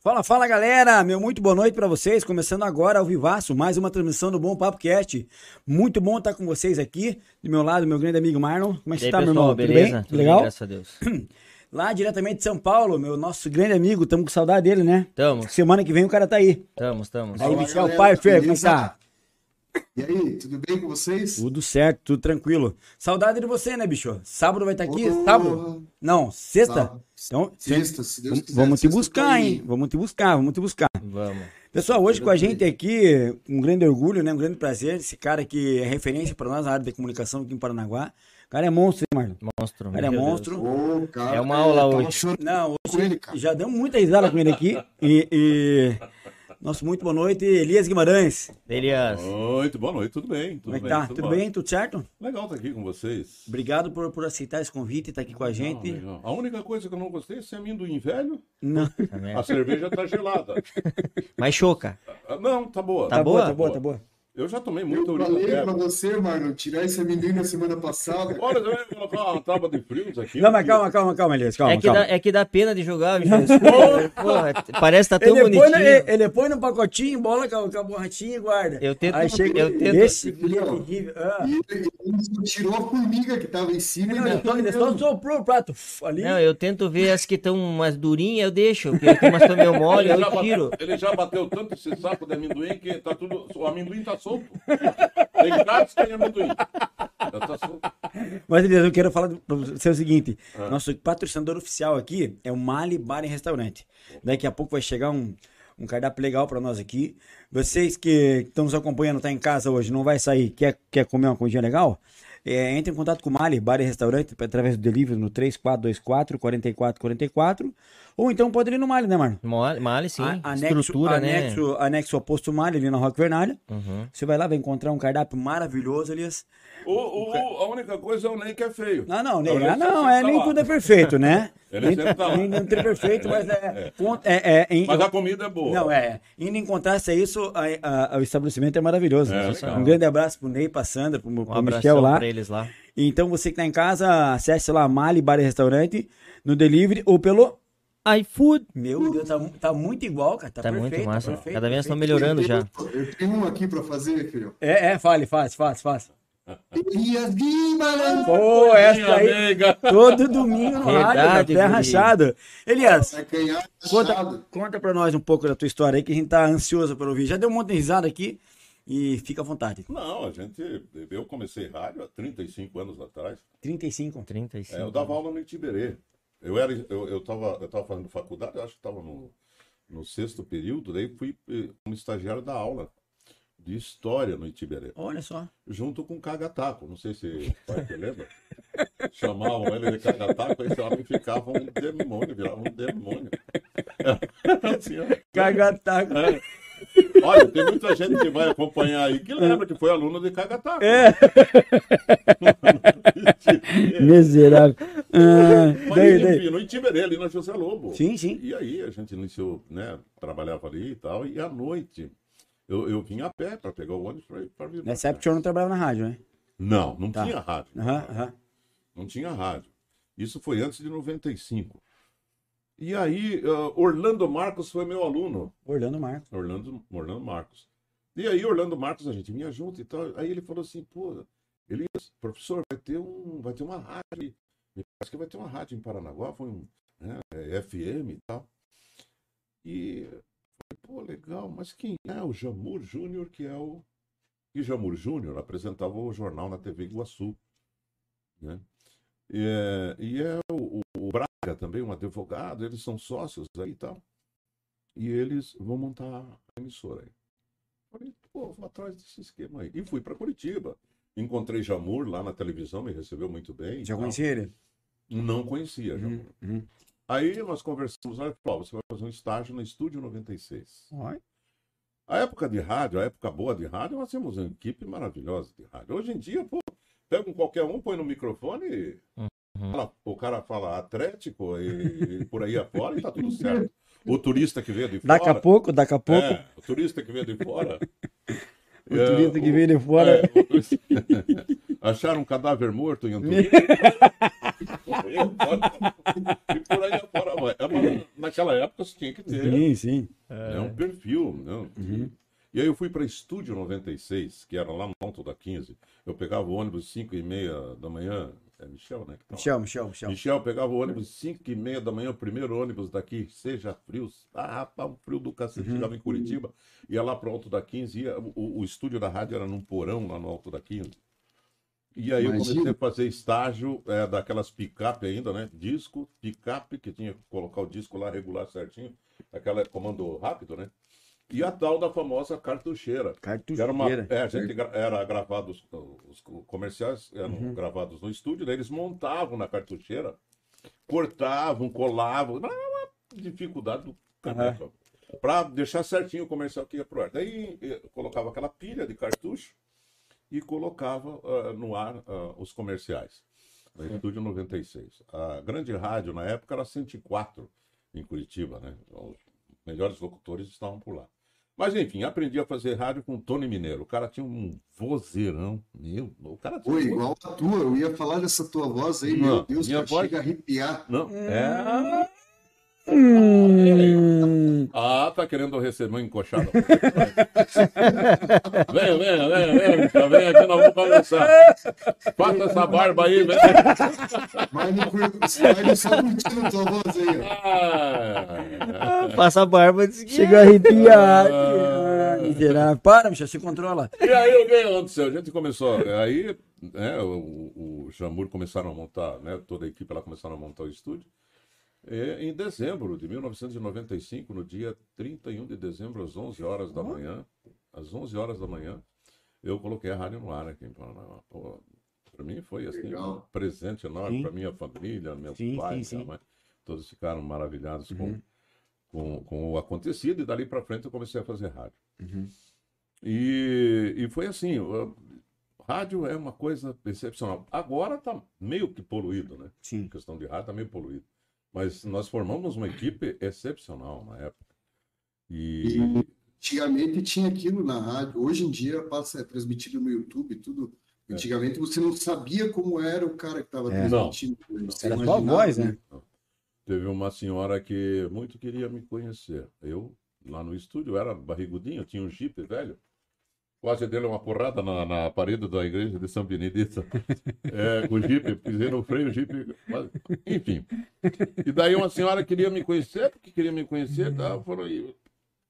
Fala, fala galera! Meu muito boa noite para vocês. Começando agora ao Vivaço, mais uma transmissão do Bom Papo Cast. Muito bom estar com vocês aqui. Do meu lado, meu grande amigo Marlon. Como é que E você aí, tá, meu pessoal, irmão? Beleza? Tudo bem? Legal? Graças a Deus. Lá diretamente de São Paulo, meu nosso grande amigo. Tamo com saudade dele, né? Tamo, Semana que vem o cara tá aí. tamo, tamo. Aí, Fala, Michel, galera. pai, Fê, como é que Beleza? tá? E aí, tudo bem com vocês? Tudo certo, tudo tranquilo. Saudade de você, né, bicho? Sábado vai estar aqui? Porra. Sábado? Não, sexta? Sábado. Então, Sexta, se Deus vamos- quiser. vamos te sexta tá buscar, aí. hein? Vamos te buscar, vamos te buscar. Vamos. Pessoal, hoje com a gente aqui, um grande orgulho, né? Um grande prazer. Esse cara que é referência para nós na área de comunicação aqui em Paranaguá. O cara é monstro, hein, Marlon? Monstro. O cara é meu Deus. monstro. Ô, cara, É uma aula eu tava hoje. chorando Não, com ele, cara. já deu muita risada com ele aqui. E, e... Nosso muito boa noite, Elias Guimarães. Elias. Oi, tu- boa noite, tudo bem? Como é que tá? Tudo, ótimo. bem? Tudo certo? Legal estar aqui com vocês. Ah, Obrigado por, por aceitar esse convite e estar aqui com a gente. Legal, legal. A única coisa que eu não gostei é esse amendoim velho. Não. também. A cerveja tá gelada. Mas choca. Ah, Não, tá boa. Tá boa? Tá boa, tá boa. Eu já tomei Eu muito falei pra você, Marlon, tirar esse amendoim na semana passada. Olha, você vai colocar uma tábua de frios aqui. um Não, mas porque- calma, calma, calma, Elias. Calma, é, que calma. dá, é que dá pena de jogar, bicho. Desculpa. Porra, parece que tá tão Ele põe, bonitinho. no, ele, ele põe no pacotinho, bola com a, com a borrachinha e guarda. Eu tento- Aí chega, eu tento- Esse filho é Não. terrível. Ah. E ele ele tirou a formiga que tava em cima Não, e ele só, ele só soprou o prato f- ali. Não, eu tento ver as que estão umas durinhas, eu deixo. Porque tem umas que meio mole, um Ele já, eu bateu, tiro. ele já bateu tanto esse saco de amendoim que tá tudo. O amendoim tá solto. Tem casca e amendoim. Já tá solto. Mas Elias, eu Ah. quero falar pra você é o seguinte: nosso patrocinador oficial aqui é o Mali Bar e Restaurante. Daqui a pouco vai chegar um, um cardápio legal pra nós aqui. Vocês que estão nos acompanhando, tá em casa hoje, não vai sair, quer, quer comer uma comidinha legal? É, entre em contato com o Mali Bar e Restaurante através do delivery no 3424-4444. Ou então pode ir no Mali, né, Marlon? Mole, mole sim. A- Estrutura, né? anexo, anexo ao posto Mali ali na Rock Vernalha. Uhum. Você vai lá, vai encontrar um cardápio maravilhoso, Elias. O, o- o- a única coisa é o Ney que é feio. Não, não, Ele nem, ah, sempre não, é, tá nem lá. tudo é perfeito, né? Ele nem, sempre tá lá. nem- nem tudo é perfeito, mas é. con- é, é, em- Mas a comida é boa. Não, é. Indo em contraste a isso, a- a- o estabelecimento é maravilhoso. É, um legal. grande abraço pro Ney, pra Sandra, pro, Um pro Michel abração lá. pra eles lá. Então você que tá em casa, acesse lá Mali Bar e Restaurante no delivery ou pelo. iFood. Meu Deus, tá, mu- tá muito igual, cara. Tá, Tá perfeito. muito massa. perfeito, Cada vez estão perfeito. melhorando eu, já. Eu tenho um aqui pra fazer, filho. É, é, fale, faz, faz, faz. Elias Guimarães! Pô, essa Minha aí. amiga. Todo domingo no rádio, Verdade, até guri. rachado. Elias, Vai ganhar Conta, fechado. conta pra nós um pouco da tua história aí, que a gente tá ansioso pra ouvir. Já deu um monte de risada aqui e fica à vontade. Não, a gente. Eu comecei rádio há 35 anos atrás. 35. 35. É, eu dava aula no Itiberê. Eu era, eu, eu tava, eu tava fazendo faculdade, eu acho que estava no, no sexto período, daí fui eh, como estagiário da aula de história no Itiberê, Olha só. junto com o Cagataco. Não sei se o pai te lembra. Chamavam ele de Cagataco, esse homem ficava um demônio, virava um demônio. Era assim, ó. Cagataco. Olha, tem muita gente que vai acompanhar aí que lembra que foi aluno de Cagataco. É. Miserável. Ah, Mas daí, daí. enfim, no Itiberê, ali na José Lobo. Sim, sim. E aí a gente iniciou, né? Trabalhava ali e tal, e à noite eu, eu vim a pé para pegar o ônibus para ir para vir. pra Nessa cá. época o senhor não trabalhava na rádio, né? Não, não Tá. tinha rádio. Aham, aham. Não tinha rádio. Isso foi antes de 95. E aí, ah, Orlando Marcos foi meu aluno. Orlando Marcos. Orlando, Orlando Marcos. E aí, Orlando Marcos, a gente vinha junto e tal. Aí ele falou assim, pô, Elias, professor, vai ter, um, vai ter uma rádio. aí. Me parece que vai ter uma rádio em Paranaguá, foi um né, é, FM e tal. E eu falei, pô, legal, mas quem é o Jamur Júnior, que é o. E Jamur Júnior apresentava o jornal na TV Iguaçu. Né? E, é- e é o, o- o Braga também, um advogado, eles são sócios aí e tal e eles vão montar a emissora aí. Falei, pô, vou atrás desse esquema aí. E fui para Curitiba. Encontrei Jamur lá na televisão, me recebeu muito bem. e Já tal. conhecia ele? Não conhecia Jamur. Uhum, uhum. Aí nós conversamos, ela falou, "Ó, você vai fazer um estágio na Estúdio 96. Olha. A época de rádio, a época boa de rádio, nós temos uma equipe maravilhosa de rádio. Hoje em dia, pô, pega um qualquer um, põe no microfone e... Uhum. fala- o cara fala Atlético e, e por aí afora e tá tudo certo. O turista que veio de fora... Daqui a pouco, daqui a pouco, É, o turista que veio de fora. o turista que o- veio de fora. é, o turista- acharam um cadáver morto em um turista. e por aí afora vai. É uma- naquela naquela época você tinha que ter Sim, sim. né, um perfil. Né? E aí eu fui para Estúdio 96, que era lá no alto da 15. Eu pegava o ônibus 5 e meia da manhã. É Michel, né? Que tá lá. Michel, Michel, Michel. Michel pegava o ônibus 5 e meia da manhã, o primeiro ônibus daqui, seja frio, ah, pá, um frio do cacete, chegava em Curitiba, ia lá pro Alto da 15, ia, o, o estúdio da rádio era num porão lá no Alto da 15. E aí eu Imagina. comecei a fazer estágio é, daquelas picape ainda, né? Disco, picape, que tinha que colocar o disco lá, regular certinho, aquela é comando rápido, né? E a tal da famosa cartucheira. Que Cartucheira. Era uma, é, a gente gra- era gravado, os, os comerciais eram gravados no estúdio, daí eles montavam na cartucheira, cortavam, colavam, era uma dificuldade do caneco. Pra deixar certinho o comercial que ia pro ar. Daí eh, colocava aquela pilha de cartucho e colocava ah, no ar ah, os comerciais. No estúdio 96. A grande rádio na época era 104 em Curitiba, né? Os melhores locutores estavam por lá. Mas enfim, aprendi a fazer rádio com o Tony Mineiro. O cara tinha um vozeirão. Meu, o cara tinha. Oi, um- igual a tua, eu ia falar dessa tua voz aí, Não, meu Deus, minha cara, voz- chega a arrepiar. Não, é. Hum, Ah, tá querendo receber uma encoxada. vem, vem, vem, vem, bicha, vem aqui, nós vamos conversar. Passa essa barba aí, vem. Mas não, cur- mas não só curtindo a tua voz aí, ó. Ah, Passa a barba disse que é. Chega a arrepiar. Ah, miserável. Para, Michel, se controla. E aí, o que aconteceu? A gente começou. Aí, né, o, o Jamur começaram a montar, né, toda a equipe lá começaram a montar o estúdio. E, em dezembro de 1995, no dia 31 de dezembro, às 11 horas da manhã, às 11 horas da manhã, eu coloquei a rádio no ar aqui em Paraná. Pô, pra mim foi assim, um Legal. presente enorme Sim. pra minha família, meu Sim, pai, sim, sim. minha Uhum. mãe. Todos ficaram maravilhados com, com, com o acontecido e dali pra frente eu comecei a fazer rádio. Uhum. E, e foi assim, eu- rádio é uma coisa excepcional. Agora tá meio que poluído, né? Sim. A questão de rádio tá meio poluído. Mas nós formamos uma equipe excepcional na época. Uhum. E Né? Antigamente tinha aquilo na rádio, hoje em dia passa, é transmitido no YouTube, tudo. É. Antigamente você não sabia como era o cara que estava É. transmitindo. Você Era só a imaginava, voz, né? teve uma senhora que muito queria me conhecer. Eu, lá no estúdio, era barrigudinho, tinha um jipe velho. Quase dele uma porrada na, na parede da igreja de São Benedito. É, com o jipe, pisei no freio, o jipe. quase- Enfim. E daí uma senhora queria me conhecer, porque queria me conhecer, tá? Falou, e-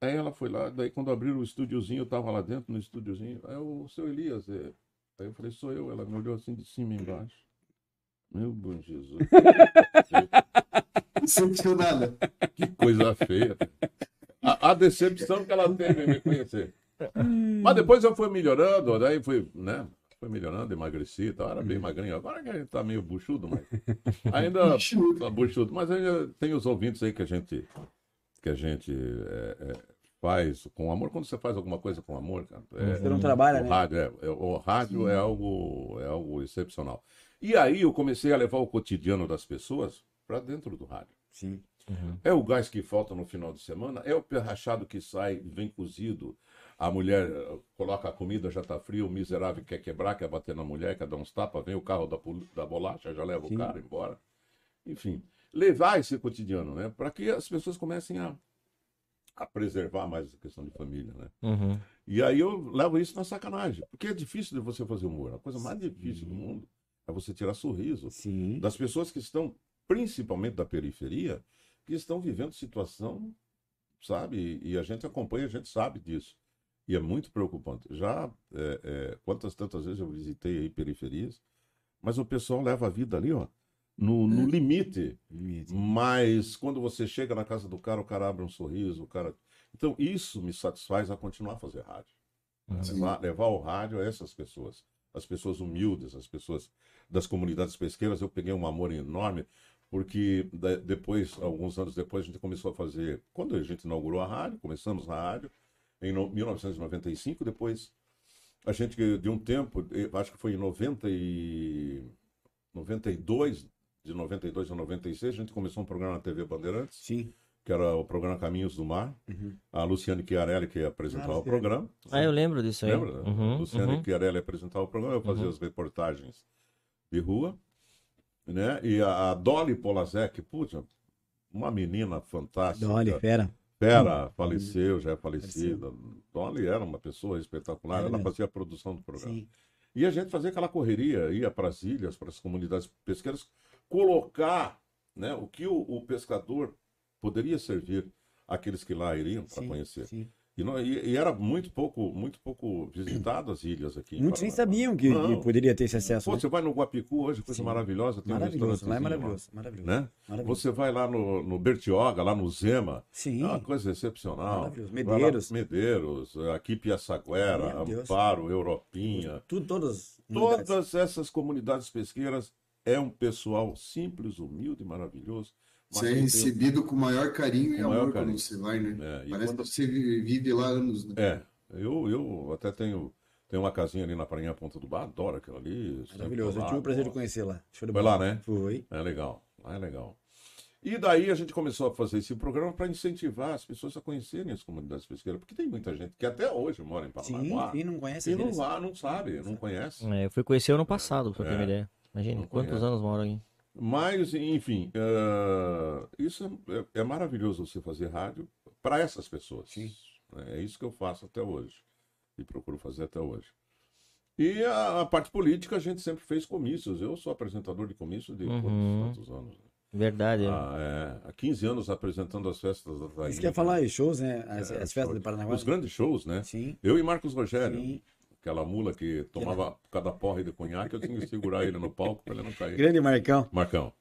aí ela foi lá, daí quando abriram o estúdiozinho, eu tava lá dentro no estúdiozinho, é o seu Elias. é. Aí eu falei, sou eu. Ela me olhou assim de cima e embaixo. Meu bom Jesus. Não sentiu nada. Que coisa feia. A, a decepção que ela teve em me conhecer. Mas depois eu fui melhorando, daí fui, né? Fui melhorando, emagreci e tal, era bem magrinho. Agora que a gente tá meio buchudo, mas. Ainda Buchudo. tá buchudo. Mas ainda tem os ouvintes aí que a gente, que a gente é, é, faz com amor. Quando você faz alguma coisa com amor, cara. é- Você não trabalha, o né? rádio, é, é, o rádio é algo é algo excepcional. E aí eu comecei a levar o cotidiano das pessoas para dentro do rádio. Sim. Uhum, É o gás que falta no final de semana? É o perrachado que sai, vem cozido? A mulher eh, coloca a comida, já está frio, o miserável quer quebrar, quer bater na mulher, quer dar uns tapas, vem o carro da, pol- da bolacha, já leva Sim. o cara embora. Enfim, levar esse cotidiano, né? Para que as pessoas comecem a, a preservar mais a questão de família, né? Uhum. E aí eu levo isso na sacanagem. Porque é difícil de você fazer humor. A coisa mais difícil do mundo é você tirar sorriso Sim. das pessoas que estão, principalmente da periferia, que estão vivendo situação, sabe? E a gente acompanha, a gente sabe disso. E é muito preocupante. Já, é, é, quantas tantas vezes eu visitei aí periferias, mas o pessoal leva a vida ali, ó, no, no limite. Mas quando você chega na casa do cara, o cara abre um sorriso, o cara. Então, isso me satisfaz a continuar a fazer rádio. Levar, levar o rádio a essas pessoas. As pessoas humildes, as pessoas das comunidades pesqueiras, eu peguei um amor enorme, porque da- depois, alguns anos depois, a gente começou a fazer. Quando a gente inaugurou a rádio, começamos na rádio, em no- 1995, depois a gente de um tempo, eu acho que foi em 90 e 92, de 92 a 96, a gente começou um programa na TV Bandeirantes, Sim. que era o programa Caminhos do Mar. A Luciane Chiarelli que apresentava o programa. Uhum. Ah, eu lembro disso aí. Lembra? Uhum, Luciane uhum. Chiarelli apresentava o programa, eu fazia as reportagens de rua. Né? E a, a Dolly Polazek, putz, uma menina fantástica. Dolly, uhum. fera. Fera faleceu, já é falecida. Dolly era uma pessoa espetacular, Era ela mesmo. fazia a produção do programa. Sim. E a gente fazia aquela correria, ia para as ilhas, para as comunidades pesqueiras, colocar né, o que o, o pescador poderia servir àqueles que lá iriam para Sim, conhecer. sim. E, não- e- e era muito pouco, muito pouco visitado as ilhas aqui. em Muitos nem Paranaguá. sabiam que, que Não. poderia ter esse acesso. Pô, né? você vai no Guapicu hoje, coisa Sim. maravilhosa, tem Maravilhoso, um lá é restaurantezinho maravilhoso. Maravilhoso. Né? maravilhoso. Você vai lá no, no Bertioga, lá no Zema, Sim. é uma coisa excepcional. Maravilhoso. Vai lá no Medeiros. Medeiros, aqui Piaçaguera, Meu Deus. Amparo, Europinha. Tudo, todas. as unidades. Todas essas comunidades pesqueiras é um pessoal simples, humilde, maravilhoso. mas Você é que tem- recebido com o maior carinho e Com o maior amor carinho. quando você vai, né? É, e Parece quando- que você vive vive lá anos, né? É, eu, eu até tenho, tenho uma casinha ali na Prainha Ponta do Bar, adoro aquilo ali. sempre Maravilhoso. vou Eu lá, tive o prazer de gosto. conhecer lá. Show de Foi bola. lá, né? Foi. É legal, lá é legal. E daí a gente começou a fazer esse programa para incentivar as pessoas a conhecerem as comunidades pesqueiras, porque tem muita gente que até hoje mora em Sim, Paranaguá e não conhece e a não, vida. vá, não sabe, não conhece. É, eu fui conhecer ano passado, pra É. ter uma ideia. Imagina, Não quantos conhece. anos moro aqui? Mas, enfim, ah, isso é, é- é maravilhoso você fazer rádio para essas pessoas. Sim. É isso que eu faço até hoje e procuro fazer até hoje. E a, a parte política a gente sempre fez comícios. Eu sou apresentador de comício de quantos- Uhum. quantos anos? Verdade. Ah, é, há 15 anos apresentando as festas da Tainha. Isso que eu ia falar, e shows, né? As, É, as show. festas do Paranaguá. Os grandes shows, né? Sim, Eu e Marcos Rogério, sim. aquela mula que tomava cada porra de conhaque, eu tinha que segurar ele no palco para ele não cair. Grande Marcão. Marcão.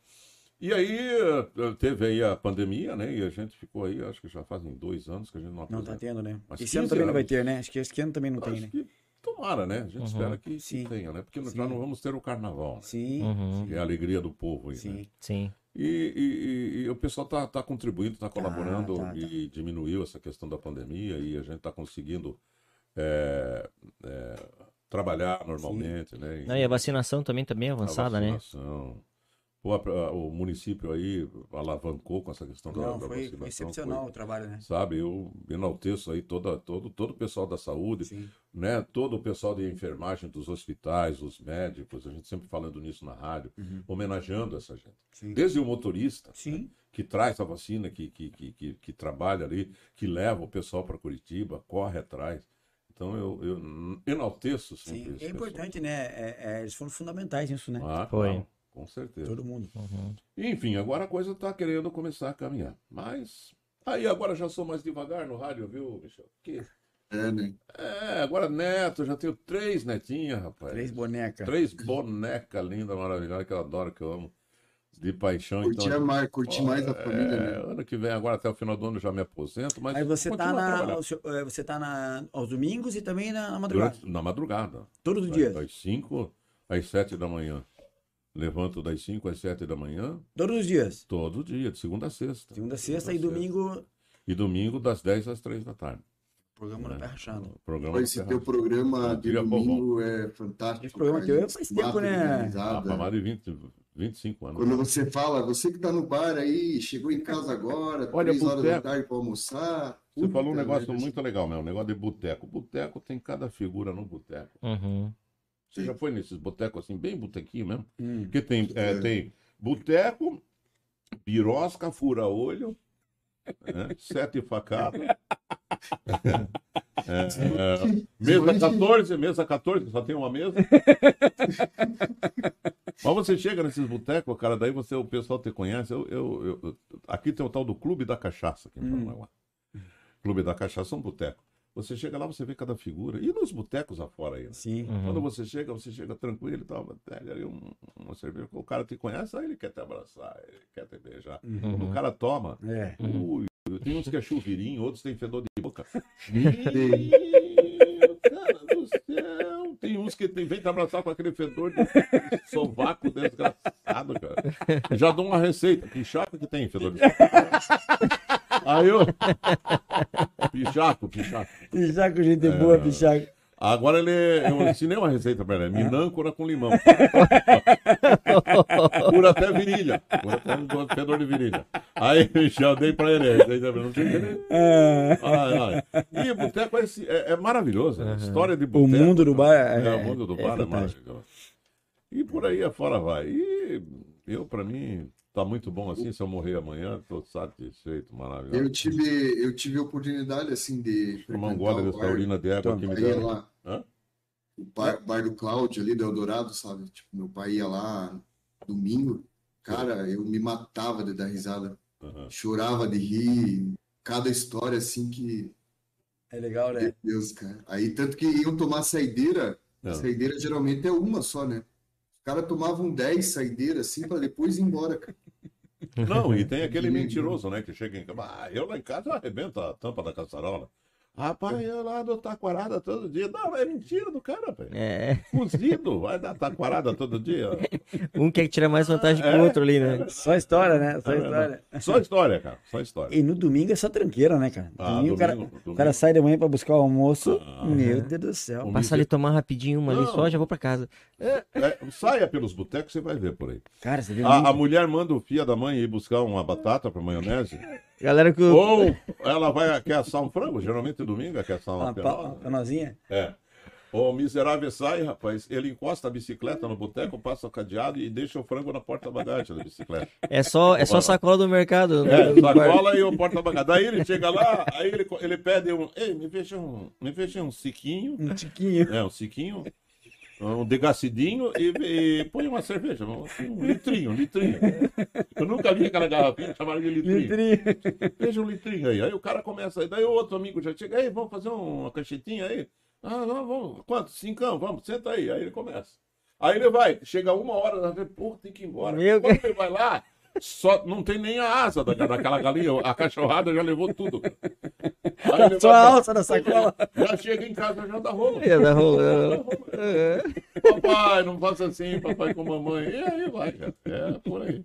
E aí eh, teve aí a pandemia, né? E a gente ficou aí, acho que já fazem dois anos que a gente não Não tá apresenta. tendo, né? é. Mas Esse ano 15 também não vai anos. ter, né? Acho que esse ano também não tem, acho né? que tomara, né? A gente Uhum. espera que, que Sim. tenha, né? Porque Sim. já não vamos ter o carnaval, né? Sim, Uhum. Que é a alegria do povo aí, né? sim. Sim. E, e- e- e o pessoal está tá contribuindo, está colaborando tá, tá. e diminuiu essa questão da pandemia e a gente está conseguindo é, é, trabalhar normalmente, né? Ah, e a vacinação também tá bem A avançada, né? vacinação. Pô, a- a- o município aí alavancou com essa questão da, Não, da foi, vacinação. foi excepcional o trabalho, né? foi- sabe, eu enalteço aí toda, todo, todo o pessoal da saúde, Sim. né? Todo o pessoal de enfermagem dos hospitais, os médicos, a gente sempre falando nisso na rádio, Uhum. homenageando essa gente. Sim. Desde o motorista, Sim. que traz a vacina, que, que, que, que, que trabalha ali, que leva o pessoal para Curitiba, corre atrás. Então eu, eu enalteço sempre Sim, esse é pessoal. importante, né? É- é, eles foram fundamentais nisso, né? Ah, Foi. claro, com certeza. Todo mundo. Uhum. Enfim, agora a coisa está querendo começar a caminhar. Mas. Aí agora já sou mais devagar no rádio, viu, Michel? Que- É, né? É, agora neto, já tenho três netinhas, rapaz. Três bonecas. É Três bonecas lindas, maravilhosas, que eu adoro, que eu amo. De paixão. Curtir a então, mar, curtir mais a família, é, né? Ano que vem, agora até o final do ano, eu já me aposento, mas. Aí você tá, continuo a na, trabalhar. ao seu- é, você tá na, aos domingos e também na, na madrugada. Durante, na madrugada. Todo das dia. Das 5 às 7 da manhã. Levanto das 5 às 7 da manhã, Todos os dias. todo dia, de Então, segunda a sexta. Segunda, sexta e domingo. E domingo das 10 às 3 da tarde. Programa no É. pé rachado. O programa Pô, do Esse Ferraz. teu é programa de Dia bom, domingo é fantástico. Esse programa cara. teu é faz tempo, né? Ah, pra Organizada. mais de 20, 25 anos. Quando você fala, você que tá no bar aí, chegou em casa agora, Olha, três horas da boteco. tarde para almoçar. Você falou um negócio muito legal, meu, um negócio de boteco. Boteco tem cada figura no boteco. Uhum. Você já foi nesses botecos assim, bem botequinho mesmo? Hum. Porque tem, é, É. tem boteco, pirosca, fura-olho, né? sete facadas. É, é, mesa 14, mesa 14, só tem uma mesa. Mas você chega nesses botecos, cara, daí você, o pessoal te conhece. Eu, eu, eu- aqui tem o tal do Clube da Cachaça, aqui em Hum. Paranaguá. Clube da Cachaça é um boteco. Você chega lá, você vê cada figura. E nos botecos afora aí, né? Sim. Uhum. Quando você chega, você chega tranquilo e tal, mas pega ali um, uma cerveja, o cara te conhece, aí ele quer te abraçar, ele quer te beijar. Quando uhum. o cara toma, É. ui, tem uns que é chuveirinho, outros tem fedor de boca. Sim. Ih, cara do céu, tem uns que tem, vem te abraçar com aquele fedor de sovaco desgraçado, cara. Já dou uma receita, pichaco que tem fedor de sovaco. Aí eu... Pichaco, pichaco. Pichaco, gente É. boa, Pichaco. Agora ele, é, eu ensinei uma receita pra ele, minâncora com limão. Cura até virilha. Cura até um do- fedor de virilha. Aí já dei pra ele a receita. Não tinha que nem- É. Ai, ai. E boteco é, esse- é- é maravilhoso. né? História de O boteco. mundo do bar é, É, o mundo do é bar é fantástico. maravilhoso. E por aí afora vai. E eu, pra mim, Tá muito bom assim, se eu morrer amanhã, tô satisfeito, maravilhoso. Eu tive, eu tive a oportunidade, assim, de Tomar um frequentar gole o dessa bar- urina de égua Toma. que me aí deram. lá, Hã? o bar, bar do Cláudio ali do Eldorado, sabe? Tipo, meu pai ia lá domingo, cara, eu me matava de dar risada, Aham. chorava de rir, cada história assim que, É legal, né? meu Deus, cara. Aí tanto que iam tomar saideira, Não. saideira geralmente é uma só, né? Os caras tomavam 10 saideiras assim pra depois ir embora, cara. Não, e tem aquele mentiroso, né? Que chega em casa. Ah, eu lá em casa eu arrebento a tampa da caçarola. Rapaz, eu lá dou taquarada todo dia. Não, é mentira do cara, velho. É, Cozido, vai dar taquarada todo dia. um quer tirar mais vantagem que o É. outro ali, né? Só história, né? Só É história. Só história, cara. Só história. E no domingo é só tranqueira, né, cara? Ah, domingo, o cara, domingo, o cara sai de manhã pra buscar o almoço. Ah. Meu Deus do céu. Domingo. Passar ali tomar rapidinho uma ali Não. só, já vou pra casa. É, saia pelos botecos, você vai ver por aí. Cara, você viu? Ah, um A, a mulher manda o fia da mãe ir buscar uma batata para maionese. Galera que. o- Ou ela vai quer assar um frango, geralmente domingo é quer assar uma Uma pa- pernada. panozinha? É. O miserável sai, rapaz. Ele encosta a bicicleta no boteco, passa o cadeado e deixa o frango na porta-bagagem da bicicleta. É só, é só Bora. sacola do mercado. né? É, sacola e o porta-bagagem. Daí ele chega lá, aí ele, co- ele pede um. Ei, me veja um, me veja um siquinho. Um tiquinho. É, um siquinho. Um degacidinho e, e põe uma cerveja, um, um litrinho, um litrinho. Eu nunca vi aquela garrafinha chamada de litrinho. Litrinho. Veja um litrinho aí. Aí o cara começa aí. Daí o outro amigo já chega aí, vamos fazer uma canchetinha aí. Ah, não, vamos. Quanto? Cincão, vamos, senta aí. Aí ele começa. Aí ele vai, chega uma hora, ela vê, pô, tem que ir embora. Meu Quando ele vai lá, só, não tem nem a asa da, daquela galinha, a cachorrada já levou tudo. Aí ele Só a vai- alça da sacola. já chega em casa, já dá rolo. Já tá rolando. É. Papai, não faça assim, papai com mamãe. E aí vai, cara. É, por aí.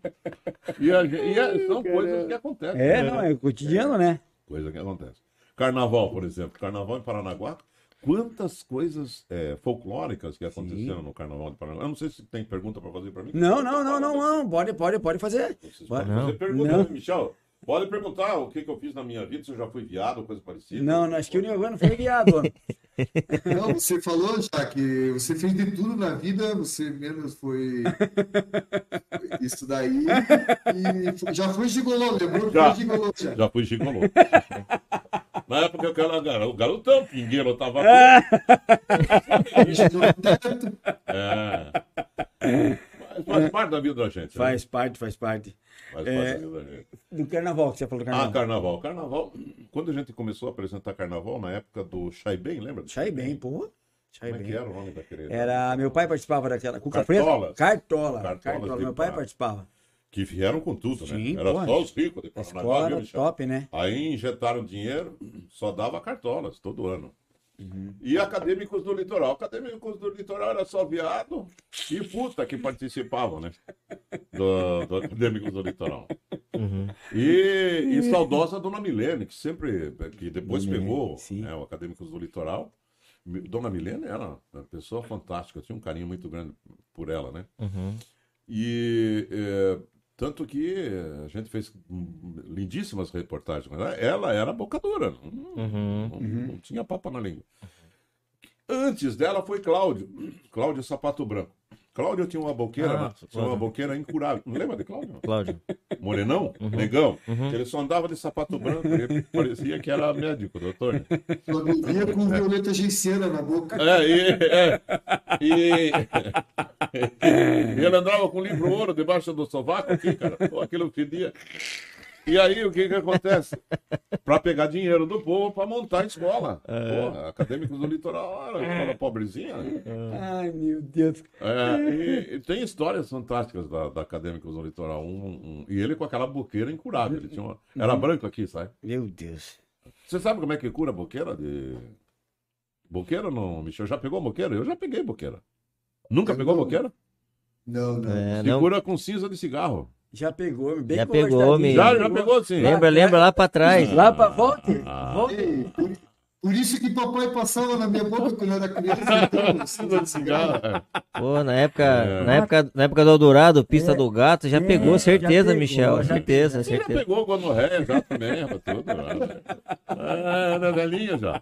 E, a gente- e é- são coisas que acontecem. É, né? não, é o cotidiano, né? Coisa que acontece. Carnaval, por exemplo. Carnaval em Paranaguá. Quantas coisas é, folclóricas que aconteceram no Carnaval de Paranaguá? Eu não sei se tem pergunta para fazer para mim. Não, não, não, não, não. Pode, pode, pode fazer. Vocês Vai. podem fazer Não. pergunta, Não. né, Michel. Pode perguntar o que, que eu fiz na minha vida, se eu já fui viado ou coisa parecida. Não, não, acho que o Nilvan foi guiado. mano. Não, você falou já que você fez de tudo na vida, você menos foi isso daí e foi- já foi gigolô, lembrou que Já. foi gigolô já. Já fui gigolô. na época eu era gar- o garotão, pingueiro, eu tava. Gigolô teto. É. Mas faz parte da vida da gente. né? Faz parte, faz parte. Faz parte é. da vida da gente. Do carnaval que você falou do Ah, carnaval. carnaval. Carnaval. Quando a gente começou a apresentar carnaval, na época do Chai Bem, lembra? do Chai bem, pô. Chai Como é que bem. era o nome daquele? Era, meu pai participava daquela Cuca Cartola. Preta? Cartola. Cartola Cartola. de Meu pai Pará. participava. Que vieram com tudo, né? Sim, era pô, só os ricos de A Paranaguá, escola viu, era Michel? top, né? Aí injetaram dinheiro, só dava cartolas todo ano. E acadêmicos do litoral. Acadêmicos do litoral era só viado e puta que participavam, né? Do, do acadêmicos do litoral. Uhum, E, e saudosa Dona Milene, que sempre, que depois Dona Milene, pegou sim. né, o Acadêmicos do Litoral. Mi- Dona Milene era uma pessoa fantástica, eu tinha um carinho muito grande por ela, né? Uhum. E é, tanto que a gente fez hum, lindíssimas reportagens com ela. Ela era bocadura, não, Uhum. não- não tinha papa na língua. Antes dela foi Cláudio, Cláudio Sapato Branco. Cláudio tinha uma boqueira, Ah, né? tinha uma Cláudio. boqueira incurável. Não lembra de Cláudio? Cláudio. Morenão? Negão? Ele só andava de sapato branco, ele parecia que era médico, doutor. né? Só vivia com violeta geiciana na boca. É, e, é, e, e ele andava com livro ouro debaixo do sovaco aqui, cara. Pô, aquilo fedia. E aí, o que que acontece? Para pegar dinheiro do povo para montar a escola. Porra, acadêmicos do litoral, era uma escola pobrezinha. Ai, meu Deus. É, e, e tem histórias fantásticas da, da Acadêmicos do Litoral. Um, um- e ele com aquela boqueira incurável. Ele tinha uma- era branco aqui, sabe? Meu Deus. Você sabe como é que cura boqueira de. Boqueira não, Michel? Já pegou boqueira? Eu já peguei boqueira. Nunca Eu pegou não. boqueira? Não, não. É, Se não. cura com cinza de cigarro. Já pegou, bem Já pegou, conversadinho. Sim. Já, já pegou sim. Lembra, lembra lá pra trás. Lá pra volte. Ah. Volte. Ei, por, por isso que papai passava na minha boca quando eu era criança. então, Cinza de cigarro. é. Pô, na época, É. na época, na época do Eldorado, pista do gato, já É, pegou, já certeza, pegou, Michel. já- certeza, Você já certeza. pegou gonorreia já também, era tudo. Era, Ah, era velhinha já.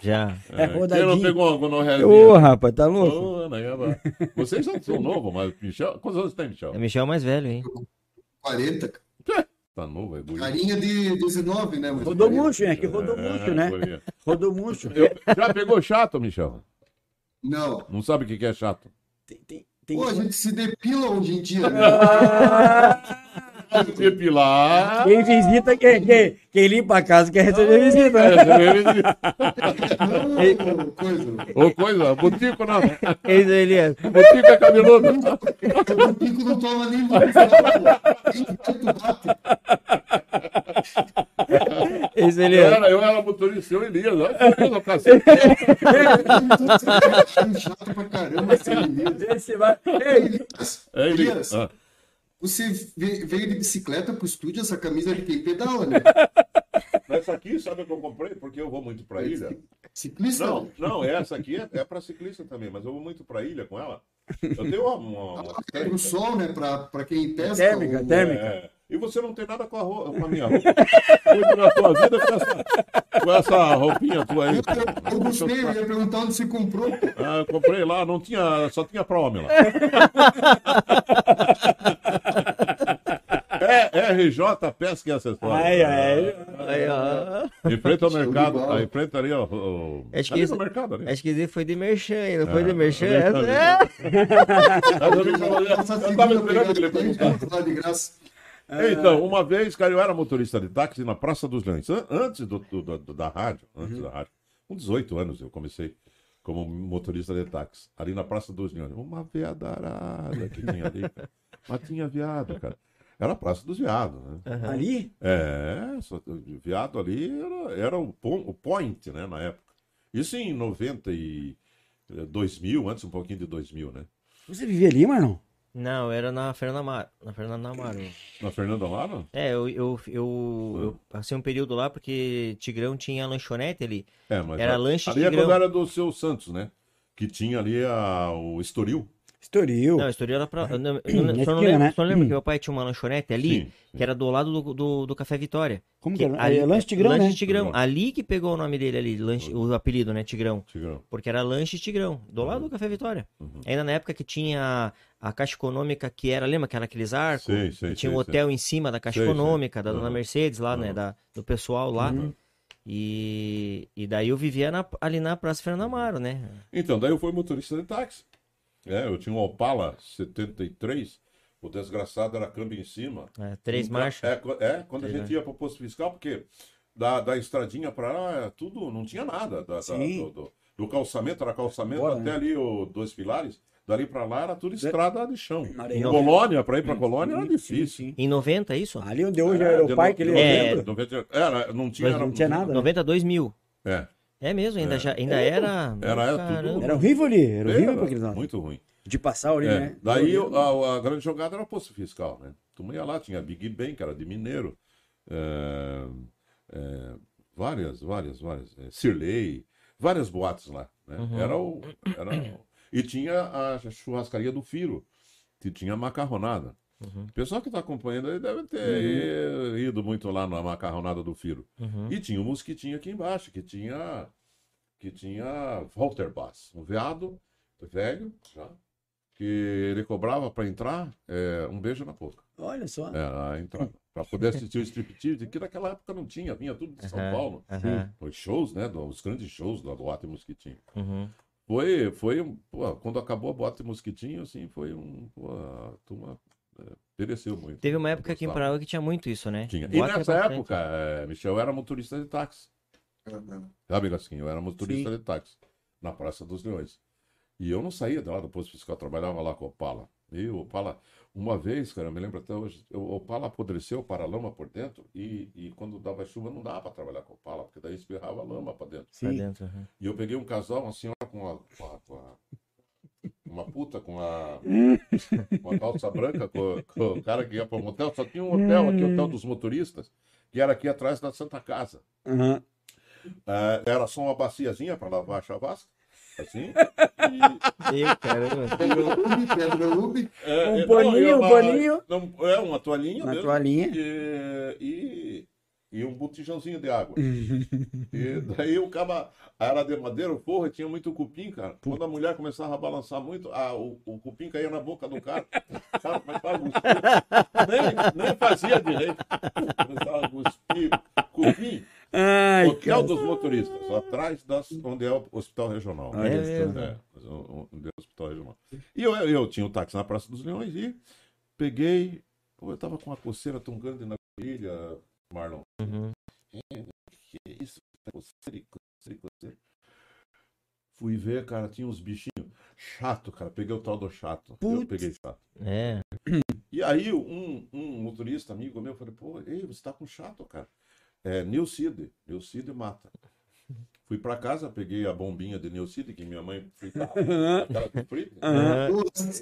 Já. Então. É Quem não rodadinho. pegou uma né, gonorreia? Ô, rapaz, tá louco? é Ô, Ana Eva. Vocês já são novos, mas Michel. Quantos anos tem, Michel? É Michel mais velho, hein? 40, cara. Tá novo, é bonito. carinha de 19, né? mas- Rodou muito, é que rodou muito, né? bonito. Rodou muito. Eu- já pegou chato, Michel? Não. Não sabe o que que é chato? Tem, tem, tem... Pô, a gente se depila hoje em dia, né? Depilar. Quem visita, quem, quem, quem limpa a casa quer receber visita. né? Não, ô, coisa. Ou coisa, botico não. Ei, Zé Elias. Botico é cabeludo. O pico não toma nem né? luz, não, pô. Nem vento bate. Ei, Zé Eu Elias. era, eu era motorista, eu É, Elias. Olha que coisa, cacete. Tudo chato pra caramba esse menino. Esse vai- Ei, É, ele- Elias. Ah, Você ve- veio de bicicleta pro estúdio, essa camisa de quem pedala, né? Essa aqui, sabe o que eu comprei? Porque eu vou muito pra ilha. Ciclista? Não, não, essa aqui é, é para ciclista também, mas eu vou muito pra ilha com ela. Eu tenho uma. uma- uma- Pega o sol, né? Pra, pra quem pesca. Térmica, o- térmica. É, e você não tem nada com a, roupa, com a minha roupa. Muito na tua vida com essa, com essa roupinha tua aí. Eu, eu gostei, eu ia perguntar onde você comprou. pô. Ah, eu comprei lá, não tinha, só tinha pra homem lá. É, RJ Pesca e Acessórios. Ai, ai. Aí, ó. Em frente ao Show de mercado, bola. aí, em frente ali, ó. o- Acho que ali isso- Tá no mercado ali. Acho né? que ele foi de merchan, hein? não foi de Ah, merchan? merchan, Essa- Eu, Essa tava segunda esperando que pegada, ele perguntasse. tem que dar de graça. Então, uma vez, cara, eu era motorista de táxi na Praça dos Lanches, an- antes do, do- do- da rádio, antes da rádio. Com 18 anos eu comecei como motorista de táxi, ali na Praça dos Lanches. Uma veadarada que tinha ali, cara. Mas tinha viado, cara. Era a Praça dos Viados, né? Ali? É, só, o viado ali era, era o, pon- o point, né, na época. Isso em 90 e eh, 2000, antes um pouquinho de 2000, né? Você vivia ali, mano? Não, era na Fernanda Amaro. Na Fernanda Amaro. Na Fernanda Amaro? É, eu, eu, eu, eu passei um período lá porque Tigrão tinha lanchonete ali. É, mas Era a- lanche ali de é quando grão. era do seu Santos, né? Que tinha ali a, o Estoril. Estouril. Não, a história era pra. eu não- eu Na não- só, não esquina, lembro, né? só lembro que meu pai tinha uma lanchonete ali, Sim, que era do lado do, do, do Café Vitória. Como que Que era? ali- É lanche Tigrão, lanche né? Tigrão. Tigrão. Ali que pegou o nome dele ali, lanche- o apelido, né? Tigrão. Tigrão. Porque era lanche Tigrão, do lado do Café Vitória. Uhum. Ainda na época que tinha a Caixa Econômica, que era, lembra que era aqueles arcos? Sei, sei, que tinha um sei, hotel em cima da Caixa Sei, sei. Econômica, da Dona Uhum. Mercedes lá, né? Uhum. Da, do pessoal lá. E, e daí eu vivia na- ali na Praça Fernando Uhum. Amaro, né? Então, daí eu fui motorista de táxi. É, eu tinha um Opala 73. O desgraçado era câmbio em cima. É, três Nunca- marchas. É, co- é, quando a Três gente ia para o posto fiscal, porque da, da estradinha para lá, era tudo, não tinha nada. Da, da- Sim. do, do- do calçamento, era calçamento Bora, até né? ali os dois pilares. Dali para lá era tudo estrada de chão. Areia. Colônia, para ir para colônia era difícil. Sim, sim. Em 90, isso? Ali onde hoje É, era de o parque, no- ali é, lembra? de 90 Era, não tinha, Mas não era- tinha nada. 92 mil. É, É mesmo, ainda, né? É. já, ainda era. Era, era Caramba. tudo. Era horrível ali, era horrível pra aqueles era lados. É, muito ruim. De passar ali, É, né? Daí eu- a, a grande jogada era o posto fiscal, né? Tu ia lá, tinha Big Ben, que era de mineiro, é, é, várias, várias, várias, é, Cirlei, várias boates lá, né? Era o, era o- e tinha a churrascaria do Firo, que tinha macarronada. Uhum, O pessoal que está acompanhando aí deve ter Uhum. ido muito lá na macarronada do Firo. Uhum. E tinha um mosquitinho aqui embaixo, que tinha. Que tinha Walter Bass, um veado, velho, já, que ele cobrava para entrar é, um beijo na boca. Olha só. Era a entrada. Para poder assistir o striptease, que naquela época não tinha, vinha tudo de São Aham, Paulo. aham. Os shows, né? do- Os grandes shows da Boate Mosquitinho. Uhum. Foi, foi um- pô, quando acabou a Boate Mosquitinho, assim, foi um. Pô, a turma é, pereceu muito. Teve uma época aqui em Gostava. Paraguai que tinha muito isso, né? Tinha. E Bota nessa bastante. época, é, Michel era motorista de táxi. Ah, Sabe, Gasquinho? Eu era motorista de táxi na Praça dos Leões. E eu não saía de lá do posto fiscal, eu trabalhava lá com o Opala. E o Opala, uma vez, cara, eu me lembro até hoje, o Opala apodreceu o paralama por dentro e, e quando dava chuva não dava para trabalhar com o Opala, porque daí espirrava lama para dentro. Pra Sim. dentro, uhum. E eu peguei um casal, uma senhora com a. Com a, com a- uma puta com a. Com a calça branca, com, com o cara que ia para um hotel. Só tinha um hotel aqui, o Hotel dos Motoristas, que era aqui atrás da Santa Casa. Aham. Ah, era só uma baciazinha para lavar a chavasca. Assim. Meu caramba. Pedra Ubi, Pedra Ubi. É, Um é, paninho, eu- um paninho. Não, é uma toalhinha Na mesmo. toalhinha. E, e e um botijãozinho de água. e daí o caba, era de madeira, o forro, tinha muito cupim, cara. Quando a mulher começava a balançar muito, a, o, o cupim caía na boca do cara. Cara, mas para nem, nem fazia direito. Começava a cuspir cupim. Ai, Hotel dos motoristas, atrás das, onde é o hospital regional. Olha é, só. é, onde é o hospital regional. E eu, eu tinha o táxi na Praça dos Leões e peguei. pô, Eu tava com uma coceira tão grande na ilha, Marlon. Uhum. É, que é isso? Coceira, e coceira, e coceira. Fui ver, cara, tinha uns bichinhos. Chato, cara. Peguei o tal do chato. Eu Putz. peguei chato. É. E aí um, um motorista, amigo meu, falei, pô, ei, você tá com chato, cara. É Nilcide, Nilcide mata. Fui pra casa, peguei a bombinha de Nilcide, que minha mãe fritava, aquela que frita. né?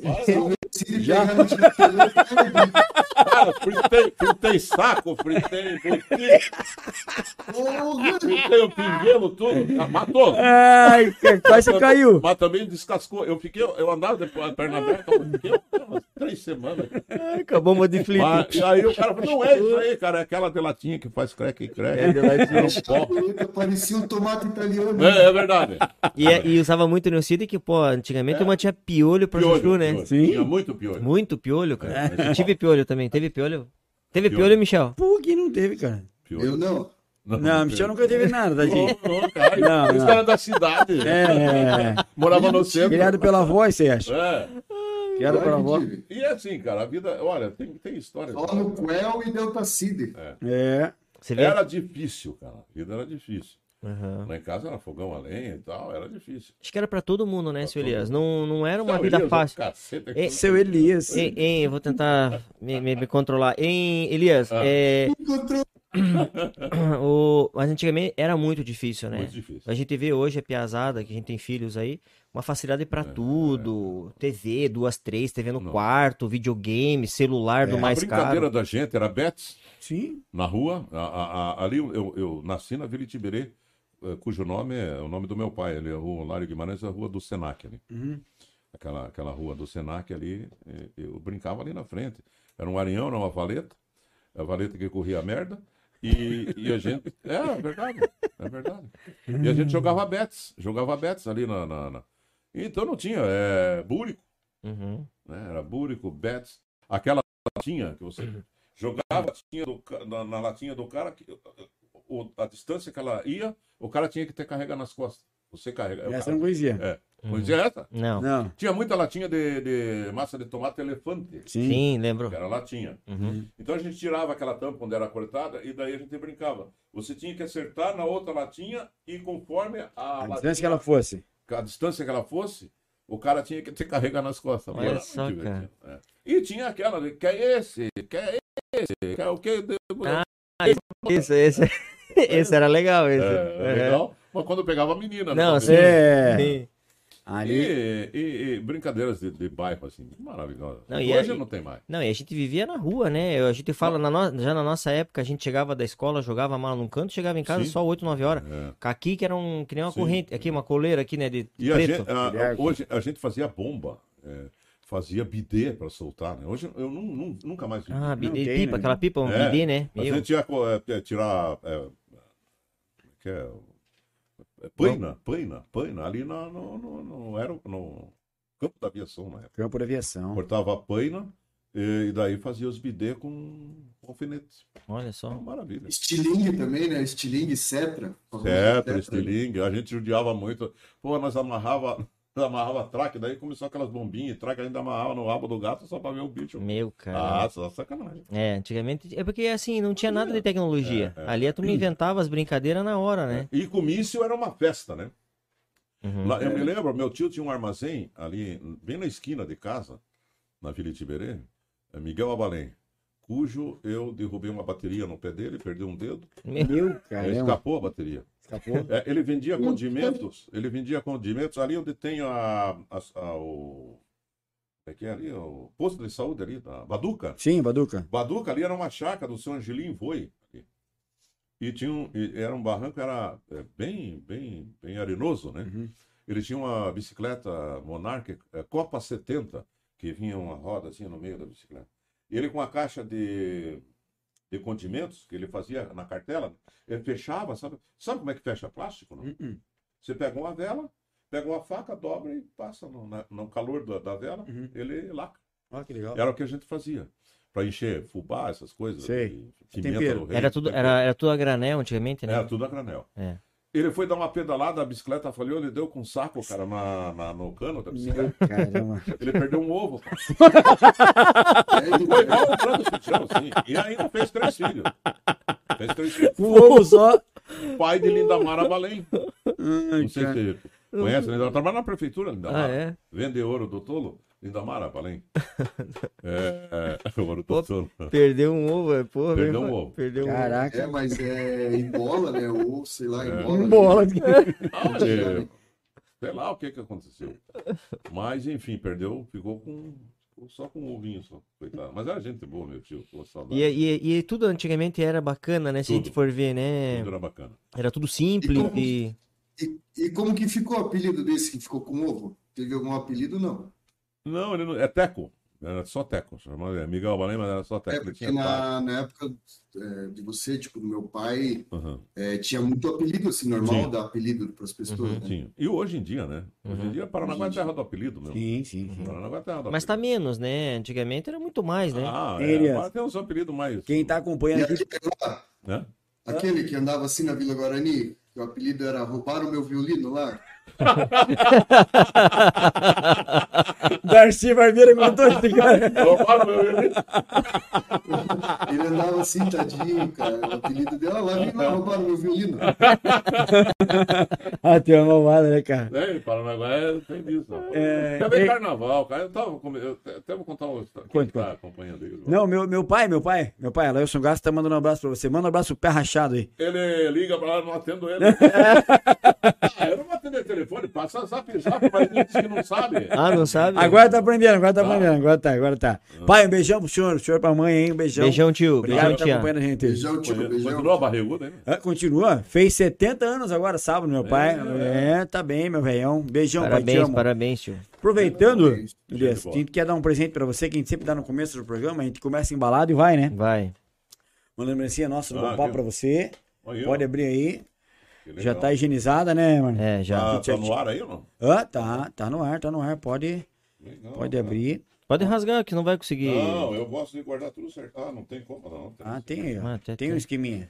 Ah, Já? Cara, fritei, fritei saco, fritei botico, fritei o pinguelo, tudo, Ah, matou. Ai, que- quase É, você caiu. Mas também descascou. Eu fiquei, eu andava de perna aberta, eu fiquei umas três semanas. acabou o de flip. Mas, e aí o cara falou, não é isso aí, cara, é aquela de latinha que faz creque e creque. É de latinha. Era um pó. Parecia um tomate italiano. É, é verdade. E, é, e usava muito Neocid que, pô, antigamente eu mantinha piolho pra É. Piolho, chuchu, né? piolho. Sim. Tinha muito piolho. Muito piolho, cara. É. Eu tive piolho também. Teve piolho? Teve Piolho. piolho, Michel? Por que não teve, cara? piolho. Eu não. Não, Michel nunca teve nada, tadinho. Não, não, cara. Não, Esse não. cara é da cidade. É, Morava no centro. criado pela voz, você acha? É. Criado pela Claro voz. que tive. E é assim, cara, a vida. Olha, tem, tem história. Só no Quel e Delta Cid. É. Você vê? Era difícil, cara. A vida era difícil. Aham. Lá em casa era fogão a lenha e tal, era difícil. Acho que era pra todo mundo, né, seu todo Elias? Não, não era uma Não, vida Elias, um fácil. caceta, É, Seu Elias. Hein, hein, eu vou tentar me, me- me controlar. Hein, Elias, Ah. é, Encontrou o, mas antigamente era muito difícil, né? Muito difícil. A gente vê hoje a piazada, que a gente tem filhos aí, uma facilidade pra tudo. TV, duas, três, TV no É, Não. quarto, videogame, celular do É, mais a brincadeira caro. da gente era Betts, Sim. na rua. a- a- a- ali eu, eu- eu nasci na Vila Itiberê, eh, cujo nome é o nome do meu pai. Ele é a rua Lário Guimarães, é a rua do Senac ali. Uhum. aquela, aquela rua do Senac ali, eh, eu brincava ali na frente. Era um aranhão, era uma valeta, a valeta que corria a merda, e, e a gente. É, é verdade, é verdade. E a gente jogava bets, jogava bets ali na. na- na- Então não tinha, é búrico, Uhum. né? Era búrico, bets, aquela latinha que você jogava tinha do ca- na, na latinha do cara, que, o- a distância que ela ia, o cara tinha que ter carregar nas costas. Você carrega. é o Essa eu cara. não conhecia. É. Pois é, essa. Não. Não. Tinha muita latinha de, de massa de tomate elefante, Sim. Sim, que lembro. era latinha. Uhum. Então a gente tirava aquela tampa onde era cortada e daí a gente brincava. Você tinha que acertar na outra latinha e conforme a, A latinha- distância que ela fosse. a distância que ela fosse, o cara tinha que te carregar nas costas. Olha Era muito só, divertido, é. E tinha aquela, de, que é esse? Que é esse? Que é o que? Isso, esse, esse era legal, É, esse. é Uhum. legal. Mas quando eu pegava a menina. Não, né? sim. É. Sim. Ali. E, e- e brincadeiras de, de bairro, assim, maravilhosa. Não, e é- Hoje aí- não tem mais. Não, e a gente vivia na rua, né? A gente fala, na no- já na nossa época, a gente chegava da escola, jogava a mala num canto, chegava em casa Sim. só 8, 9 horas. É. Caqui, que era um, que nem uma Sim. corrente, aqui, uma coleira aqui, né, de E a preto. gente, a- Guilherme. hoje a gente fazia bomba, é, fazia bidê para soltar, né? Hoje eu nu- nu- nunca mais vi. Ah, bidê, tem, pipa, né? aquela pipa, um É, bidê, né? a Meu. gente ia co- é, é, tirar é, que é, é, paina, paina, paina, ali na, no, no, no, era no campo da aviação na época. Campo da aviação. Cortava a paina e, e daí fazia os bidê com alfinete. Olha Uma só. maravilha. Estilingue também, né? Estilingue, cetra. é, né? Tetra, estilingue, a gente judiava muito. Pô, nós amarrava, amarrava traque, daí começou aquelas bombinhas, traque ainda amarrava no rabo do gato só pra ver o bicho. Meu, cara. Ah, só sacanagem. É, antigamente. É porque assim, não tinha nada de tecnologia. É, é. Ali tu me inventava as brincadeiras na hora, né? E comício era uma festa, né? Uhum. Lá- eu me lembro, meu tio tinha um armazém ali, bem na esquina de casa, na Vila Itiberê, é Miguel Abalém, cujo eu derrubei uma bateria no pé dele, perdi um dedo, Meu, Meu, é um caramba. escapou a bateria. Escapou. É, ele vendia condimentos. Ele vendia condimentos ali onde tem a, a, a- o. É que é ali? O posto de saúde ali, da Baduca. Sim, Baduca. Baduca ali era uma chácara do seu Angelim Voi. E tinha um, e era um barranco, era é, bem, bem, bem arenoso, né? Uhum. Ele tinha uma bicicleta Monarch é, Copa 70, que vinha uma roda assim no meio da bicicleta. E ele com uma caixa de de condimentos que ele fazia na cartela, ele fechava, sabe? Sabe como é que fecha plástico? Não? Uhum. Você pega uma vela, pega uma faca, dobra e passa no, na- no calor da, da vela, Uhum. Ah. ele laca. Olha que legal. Era o que a gente fazia. Para encher fubá, essas coisas. Sei. e Pimenta Tempero. do reino. Era tudo, era, era tudo a granel antigamente, né? Era tudo a granel. É. Ele foi dar uma pedalada, a bicicleta falhou, ele deu com um saco, cara, na, na- no cano da bicicleta. Meu, caramba. Ele perdeu um ovo, cara. É, Foi igual o Franco Fichão, assim. E ainda fez três filhos. Fez três filhos. Um ovo só. Pai de Lindamara Balém. Ai, Não sei cara. se conhece, né? Ela trabalha na prefeitura, Ah, Lindamara. é? Vende ouro do tolo, Lindamara Balém. É, é, ouro do Opa. tolo. Perdeu um ovo, é porra. Perdeu meu um irmão. ovo. Perdeu um ovo. Caraca. é, mas é em bola, né? Ou sei lá, em bola. Um bola. Ah, é, sei lá o que que aconteceu. Mas, enfim, perdeu, ficou com... ficou Só com um ovinho, só, coitado. Mas era gente boa, meu tio. Pô, saudade. E, e, e tudo antigamente era bacana, né? Se a gente Tudo. for ver, né? Tudo era bacana. Era tudo simples. E como- E... E, e como que ficou o apelido desse que ficou com ovo? Teve algum apelido, não? Não, ele não. É Teco. Era só Teco. Chamava é Miguel Balém, mas era só Teco. É, Ele porque tinha taco. na, na época é, de você, tipo, do meu pai, Aham, é, tinha muito apelido, assim, normal Sim. Uhum, dar apelido para as pessoas, né? tinha. E hoje em dia, né? Hoje em Uhum. dia, Paranaguá é Hoje em terra do apelido mesmo. Sim, sim, sim. Paranaguá é terra do Mas tá menos, né? Antigamente era muito mais, né? Ah, Tem, é. Elias. Agora tem uns apelidos mais. Quem tá E acompanhando aqui. aquele lá, Né? aquele que andava assim na Vila Guarani, que o apelido era roubaram meu violino lá. Darcy Barbeira contou esse cara. Ele andava assim, tadinho, cara. O apelido dela lá, vem lá, roubaram meu violino. Ah, tem uma malvada, né, cara? É, Paranaguá é, tem disso. ó. É, Também é- carnaval, cara. Eu tava. com- Eu te- até vou contar uma história. Quem Conte, tá acompanhando aí? agora? Não, meu, meu pai, meu pai, meu pai, Alailson Gasta tá mandando um abraço pra você. Manda um abraço pé rachado aí. Ele liga pra lá, não atendo É. ele. ah, eu não vou atender telefone, passa zap zap, mas ele diz que não sabe. Ah, não sabe? Agora tá aprendendo, agora tá Tá. aprendendo, agora tá, agora tá. Pai, um beijão pro senhor, o senhor pra mãe, hein? Um beijão. Beijão, tio. Obrigado por beijão, tá tia. acompanhando a gente. Beijão, tio, beijão. Continua a barriguda, hein? Ah, continua? Fez 70 anos agora, sábado, meu pai. É, tá bem, meu velhão. Beijão, pai, te Parabéns, amo. parabéns, tio. Aproveitando, Parabéns. Elias, Show de a gente quer dar um presente pra você, que a gente sempre dá no começo do programa, a gente começa embalado e vai, né? Vai. Uma lembrancinha nossa do Ah, Bom Papo viu? pra você. Olha aí, ó, Pode abrir aí. que Já legal. tá higienizada, né, mano? É, já. Ah, tá no ar aí ou não? Ah, tá, tá no ar, tá no ar. Pode, Legal, pode cara. abrir. Pode rasgar, que não vai conseguir. Não, eu gosto de guardar tudo certo. Ah, não tem como não. Tem- Ah, tem aí, ó. Ah, tem- tem um tem. esqueminha.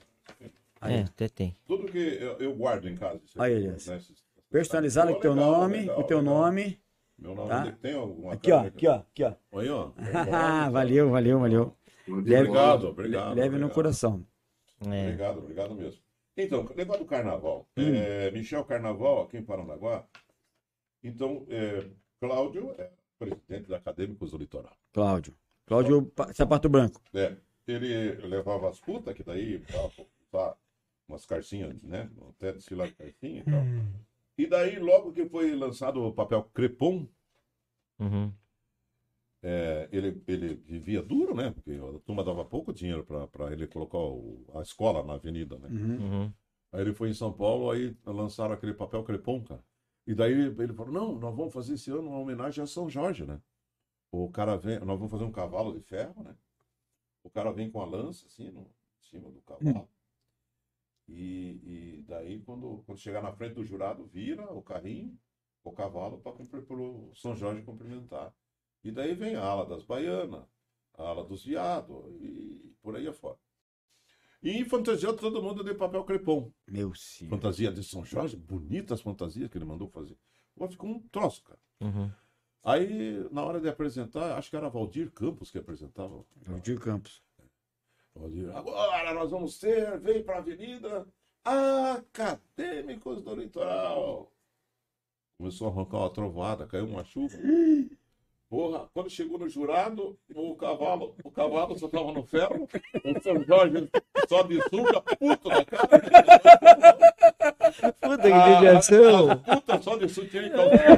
É, até tem. Tudo que eu, eu guardo em casa. isso Aí, aqui, Elias. né, esses- Personalizado com Pô, o teu legal, nome, legal, com o teu legal. nome. Meu nome Tá? tem- tem alguma Aqui, ó, câmera aqui, ó, aqui, ó. Aí, ó. Ah, valeu, valeu, valeu. Leve- Obrigado, obrigado. Leve no obrigado. coração. É. Obrigado, obrigado mesmo. Então, o negócio do carnaval. Hum. É, Michel Carnaval, aqui em Paranaguá. Então, é, Cláudio é presidente da Acadêmicos do Litoral. Cláudio. Cláudio Pa- Sapato Branco. É, ele levava as putas, que daí dava pra botar umas carcinhas, né? Até desfilar de carcinha e tal. Hum. E daí, logo que foi lançado o papel crepom, Uhum. é, ele, ele vivia duro, né? Porque a turma dava pouco dinheiro para ele colocar o- a escola na avenida, né? Uhum. Uhum. Aí ele foi em São Paulo, aí lançaram aquele papel crepom, cara. E daí ele, ele falou, não, nós vamos fazer esse ano uma homenagem a São Jorge, né? O cara vem, nós vamos fazer um cavalo de ferro, né? O cara vem com a lança, assim, no, em cima do cavalo. E, e daí, quando, quando chegar na frente do jurado, vira o carrinho, o cavalo, para o São Jorge cumprimentar. E daí vem a ala das baianas, a ala dos viados, e por aí afora. E fantasiou todo mundo de papel crepom. Meu senhor. Fantasia de São Jorge, bonitas fantasias que ele mandou fazer. Agora ficou um troço, cara. Uhum. Aí, na hora de apresentar, acho que era Valdir Campos que apresentava. Valdir Campos. Valdir, agora nós vamos ter, vem pra Avenida Acadêmicos do Litoral. Começou a arrancar uma trovoada, caiu uma chuva. Porra, quando chegou no jurado, o cavalo, o cavalo só tava no ferro, o São Jorge só de sunga, puto né? da cara. Puta Ah, que judiação! As putas só de sutiã e calcinha.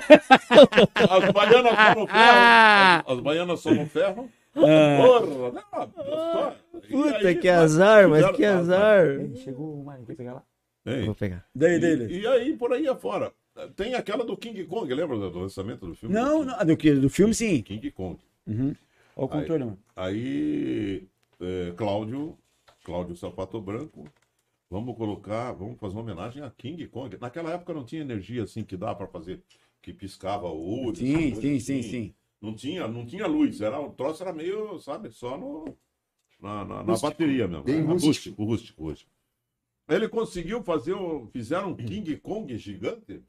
As baianas só no ferro. As, as baianas só no ferro. Porra, né? Só- e Puta aí, que azar, mas fizeram- que azar! Chegou o Mário, quer pegar lá? Ei, Vou pegar. Daí, daí, Elias. E, e aí, por aí afora. Tem aquela do King Kong, lembra do do lançamento do filme? Não, não, do, que- do filme sim. King Kong. Olha o controle, mano. Aí, é, Cláudio Cláudio Sapato Branco. Vamos colocar, vamos fazer uma homenagem a King Kong. Naquela época não tinha energia assim que dá para fazer, que piscava o olho. Sim, essas sim, coisas sim, assim. sim. Não tinha, não tinha luz. Era, o troço era meio, sabe, só no, na, na, na Rústico. bateria mesmo. Bem Era rústico. rústico, rústico, rústico. Ele conseguiu fazer, um- fizeram um King Kong gigante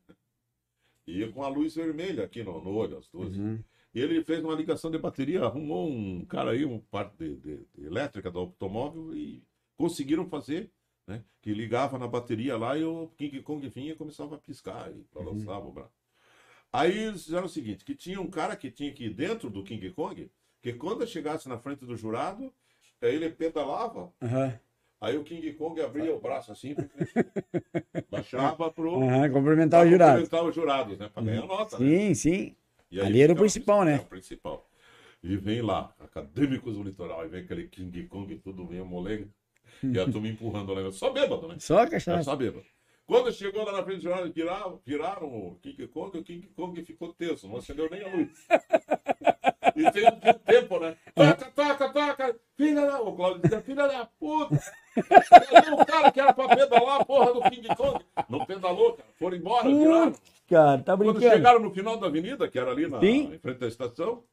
e com a luz vermelha aqui no, no olho, as duas. Uhum. E ele fez uma ligação de bateria, arrumou um cara aí, um parte de, de- de elétrica do automóvel e conseguiram fazer, né? Que ligava na bateria lá e o King Kong vinha e começava a piscar e Uhum. balançava o braço. Aí eles fizeram o seguinte, que tinha um cara que tinha que ir dentro do King Kong, que quando chegasse na frente do jurado, aí ele pedalava, Aham, aí o King Kong abria o braço assim, baixava pro... aham, cumprimentar Tá o jurado. Uhum. cumprimentar os jurados, né? Pra ganhar nota, né? Sim, sim. E aí Ali era o ficava- principal, né? é, o principal. E vem lá, acadêmicos do litoral, e vem aquele King Kong, tudo meio molenga. E a turma empurrando o negócio. Só bêbado, né? Só Era cachaça. só bêbado. Quando chegou lá na frente do jornal, viraram, viraram o King Kong, o King Kong ficou tenso, não acendeu nem a luz. E tem um tempo, né? Toca, toca, toca! Filha da... O Claudio dizia, filha da puta! Cadê o cara que era pra pedalar a porra do King Kong? Não pedalou, cara. Foram embora, viraram. Cara, tá Quando brincando. chegaram no final da avenida, que era ali na, Sim. em frente da estação,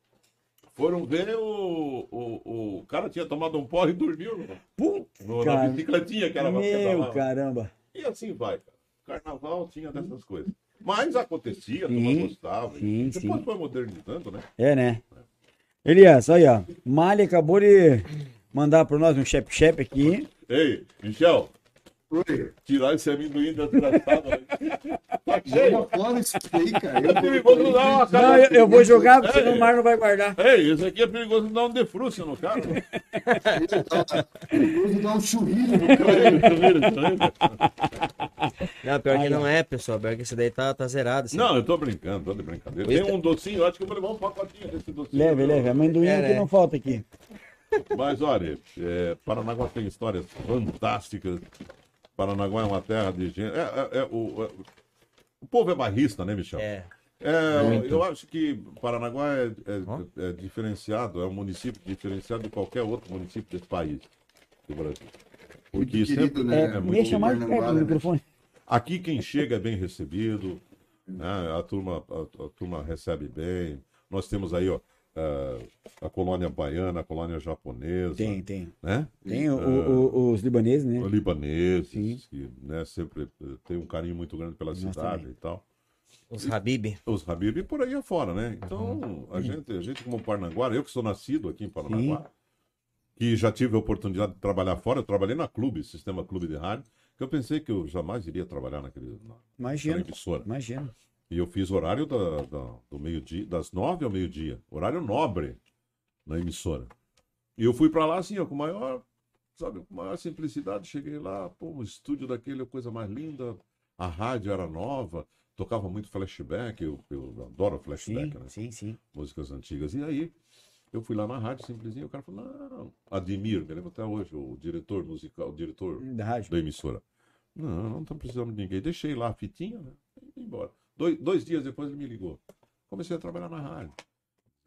foram ver o, o, o cara tinha tomado um porre e dormiu no- Puta, no- na cara. bicicletinha que era pra Meu pedalar. caramba. E assim vai, cara. Carnaval tinha dessas coisas. Mas acontecia, a turma Sim, gostava. sim, Depois sim. foi modernizando, né? É, né? Elias, aí, ó. Mali acabou de mandar pra nós um chep-chep aqui. Ei, Michel, Oi. tirar esse amendoim da desgraçada. né? tá cheio. Joga fora isso aí, cara. É perigoso Eu- dar uma Não, eu, eu vou jogar, porque senão Ei. o Mar não vai guardar. Ei, esse aqui é perigoso dar um defrúcio no cara. Eu vou dar um churrilho no cara. Não, pior que não é, pessoal. Pior que esse daí tá, tá zerado. esse Não, eu tô brincando, tô de brincadeira. Tem um docinho, eu acho que eu vou levar um pacotinho desse docinho. Leve, leve. Amendoim É, aqui né? não falta aqui. Mas olha, é, Paranaguá tem histórias fantásticas. Paranaguá é uma terra de gente. É, é, é, o, é- o povo é barrista, né, Michel? É. É, eu acho que Paranaguá é, é- é diferenciado, é um município diferenciado de qualquer outro município desse país, do Brasil. Porque Muito querido, sempre- né? É, é muito deixa mais bom. né? perto do microfone. Aqui quem chega é bem recebido, né? a, turma, a, a turma recebe bem. Nós temos aí ó, eh, a colônia baiana, a colônia japonesa, Tem, tem. né? Tem o- o- o- os libaneses, né? Sim. libaneses, que né, sempre eh, tem um carinho muito grande pela Nós cidade também. e tal. Os Habib. Os Habib e por aí afora, né? Então, a gente, a gente como Paranaguara, eu que sou nascido aqui em Paranaguá, que já tive a oportunidade de trabalhar fora, eu trabalhei na Clube, Sistema Clube de Rádio, que eu pensei que eu jamais iria trabalhar naquele, na- naquela Imagina, emissora. imagina. E eu fiz horário da, da- do meio-dia, das nove ao meio-dia, horário nobre na emissora. E eu fui pra lá assim, ó, com maior, sabe, com maior simplicidade, cheguei lá, pô, o estúdio daquele, a coisa mais linda, a rádio era nova, tocava muito flashback, eu, eu adoro flashback, Sim, né? sim, sim. músicas antigas. E aí, eu fui lá na rádio, simplesinho, o cara falou, não, Admir, me lembro até hoje, o diretor musical, o diretor Da rádio. da emissora. Não, não estamos precisando de ninguém. Deixei lá a fitinha, né? E fui embora. Dois, dois dias depois ele me ligou. Comecei a trabalhar na rádio.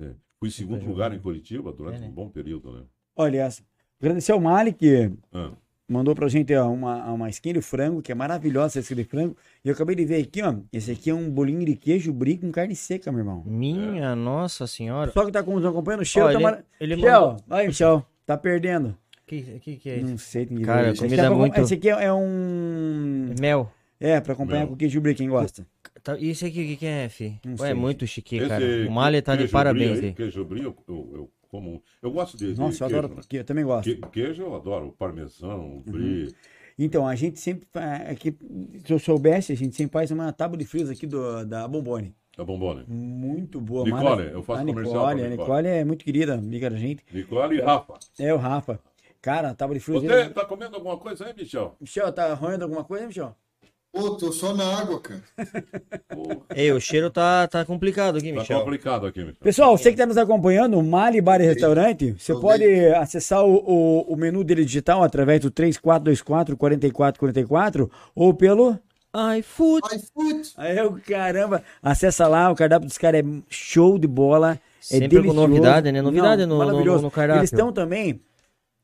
É, Fui em segundo lugar em Curitiba durante É, né? um bom período, né? Olha, essa. agradecer ao Mali que Ah, mandou pra gente ó, uma, uma skin de frango, que é maravilhosa essa skin de frango. E eu acabei de ver aqui, ó. Esse aqui é um bolinho de queijo brie com carne seca, meu irmão. É. Minha nossa senhora. Só que tá como não acompanhando o cheiro, Ó, tá ele- mara... ele Michel, mandou- olha aí, Michel, tá perdendo. Que, que que é isso? Não sei, tem que Cara, ver. a Esse comida aqui é pra- muito- Esse aqui é, é Hum. um... Mel. É, pra acompanhar Não. com queijo brie, quem gosta. Tá, e esse aqui o que, que é, fi? Não Ué, sei. é muito chique, esse cara. O Malha tá de queijo parabéns brie aí, aí. Queijo brie, eu, eu, eu como. um. Eu gosto de, de Nossa, eu queijo, adoro né? queijo, eu também gosto. Que- Queijo eu adoro, o parmesão, Uhum. o brie. Então, a gente sempre. fa- é que, se eu soubesse, a gente sempre faz uma tábua de frios aqui do, da Bombone. É bombone. Uhum. Muito boa, Nicole, maravilha. eu faço a comercial pra Nicole, a Nicole. Nicole é muito querida, amiga da gente. Nicole e Rafa. É o Rafa. Cara, a tábua de frios. é. Você tá comendo alguma coisa aí, Michel? Michel, tá roendo alguma coisa, Michel? Pô, tô só na água, cara. Pô, Ei, o cheiro tá, tá complicado aqui, tá Michel. complicado aqui, Michel. Pessoal, você que está nos acompanhando, o Mali Bar e Restaurante, você Tô pode acessar o, o- o menu dele digital através do 3424-4444 ou pelo. Ai, food. iFood. Aí, eu, caramba, acessa lá, o cardápio dos caras é show de bola. É Sempre com delicioso. novidade, né? Novidade no- no- maravilhoso. no cardápio. Eles estão também.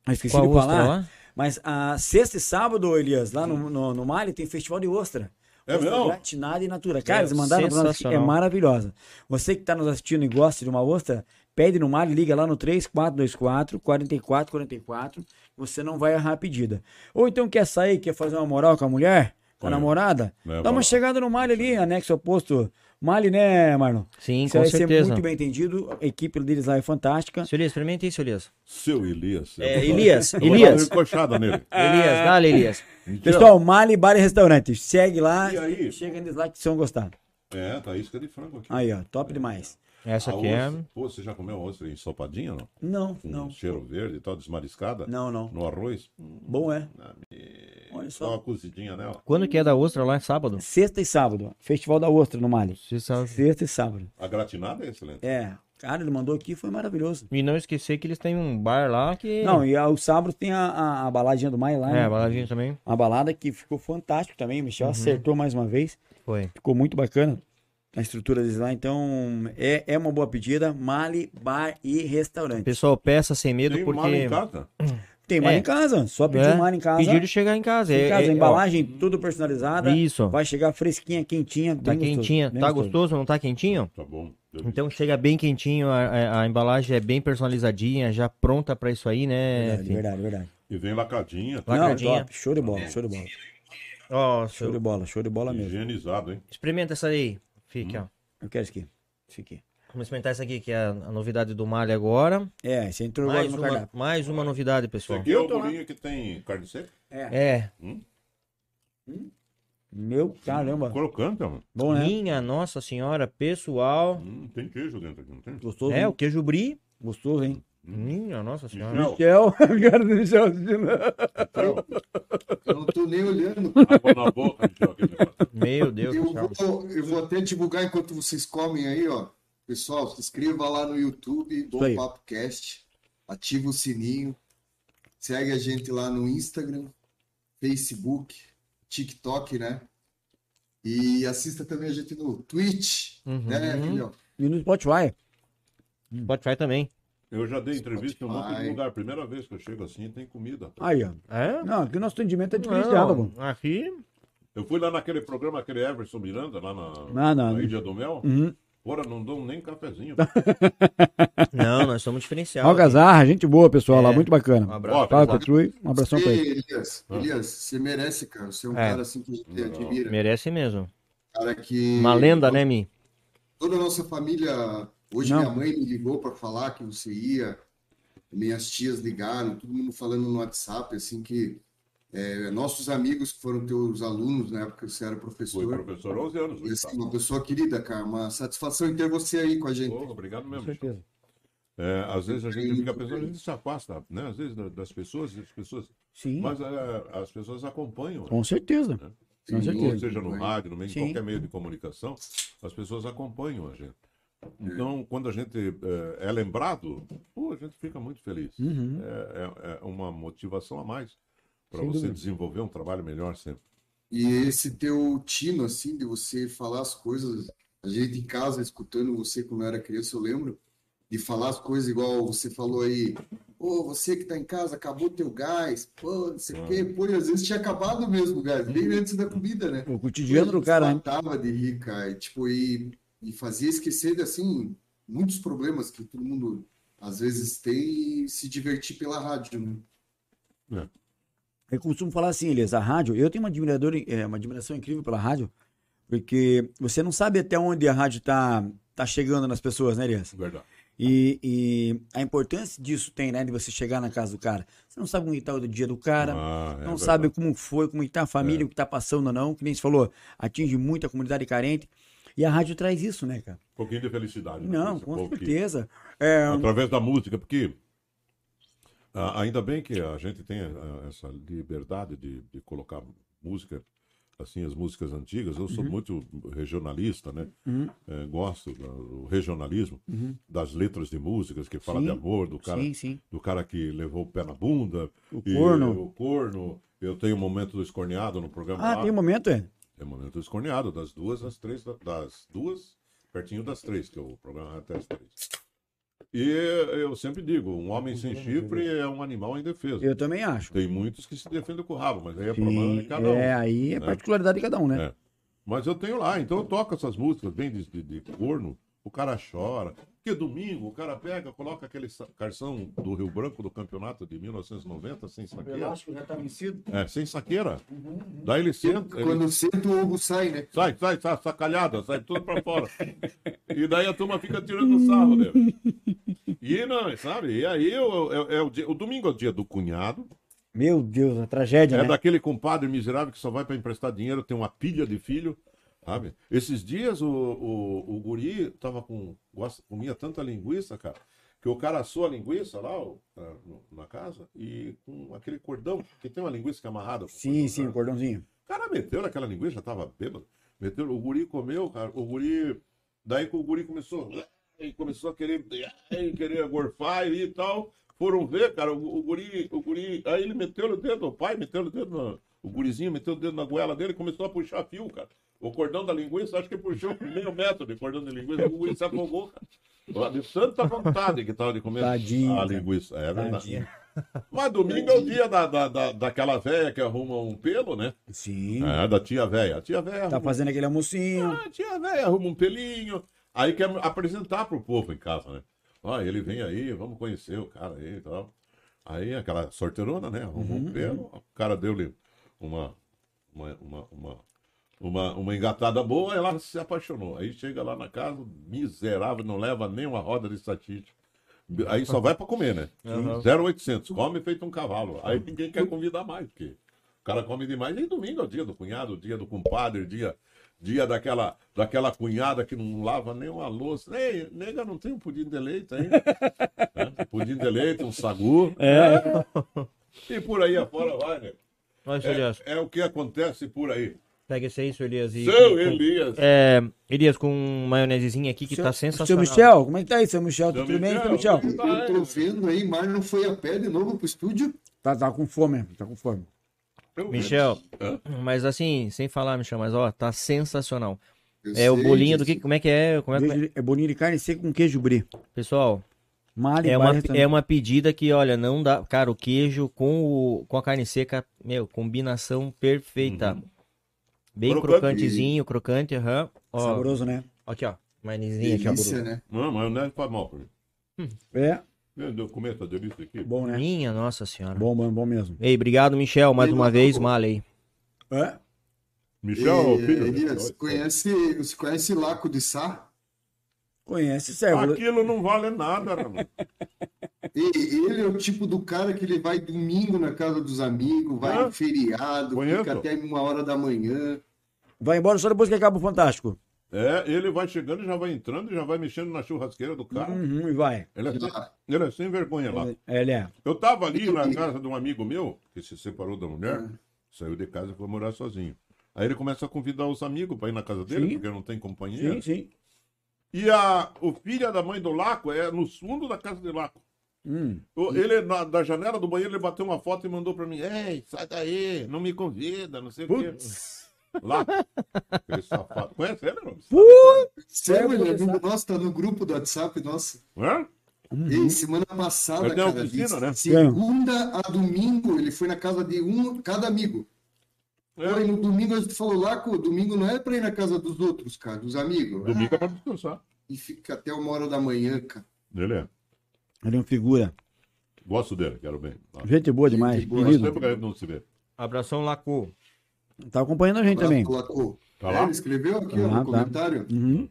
eu Esqueci Qual de ostra falar. lá? Mas a sexta e sábado, Elias, lá no, no, no Mali, tem festival de ostra. É ostra mesmo? Gratinada e natura. Cara, eles mandaram pra nós que é sensacional. maravilhosa. Você que tá nos assistindo e gosta de uma ostra, pede no Mali, liga lá no 3424 4444. Você não vai errar a pedida. Ou então quer sair, quer fazer uma moral com a mulher, com a É. namorada, É, dá vai uma lá. chegada no Mali ali, anexo oposto. Mali, né, Marlon? Sim, Você com vai ser certeza. muito bem entendido. A equipe deles lá é fantástica. Seu Elias, experimenta isso, Elias. Seu Elias. É, Eu vou- Elias, eu vou dar Elias. É, uma encoxada nele. Elias, dá-lhe, Elias. Entendeu? Pessoal, Mali Bar e Restaurante. Segue lá. E aí? Chega eles lá que vocês vão gostar. É, tá isca de frango aqui. Aí, ó. Top demais. Essa A aqui é. ostra- Pô, você já comeu ostra ensopadinha, não? Não, Com não. cheiro verde e tal, desmariscada? Não, não. No arroz? Hum, Bom é. Olha Só só. uma cozidinha nela. Quando que é da ostra lá? É sábado? Sexta e sábado. ó. Festival da Ostra no Mali. Se sabe. Sexta e sábado. A gratinada é excelente. É. Cara, ele mandou aqui, foi maravilhoso. E não esquecer que eles têm um bar lá que. Não, e ah, o sábado tem a, a, a baladinha do Mai lá. É, né? a Uhum. baladinha também. Uma balada que ficou fantástico também. O Michel acertou mais uma vez. Foi. Ficou muito bacana a estrutura deles lá. Então, é, é uma boa pedida. Mali Bar e Restaurante. Pessoal, peça sem medo Tem porque. mal em casa? Tem mar É. em casa. Só pedir né? mar em casa. Pedir de chegar em casa. Em é- casa, é- ó, embalagem tudo personalizada. Isso. Vai chegar fresquinha, quentinha. Tá bem gostoso, quentinha. bem tá gostoso? Não tá quentinho? Tá bom. Delícia. Então chega bem quentinho, a, a- a embalagem é bem personalizadinha, já pronta pra isso aí, né? Verdade, Fih? verdade, verdade. E vem lacadinha, tá Não, Lacradinha. top. Show de bola, show de bola. Ó, Show de bola, show de bola mesmo. higienizado, hein? experimenta essa aí. Hum. Fica, ó. Eu quero isso aqui. Isso aqui. Vamos experimentar essa aqui, que é a, a novidade do Malha agora. É, você entrou agora Mais no uma, cardápio. mais uma novidade, Isso pessoal. aqui é o Eu tô lá. bolinho que tem carne seca. É. É, Meu caramba. Crocante, mano. Bom, né? minha Nossa Senhora, pessoal. Hum, tem queijo dentro aqui, não tem? Hum. Gostoso, É, hein? o queijo brie. Gostoso, hein? Minha Nossa Senhora. Michel, Michel. cara do Michel assistindo. Então, Eu não tô nem olhando. água na boca, Michel, aquele negócio. Meu Deus do Eu céu. vou, eu vou até divulgar enquanto vocês comem aí, ó. Pessoal, se inscreva lá no YouTube, aí. Bom Papo Cast, ativa o sininho, segue a gente lá no Instagram, Facebook, TikTok, né? E assista também a gente no Twitch, Uhum. né, filhão? E no Spotify. Spotify também. Eu já dei entrevista em um monte de Spotify. lugar. Primeira vez que eu chego assim, tem comida. Aí, ó. É? Não, aqui o nosso atendimento é diferenciado, pô. Não, aqui. Eu fui lá naquele programa, aquele Everson Miranda, lá na, Não, não. na Ilha do Mel. Uhum. Ora, não dão nem cafezinho. Não, nós somos diferenciados. Algazarra, gente boa, pessoal lá. É. Muito Um bacana. abraço. Ó, Fala, pessoal. Petrui. Um abração pra ele. Ei, Elias, Elias, você merece, cara. Você é um É. cara assim que a gente Não. admira. Merece mesmo. Cara que... Uma lenda, né, Mi? toda a nossa família. Hoje Não. minha mãe me ligou para falar que você ia, minhas tias ligaram, todo mundo falando no WhatsApp, assim que é, nossos amigos que foram teus alunos na época que você era Fui professor. professor 11 anos. E, hoje assim, tá. uma pessoa querida, cara, uma satisfação em ter você aí com a gente. Pô, obrigado mesmo. Com Michel. certeza. É, às vezes a gente fica pensando, a gente se afasta, né? Às vezes da- das pessoas, das pessoas, Sim. mas é, as pessoas acompanham. Hum. né? Com certeza. Com Ou certeza. seja no rádio, no meio de Sim. qualquer meio de comunicação, as pessoas acompanham a gente. Então, quando a gente eh, é, lembrado, pô, a gente fica muito feliz. Uhum. É, é- é uma motivação a mais para Sem você dúvida. desenvolver um trabalho melhor sempre. E esse teu tino, assim, de você falar as coisas, a gente em casa, escutando você quando eu era criança, eu lembro de falar as coisas igual você falou aí, pô, você que tá em casa, acabou teu gás, pô, não sei o quê, Uhum. pô, e às vezes tinha acabado mesmo o gás, bem antes da comida, né? O cotidiano do cara, né? Matava de rir, cara, e, tipo, e, e fazia esquecer, de, assim, muitos problemas que todo mundo às vezes tem e se divertir pela rádio, né? Eu costumo falar assim, Elias, a rádio, eu tenho uma, admirador, é, uma admiração incrível pela rádio, porque você não sabe até onde a rádio tá, tá chegando nas pessoas, né, Elias? Verdade. E, e a importância disso tem, né, de você chegar na casa do cara. Você não sabe como que tá o dia do cara, Ah, é não verdade. É. sabe como foi, como que tá a família, o que tá passando ou não, que nem você falou, atinge muito a comunidade carente. E a rádio traz isso, né, cara? Um pouquinho de felicidade. né, Não, esse com povo que- certeza. É, através da música, porque ah, ainda bem que a gente tem ah, essa liberdade de, de colocar música, assim, as músicas antigas. Eu sou Uhum. muito regionalista, né? Eh, gosto da- do regionalismo, das letras de músicas que fala Uhum. Sim, de amor, do cara, sim, sim. do cara que levou o pé na bunda, O e corno. o corno. Eu tenho o momento do escorneado no programa. Ah, lá. tem um momento, é? Tem o momento do escorneado, das duas às três, da- das duas, pertinho das três, que o programa é até as três. E eu sempre digo, um homem sem chifre é um animal indefeso. Eu também acho. Tem muitos que se defendem com o rabo, mas aí é problema de Sim, cada um. é, aí é né? particularidade de cada um, né? É. Mas eu tenho lá, então eu toco essas músicas bem de, de, de corno, o cara chora. Porque domingo o cara pega, coloca aquele sa- carção do Rio Branco do campeonato de 1990, sem saqueira. É já tá vencido. Uhum, É, sem saqueira. Daí ele Uhum. senta, ele Quando senta, o ovo sai, né? sai, sai, sai, sacalhada, sai tudo pra fora. E daí a turma fica tirando sarro dele. E não, sabe? E aí eu, eu- é o, dia- o domingo é o dia do cunhado, Meu Deus, a tragédia, É né? daquele compadre miserável que só vai para emprestar dinheiro, tem uma pilha de filho, sabe? Esses dias o, o, o guri tava com, gosta, comia tanta linguiça, cara, que o cara assou a linguiça lá ó, na- na casa e com aquele cordão, que tem uma linguiça que é amarrada. com Sim, cordão, sim, né? o cordãozinho. O cara meteu naquela linguiça, já tava bêbado. Meteu, o guri comeu, cara. O guri. Daí que o guri começou. E começou a querer, e querer gorfar e tal. Foram ver, cara, o, o guri, o guri. Aí ele meteu o dedo, o pai meteu o dedo na. O gurizinho meteu o dedo na goela dele e começou a puxar fio, cara. O cordão da linguiça, acho que puxou um meio metro de cordão de linguiça, o guri se afogou, cara. Ó, De tanta vontade que tava de comer Tadinho, a cara. linguiça. É verdade. Tadinho. Mas domingo é o dia da, da, da, daquela véia que arruma um pelo, né? Sim. É, da tia véia. A tia véia Tá arruma... um- fazendo aquele almocinho. Ah, a tia véia arruma um pelinho. Aí quer apresentar pro povo em casa, né? Ó, ele vem aí, vamos conhecer o cara aí e tal. Aí aquela sorteirona, né? Arrumou Uhum. um pelo. O cara deu-lhe uma, uma, uma, uma, uma, uma engatada boa, ela se apaixonou. Aí chega lá na casa, miserável, não leva nem uma roda de estatística. Aí só vai pra comer, né? 0,800. Come feito um cavalo. Aí ninguém quer convidar mais, porque o cara come demais. E domingo é o dia do cunhado, o dia do compadre, o dia, dia daquela, daquela cunhada que não lava nem uma louça. Ei, nega, não tem um pudim de leite ainda. É, pudim de leite, um sagu. É. É. E por aí afora vai, né? Olha, seu Elias. É, é o que acontece por aí. Pega esse aí, seu Elias. E, Seu e- Elias. É, Elias, com maionesezinha aqui que tá sensacional. Seu Michel, como é que tá aí, seu Michel? Seu Tudo bem, seu Michel? Michel? Eu tô vendo aí, Mar não foi a pé de novo pro estúdio. Tá, tá com fome, tá com fome. Eu- Michel, Hã? mas assim, sem falar, Michel, mas ó, tá sensacional. Eu É o sei bolinho do disso. que, como é que é? Como é, como é? Beijo de- É bolinho de carne seca com queijo brie. Pessoal, Mali é uma, Bar Restaurante. é uma pedida que, olha, não dá. Cara, o queijo com, o, com a carne seca, meu, combinação perfeita. Bem Crocante. crocantezinho, crocante, aham. Ó, Saboroso, né? aqui, ó. Maionezinha aqui, ó. Delícia, né? Não, mas não é faz mal pra mim. É, Meu Deus, comer essa delícia aqui. bom, né? Minha nossa senhora. Bom, bom, bom mesmo. Ei, obrigado, Michel, mais Ei, uma não, vez, não. Maley. É? Michel, E, filho. Elias, é, conhece, você conhece Laco de Sá? Conhece, servo. É, Aquilo não vale nada, Ramon. E- Ele é o tipo do cara que ele vai domingo na casa dos amigos, vai Hã? em feriado, Conheço. fica até uma hora da manhã. Vai embora só depois que acaba o Fantástico. É, ele vai chegando, já vai entrando, já vai mexendo na churrasqueira do cara. Uhum, e vai. Ele, é sem, Hum. Ah, ele é sem vergonha Tá. lá. É, Ele é. Eu tava ali na casa de um amigo meu, que se separou da mulher, É. saiu de casa e foi morar sozinho. Aí ele começa a convidar os amigos pra ir na casa dele, Sim. porque não tem companhia. Sim, sim. E a, o filho da mãe do Laco é no fundo da casa de Laco. Hum. O- Ele, na- da janela do banheiro, ele bateu uma foto e mandou pra mim. Ei, sai daí, não me convida, não sei Putz. o quê. Laco. Aquele safado. Conhece ele, não? Sério, Laco de ele é amigo Sá. nosso, tá no grupo do WhatsApp, nossa. Hã? Uhum. Ei, semana passada, Eu tenho cara, de oficina, né? segunda a domingo, ele foi na casa de um, cada amigo. É. Pô, e no domingo a gente falou, Laco, domingo não é pra ir na casa dos outros, cara, dos amigos. Domingo é pra descansar. E fica até uma hora da manhã, cara. Ele é. Ele é uma figura. Gosto dele, quero bem. Faz Gente boa demais. boa. Querido. tempo que a gente não se vê. Abração, Lacu. Tá acompanhando a gente também. Abraço, Laco. Tá É, lá? ele escreveu aqui ó, Ah, no tá. comentário. Uhum.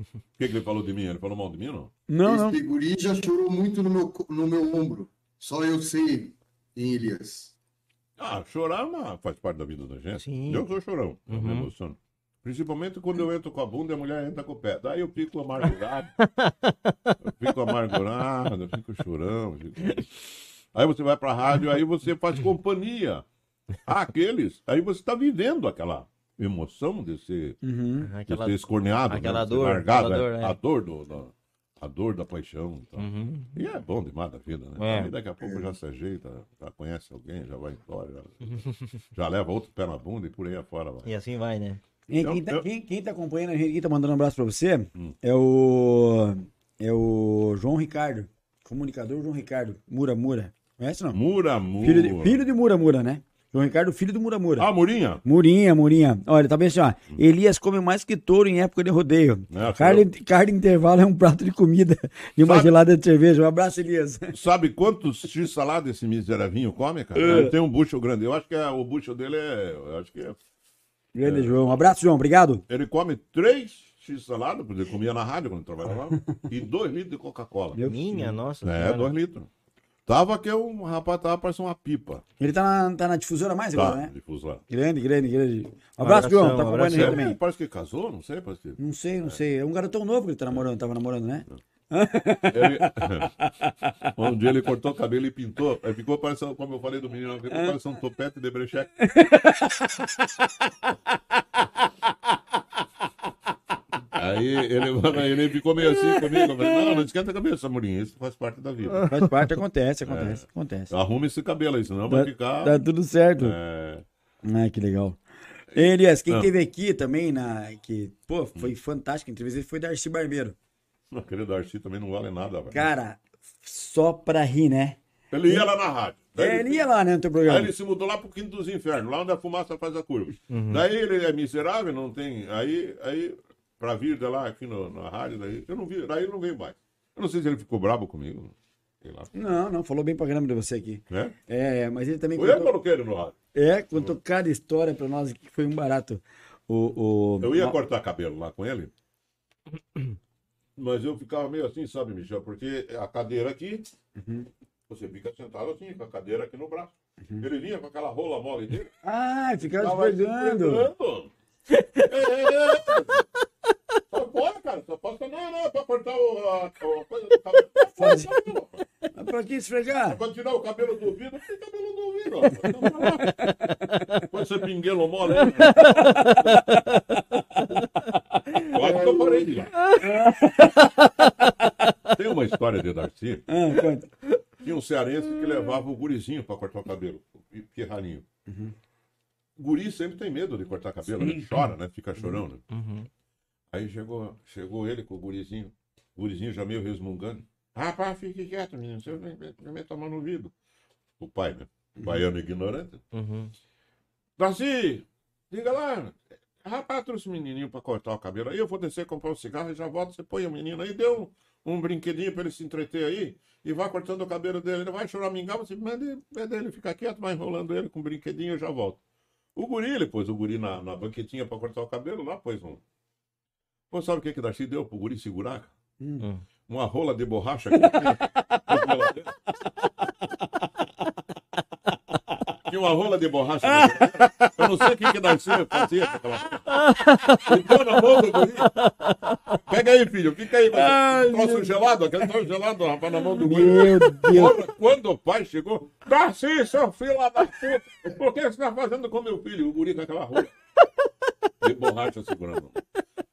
O que, que ele falou de mim? Ele falou mal de mim, não? Não, não. Esse guri já chorou muito no meu, co- no meu ombro. Só eu sei, hein, Elias? Ah, chorar é uma- faz parte da vida da gente. Sim. Eu sou chorão, eu me Uhum. emociono. Principalmente quando eu entro com a bunda e a mulher entra com o pé. Daí eu fico amargurado. eu fico amargurado, eu fico chorão. eu fico- Aí você vai pra rádio, aí você faz companhia àqueles. Aí você tá vivendo aquela emoção de ser, Uhum. Hum. Aquela... de ser escorneado, aquela né? de ser dor, largado, aquela é, dor, é. a dor do, da, a dor da paixão. e tal. Uhum. E é bom demais da vida, né? É. Aí daqui a pouco já se ajeita, já conhece alguém, já vai embora, já, já leva outro pé na bunda e por aí afora vai. E assim vai, né? E Eu- quem, tá, eu- quem- quem tá acompanhando a gente, quem tá mandando um abraço pra você Hum. é o. É o o João Ricardo, comunicador João Ricardo, Mura Mura. Conhece não? Mura, Mura. Filho de, filho de Mura Mura, né? João Ricardo, filho do Mura Mura. Ah, Murinha? Murinha, Murinha. Olha, tá bem assim, ó. Elias come mais que touro em época de rodeio. É, Carne, carne intervalo é um prato de comida e uma Sabe- É. gelada de cerveja. Um abraço, Elias. Sabe quantos x salada esse miserável come, cara? É. Ele tem um bucho grande. Eu acho que é- o bucho dele é. Eu acho que é. Grande João. Um abraço, João. Obrigado. Ele come três x salada, porque ele comia na rádio quando trabalhava lá, e dois litros de Coca-Cola. Meu Minha, nossa. É, Né? senhora. dois litros. Tava que um rapaz tava parecendo uma pipa. Ele tá na, tá na difusora mais Tá, agora, né? difuso lá. Grande, grande, grande. Um abraço, Abração, João. Tá um acompanhando abração. aí É, também. Parece que casou, não sei, parece que. Não sei, não sei. É um garotão novo que ele tá namorando, tava namorando, né? Ele... um dia ele cortou o cabelo e pintou. Aí ficou parecendo, como eu falei do menino, ficou É. parecendo um topete de brecheque. Aí ele, ele ficou meio assim comigo. Eu falei, não, não esquenta a cabeça, Murinho. Isso faz parte da vida. Faz parte, acontece, É. acontece, acontece. Arruma esse cabelo aí, senão Tá, vai ficar. tá tudo certo. Tá é, Ah, que legal. Elias, quem Ah. Hum. teve aqui também, na, que, pô, foi fantástica a entrevista, foi Darcy Barbeiro. Aquele Darcy também não vale nada, velho. Cara, só pra rir, né? Ele ia lá na rádio. Daí É, ele- ele ia lá, né, no teu Aí programa. ele se mudou lá pro Quinto dos Infernos, lá onde a fumaça faz a curva. Uhum. Daí ele é miserável, não tem. Aí, aí pra vir de lá aqui no, na rádio, daí eu não vi, daí ele não veio mais. Eu não sei se ele ficou brabo comigo. Sei lá. Não, não, falou bem pra caramba de você aqui. Né? É, mas ele também Ou eu contou, coloquei ele no rádio. é, contou cada história pra nós aqui que foi um barato. O, o, Eu ia Ma- cortar cabelo lá com ele. Mas eu ficava meio assim, sabe, Michel? Porque a cadeira aqui, Uhum. você fica sentado assim, com a cadeira aqui no braço. Ele vinha com aquela rola mole dele. Ah, ficava Tava né? despertando. desempregando. É. Só pode, cara. Só pode. Não, não, é pra cortar o, a, a coisa do cabelo. Faz- Não, não, não. Mas pra que esfregar? É pra tirar o cabelo do ouvido, não tem cabelo do ouvido. ó. Pode ser pinguelo mole. né? Pode que eu parei de ir lá. Tem uma história de Darcy. Ah, conta. Tinha um cearense que levava o gurizinho para cortar o cabelo, o pirralinho. Guri sempre tem medo de cortar cabelo, né? chora, né? Fica chorão, né? Uhum. Aí chegou, chegou ele com o gurizinho, o gurizinho já meio resmungando. Rapaz, fique quieto, menino, você vai me- vai me tomar no ouvido. O pai, né? Baiano ignorante. Uhum. Darcy, diga lá, rapaz, trouxe o menininho para cortar o cabelo. Aí eu vou descer, comprar um cigarro e já volto, você põe o menino aí, deu um um brinquedinho para ele se entreter aí e vai cortando o cabelo dele. Ele vai choramingar, você manda ele- manda ele ficar quieto, vai enrolando ele com um brinquedinho e eu já volto. O guri, ele pôs o guri na, na banquetinha para cortar o cabelo, lá pôs um. Pô, sabe o que que Darcy deu pro guri segurar? Hum. Uma rola de borracha. que tinha- na geladeira. Tinha uma rola de borracha. na geladeira. Eu não sei o que que Darcy fazia com aquela Entrou na mão do guri. Pega aí, filho, fica aí. Mas... um Troço gelado, aquele troço gelado, rapaz, na mão do guri. Meu Deus. Olha, quando o pai chegou, Darcy, seu filho lá da puta, por que você tá fazendo com meu filho? O guri com aquela roupa. De borracha segurando.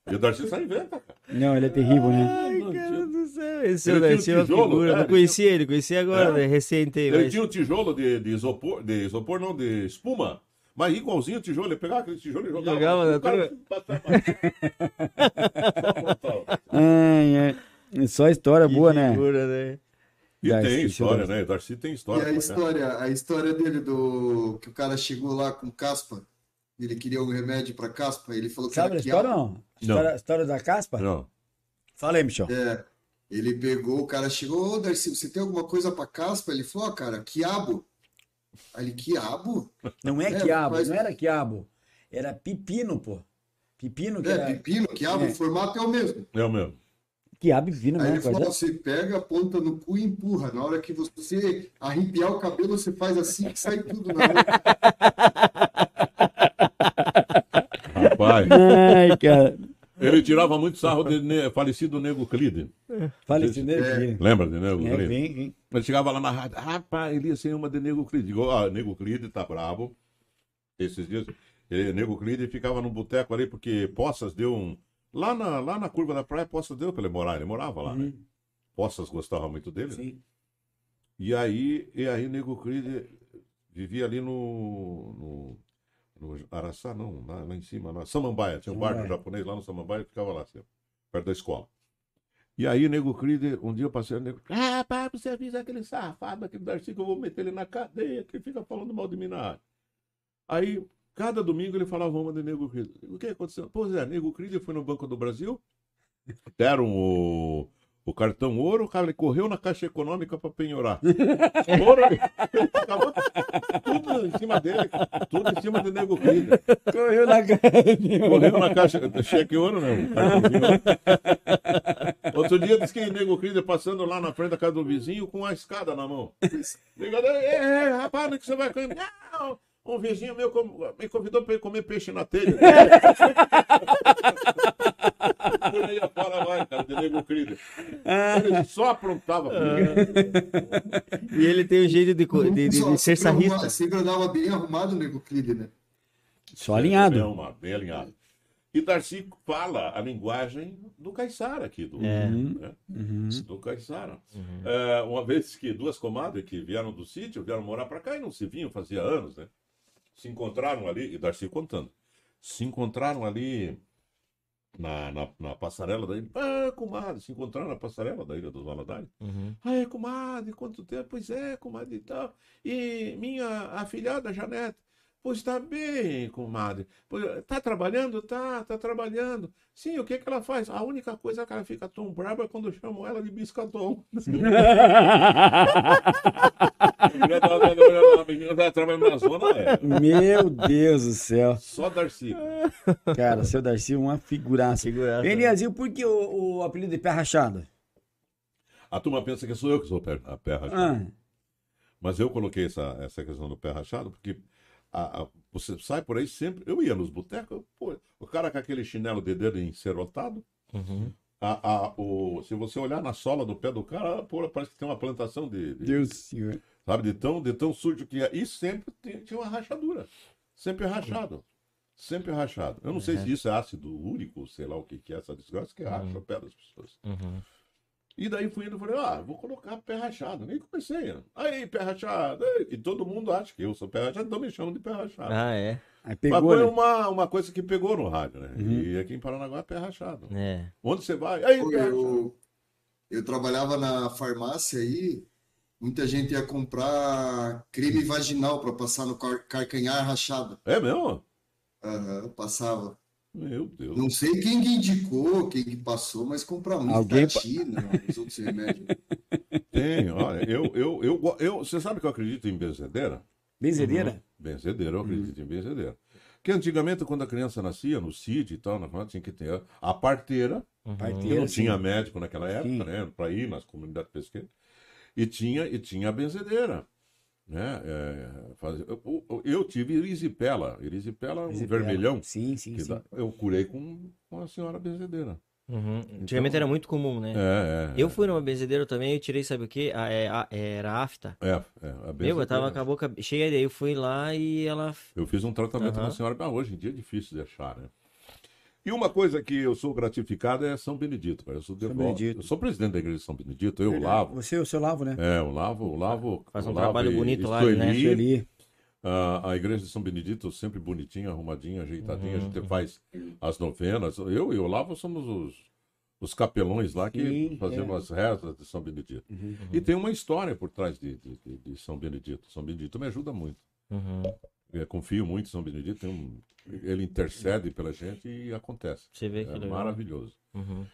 E o Darcy só inventa, cara. Não, ele é terrível, né? Ai, cara do céu. Esse Ele é tinha um esse é uma tijolo, figura. cara, Não ele conhecia ele, conhecia agora, É. né? recente. aí, Ele mas- tinha um tijolo de, de isopor, de isopor não, de espuma, mas igualzinho o tijolo. Ele pegava aquele tijolo e jogava. Jogava né? na o cara batava- Só botava. Ai, ai. É Só história que boa, né? figura, né? E Darcy, tem história, Darcy. né? Darcy tem E a história. pô, história, a história dele do que o cara chegou lá com caspa, ele queria um remédio para caspa, ele falou que Sabe a era história ou quiabo. não? A História, a história da caspa? cara. Não. Fala aí, Michel. É, ele pegou, o cara chegou, ô Darcy, você tem alguma coisa para caspa? Ele falou, ó, cara, quiabo. Aí ele, quiabo? Não é É, quiabo, mas- não era quiabo. Era pepino, pô. Pepino que É, era. pepino, quiabo, É. o formato é o mesmo. É o mesmo. Quiabo e É pepino, Aí né? ele falou, Coisa... você pega, aponta no cu e empurra. Na hora que você arrepiar o cabelo, você faz assim que sai tudo na hora. Rapaz, Ai, cara. ele tirava muito sarro do ne- falecido Nego Clide. Fala isso, né? Lembra de Nego É, Clide? vem, vem. Mas chegava lá na rádio, rapaz, ele ia ser uma de Nego Clide. Digo, ah, Nego Clide tá bravo. Esses dias, eh, Nego Clide ficava num boteco ali, porque Poças deu um. Lá na, lá na curva da praia, Poças deu pra ele morar, ele morava lá, né? Poças gostava muito dele. né? Uhum. Sim. E aí, e aí Nego Cris eh, vivia ali no, no, no Araçá, não, lá, lá em cima, na Samambaia. Tinha um barco Samambaia. japonês lá no Samambaia e ficava lá, sempre, perto da escola. E aí, Nego Crider, um dia eu passei, o Nego, ah, pá, você avisa aquele safado, aquele Darcy, que eu vou meter ele na cadeia, que fica falando mal de mim na área. Aí, cada domingo ele falava uma de Nego Crider. O que aconteceu? Pois é, Nego Crider foi no Banco do Brasil, deram o, o cartão ouro, o cara ele correu na Caixa Econômica para penhorar. Ouro, ele ficava né? tudo em cima dele, tudo em cima do Nego Crider. Correu na Correu cara. na caixa, cheque ouro, né? Cartãozinho. Outro dia disse que nego Crider passando lá na frente da casa do vizinho com a escada na mão. Ligado, "Ei, ei, rapaz, o que você vai comer? Não, um vizinho meu com- me convidou para comer peixe na telha. Por aí afora vai, cara, de nego Crider. Ah. Ele só aprontava. E ele tem o jeito de, co- de, de, Só de ser sempre arruma- sarrista. Sempre andava bem arrumado o Nego Clide, né? Só Bem alinhado. arrumado, bem alinhado. E Darcy fala a linguagem do Caissara aqui. Do, É. né? Uhum. do Caiçara. É, uma vez que duas comadres que vieram do sítio, vieram morar para cá e não se vinham, fazia anos, né? Se encontraram ali, e Darcy contando, se encontraram ali na, na, na passarela da ilha. Ah, comadre, se encontraram na passarela da Ilha dos Valadares. Uhum. Ah, comadre, quanto tempo? Pois é, comadre e tal. E minha afilhada, Janete. Pois tá bem, comadre. Pois, tá trabalhando? Tá, tá trabalhando. Sim, o que que ela faz? A única coisa que ela fica tão brava é quando chamam ela de biscatom. A mulher tava trabalhando- a menina tava trabalhando na zona, é. Hum. Meu Deus do céu. Só Darcy. Cara, seu Darcy é uma figuraça. Segurança. Eliasil, por que o, o apelido de pé rachado? A turma pensa que sou eu que sou o pé- a pé rachado. Ah, Mas eu coloquei essa, essa questão do pé rachado, porque a- a- você sai por aí sempre. Eu ia nos botecos, eu- pô, o cara com aquele chinelo de dedo encerotado. Uhum. A, a- o, se você olhar na sola do pé do cara, pô, parece que tem uma plantação de, de- Deus do Senhor. sabe, de tão, de tão sujo que é. E sempre tem- tinha uma rachadura. Sempre rachado. Sempre rachado. Eu não sei se isso é ácido úrico, sei lá o que, que é essa desgraça, que racha o pé das pessoas. Uhum. E daí fui indo e falei, ah, vou colocar pé rachado. Nem comecei. né? Aí, pé rachado. Aí, E todo mundo acha que eu sou pé rachado, então me chamam de pé rachado. Ah, é. Aí Mas foi pegou, né? Uhum. uma, uma coisa que pegou no rádio, né? E aqui em Paranaguá é pé rachado. É. Onde você vai? Aí, Pô, pé rachado. Eu, eu trabalhava na farmácia aí, muita gente ia comprar creme vaginal para passar no car- carcanhar rachado. É mesmo? Aham, passava. Meu Deus. Não sei quem que indicou, quem que passou, mas comprava muito Alguém pa- Tatina, os outros remédios. Tem, olha, eu, eu, eu, go- eu, você sabe que eu acredito em benzedeira? Benzedeira? Benzedeira, eu acredito em benzedeira. Porque antigamente, quando a criança nascia, no sítio e tal, na família, tinha que ter a parteira, Parteira, não sim. tinha médico naquela época, Sim. né? Para ir nas comunidades pesqueiras. E tinha, e tinha a benzedeira. Né? É, faz- eu, eu- eu tive erisipela, erisipela, um Benzedeira. vermelhão. Sim, sim, que sim. É dá- eu curei com, com a senhora benzedeira. Uhum. Antigamente era muito comum, né? É, é. Eu fui numa benzedeira também e tirei, sabe o quê? A- é, a- era afta. É, é, a Meu, eu tava benzedeira. com a boca cheia, daí eu fui lá e ela. Eu fiz um tratamento com a Aham. senhora, mas hoje em dia é difícil de achar, né? E uma coisa que eu sou gratificado é São Benedito, cara. Eu sou devoto. Benedito. É. Eu sou presidente da igreja de São Benedito, eu lavo. Você, o seu lavo, né? É, eu lavo, eu lavo. Faz um eu lavo trabalho e- bonito e lá, né? Sueli. Isso ali. A, a igreja de São Benedito sempre bonitinha, arrumadinha, ajeitadinha. A gente faz as novenas. Eu e o Lavo somos os, os capelões lá que Sim, fazemos é. as rezas de São Benedito. E tem uma história por trás de, de- de- de São Benedito. São Benedito me ajuda muito. Uhum. Eu confio muito em São Benedito. tem um- ele intercede pela gente e acontece. Você vê que É legal. maravilhoso. Uhum.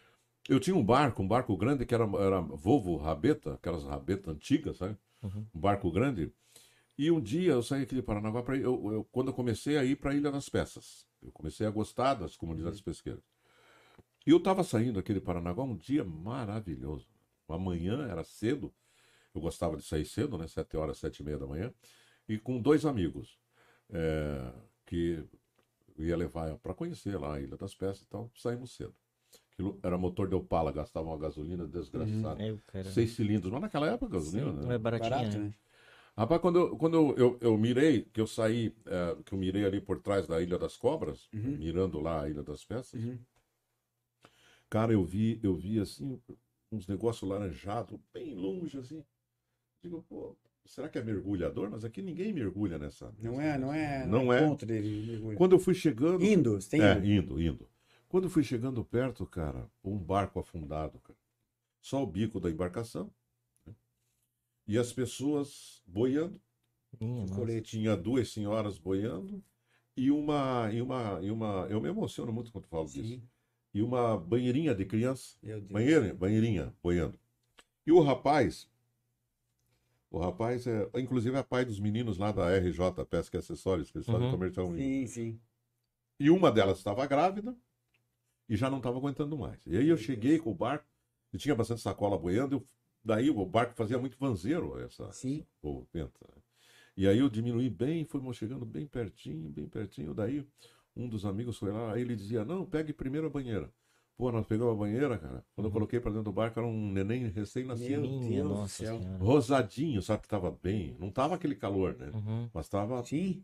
Eu tinha um barco, um barco grande que era, era Volvo Rabeta, aquelas rabetas antigas, sabe? Uhum. Um barco grande. E um dia eu saí aqui de Paranaguá, pra, ir- eu, eu- quando eu comecei a ir para a Ilha das Peças. Eu comecei a gostar das comunidades pesqueiras. E eu estava saindo aqui de Paranaguá um dia maravilhoso. Amanhã era cedo, eu gostava de sair cedo, né? Sete horas, sete e meia da manhã. E com dois amigos eh, que eu ia levar para conhecer lá a Ilha das Peças e tal. Saímos cedo. Aquilo era motor de Opala, gastava uma gasolina desgraçada. É, o cara. Seis cilindros, mas naquela época, gasolina. né? Não é baratinha. Barato, né? né? Rapaz, quando eu, quando eu, eu, eu mirei, que eu saí, eh, que eu mirei ali por trás da Ilha das Cobras, mirando lá a Ilha das Peças, Uhum. cara, eu vi, eu vi assim, uns negócios laranjados, bem longe, assim. Digo, pô, será que é mergulhador? Mas aqui ninguém mergulha nessa. Não é, não é. Não é. Contra ele. mergulho. Quando eu fui chegando. Indo, você tem É, indo. indo, indo. Quando eu fui chegando perto, cara, um barco afundado, cara. só o bico da embarcação. né? E as pessoas boiando. Minha nossa. Tinha Um duas senhoras boiando e uma, e uma, e uma. Eu me emociono muito quando falo disso. E uma banheirinha de criança. Meu Deus. Banheira, banheirinha, boiando. E o rapaz, o rapaz é, inclusive é pai dos meninos lá da RJ Pesca e Acessórios, que eles fazem Uhum. comercial. Sim, sim. E uma delas estava grávida e já não estava aguentando mais. E aí eu cheguei com o barco, e tinha bastante sacola boiando, eu, daí o barco fazia muito vanzeiro essa, Sim. ou tenta. né? E aí eu diminuí bem, fomos chegando bem pertinho, bem pertinho. Daí um dos amigos foi lá, aí ele dizia: Não, pegue primeiro a banheira. Pô, nós pegamos a banheira, cara. Quando eu coloquei pra dentro do barco, era um neném recém-nascido. Uhum. Meu Minha Deus do nossa céu. senhora. Rosadinho, sabe que tava bem. Não tava aquele calor, né? Uhum. Mas tava. Sim.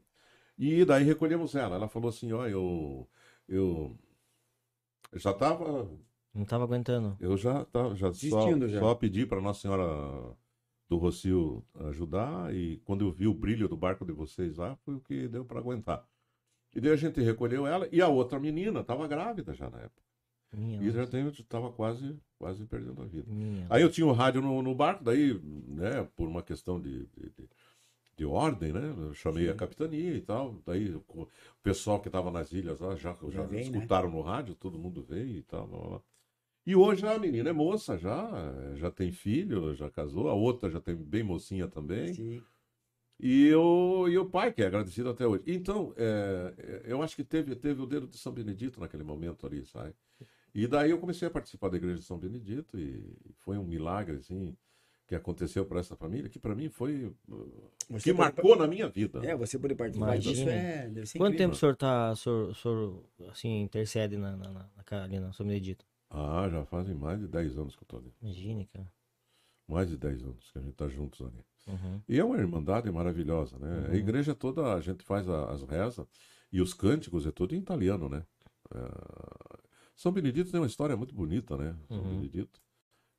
E daí recolhemos ela. Ela falou assim: Ó, eu. Eu. eu já tava. Não tava aguentando. Eu já, tá, já, só, Desistindo já. só pedi para Nossa Senhora do Rocio ajudar e quando eu vi o brilho do barco de vocês lá, foi o que deu para aguentar. E daí a gente recolheu ela e a outra menina estava grávida já na época. Minha E já nossa. estava quase, quase perdendo a vida. Minha. Aí eu tinha o rádio no, no barco, daí, né, por uma questão de, de, de- de ordem, né, eu chamei a capitania e tal, daí o co- o pessoal que estava nas ilhas lá já, já vem, né? escutaram no rádio, todo mundo veio e tal, blá, blá, blá. E hoje a menina é moça já, já tem filho, já casou, a outra já tem bem mocinha também. Sim. E, eu, e o pai, que é agradecido até hoje. Então, é, é, eu acho que teve, teve o dedo de São Benedito naquele momento ali, sabe? E daí eu comecei a participar da Igreja de São Benedito e foi um milagre, assim, que aconteceu para essa família, que para mim foi. uh, Você pode- que marcou na minha vida. É, você poder participar Imagina. disso é. Deve ser Quanto tempo incrível. o senhor tá, o senhor, o senhor assim, intercede na, na, na, na, ca- ali na São Benedito? Ah, já fazem mais de 10 anos que eu tô ali. Imagine, cara. Mais de 10 anos que a gente tá juntos ali. Uhum. E é uma irmandade maravilhosa, né? A igreja toda, a gente faz a- as rezas e os cânticos é tudo em italiano, né? É, São Benedito tem uma história muito bonita, né? São Uhum. Benedito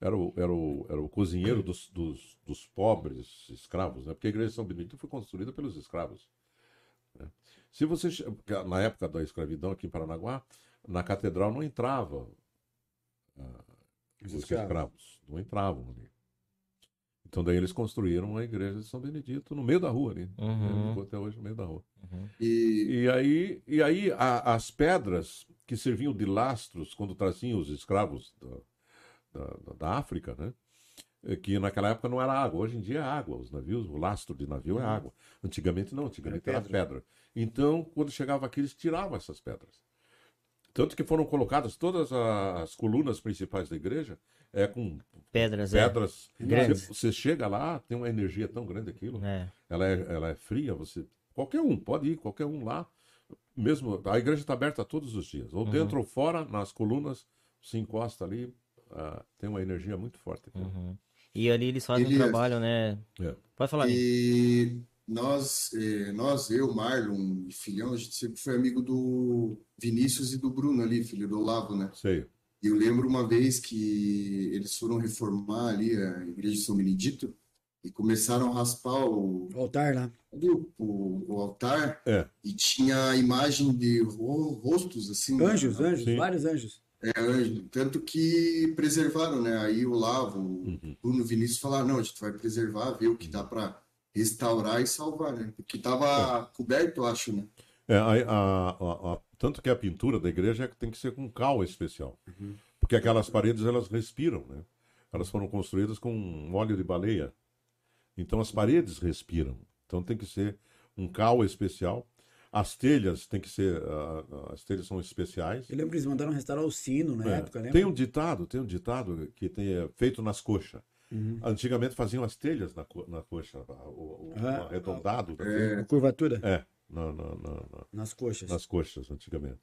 era o, era o, era o cozinheiro dos, dos, dos pobres escravos, né? Porque a igreja de São Benedito foi construída pelos escravos. né? Se você che- porque na época da escravidão aqui em Paranaguá, na catedral não entrava ah, os, escravos. não entravam ali. Então daí eles construíram a igreja de São Benedito no meio da rua ali. Uhum. Ficou até hoje no meio da rua. E E aí, e aí a- as pedras que serviam de lastros quando traziam os escravos da, da, da- da África, né? É Que naquela época não era água, hoje em dia é água. Os navios, o lastro de navio é água. Antigamente não, antigamente era pedra. Então, quando chegava aqui, eles tiravam essas pedras. Tanto que foram colocadas todas as colunas principais da igreja é com Pedras, é. pedras. Grandes. Você, você chega lá, tem uma energia tão grande aquilo. É. Ela é, ela é fria, você. Qualquer um, pode ir, qualquer um lá. Mesmo. A igreja está aberta todos os dias. Ou dentro ou fora, nas colunas, se encosta ali, ah, tem uma energia muito forte. né? Uhum. E ali eles fazem um Elias. trabalho, né? É. Pode falar, né? Nico. E nós, eh, nós, eu, Marlon e Filhão, a gente sempre foi amigo do Vinícius e do Bruno ali, filho do Olavo, né? Sei. E eu lembro uma vez que eles foram reformar ali a Igreja de São Benedito e começaram a raspar o, O altar lá. ali o, o- o altar É. e tinha a imagem de ro- rostos assim, né? Anjos, anjos, Sim. vários anjos. É, anjo. Tanto que preservaram, né? Aí o Lavo, o Bruno Vinícius falaram, não, a gente vai preservar, ver o que dá para restaurar e salvar, né? Porque tava coberto, eu acho, né? É, a- a- a- a- tanto que a pintura da igreja é que tem que ser com cal especial. Porque aquelas paredes, elas respiram, né? Elas foram construídas com um óleo de baleia. Então as paredes respiram. Então tem que ser um cal especial. As telhas tem que ser. ah, ah, as telhas são especiais. Eu lembro que eles mandaram restaurar o sino na É, época, né? lembra? Tem um ditado, tem um ditado que tem é, feito nas coxas. Uhum. Antigamente faziam as telhas na, co- na coxa, o, o- o Ah, arredondado da A curvatura telha. É, na- na- na- na- nas coxas. nas coxas, antigamente.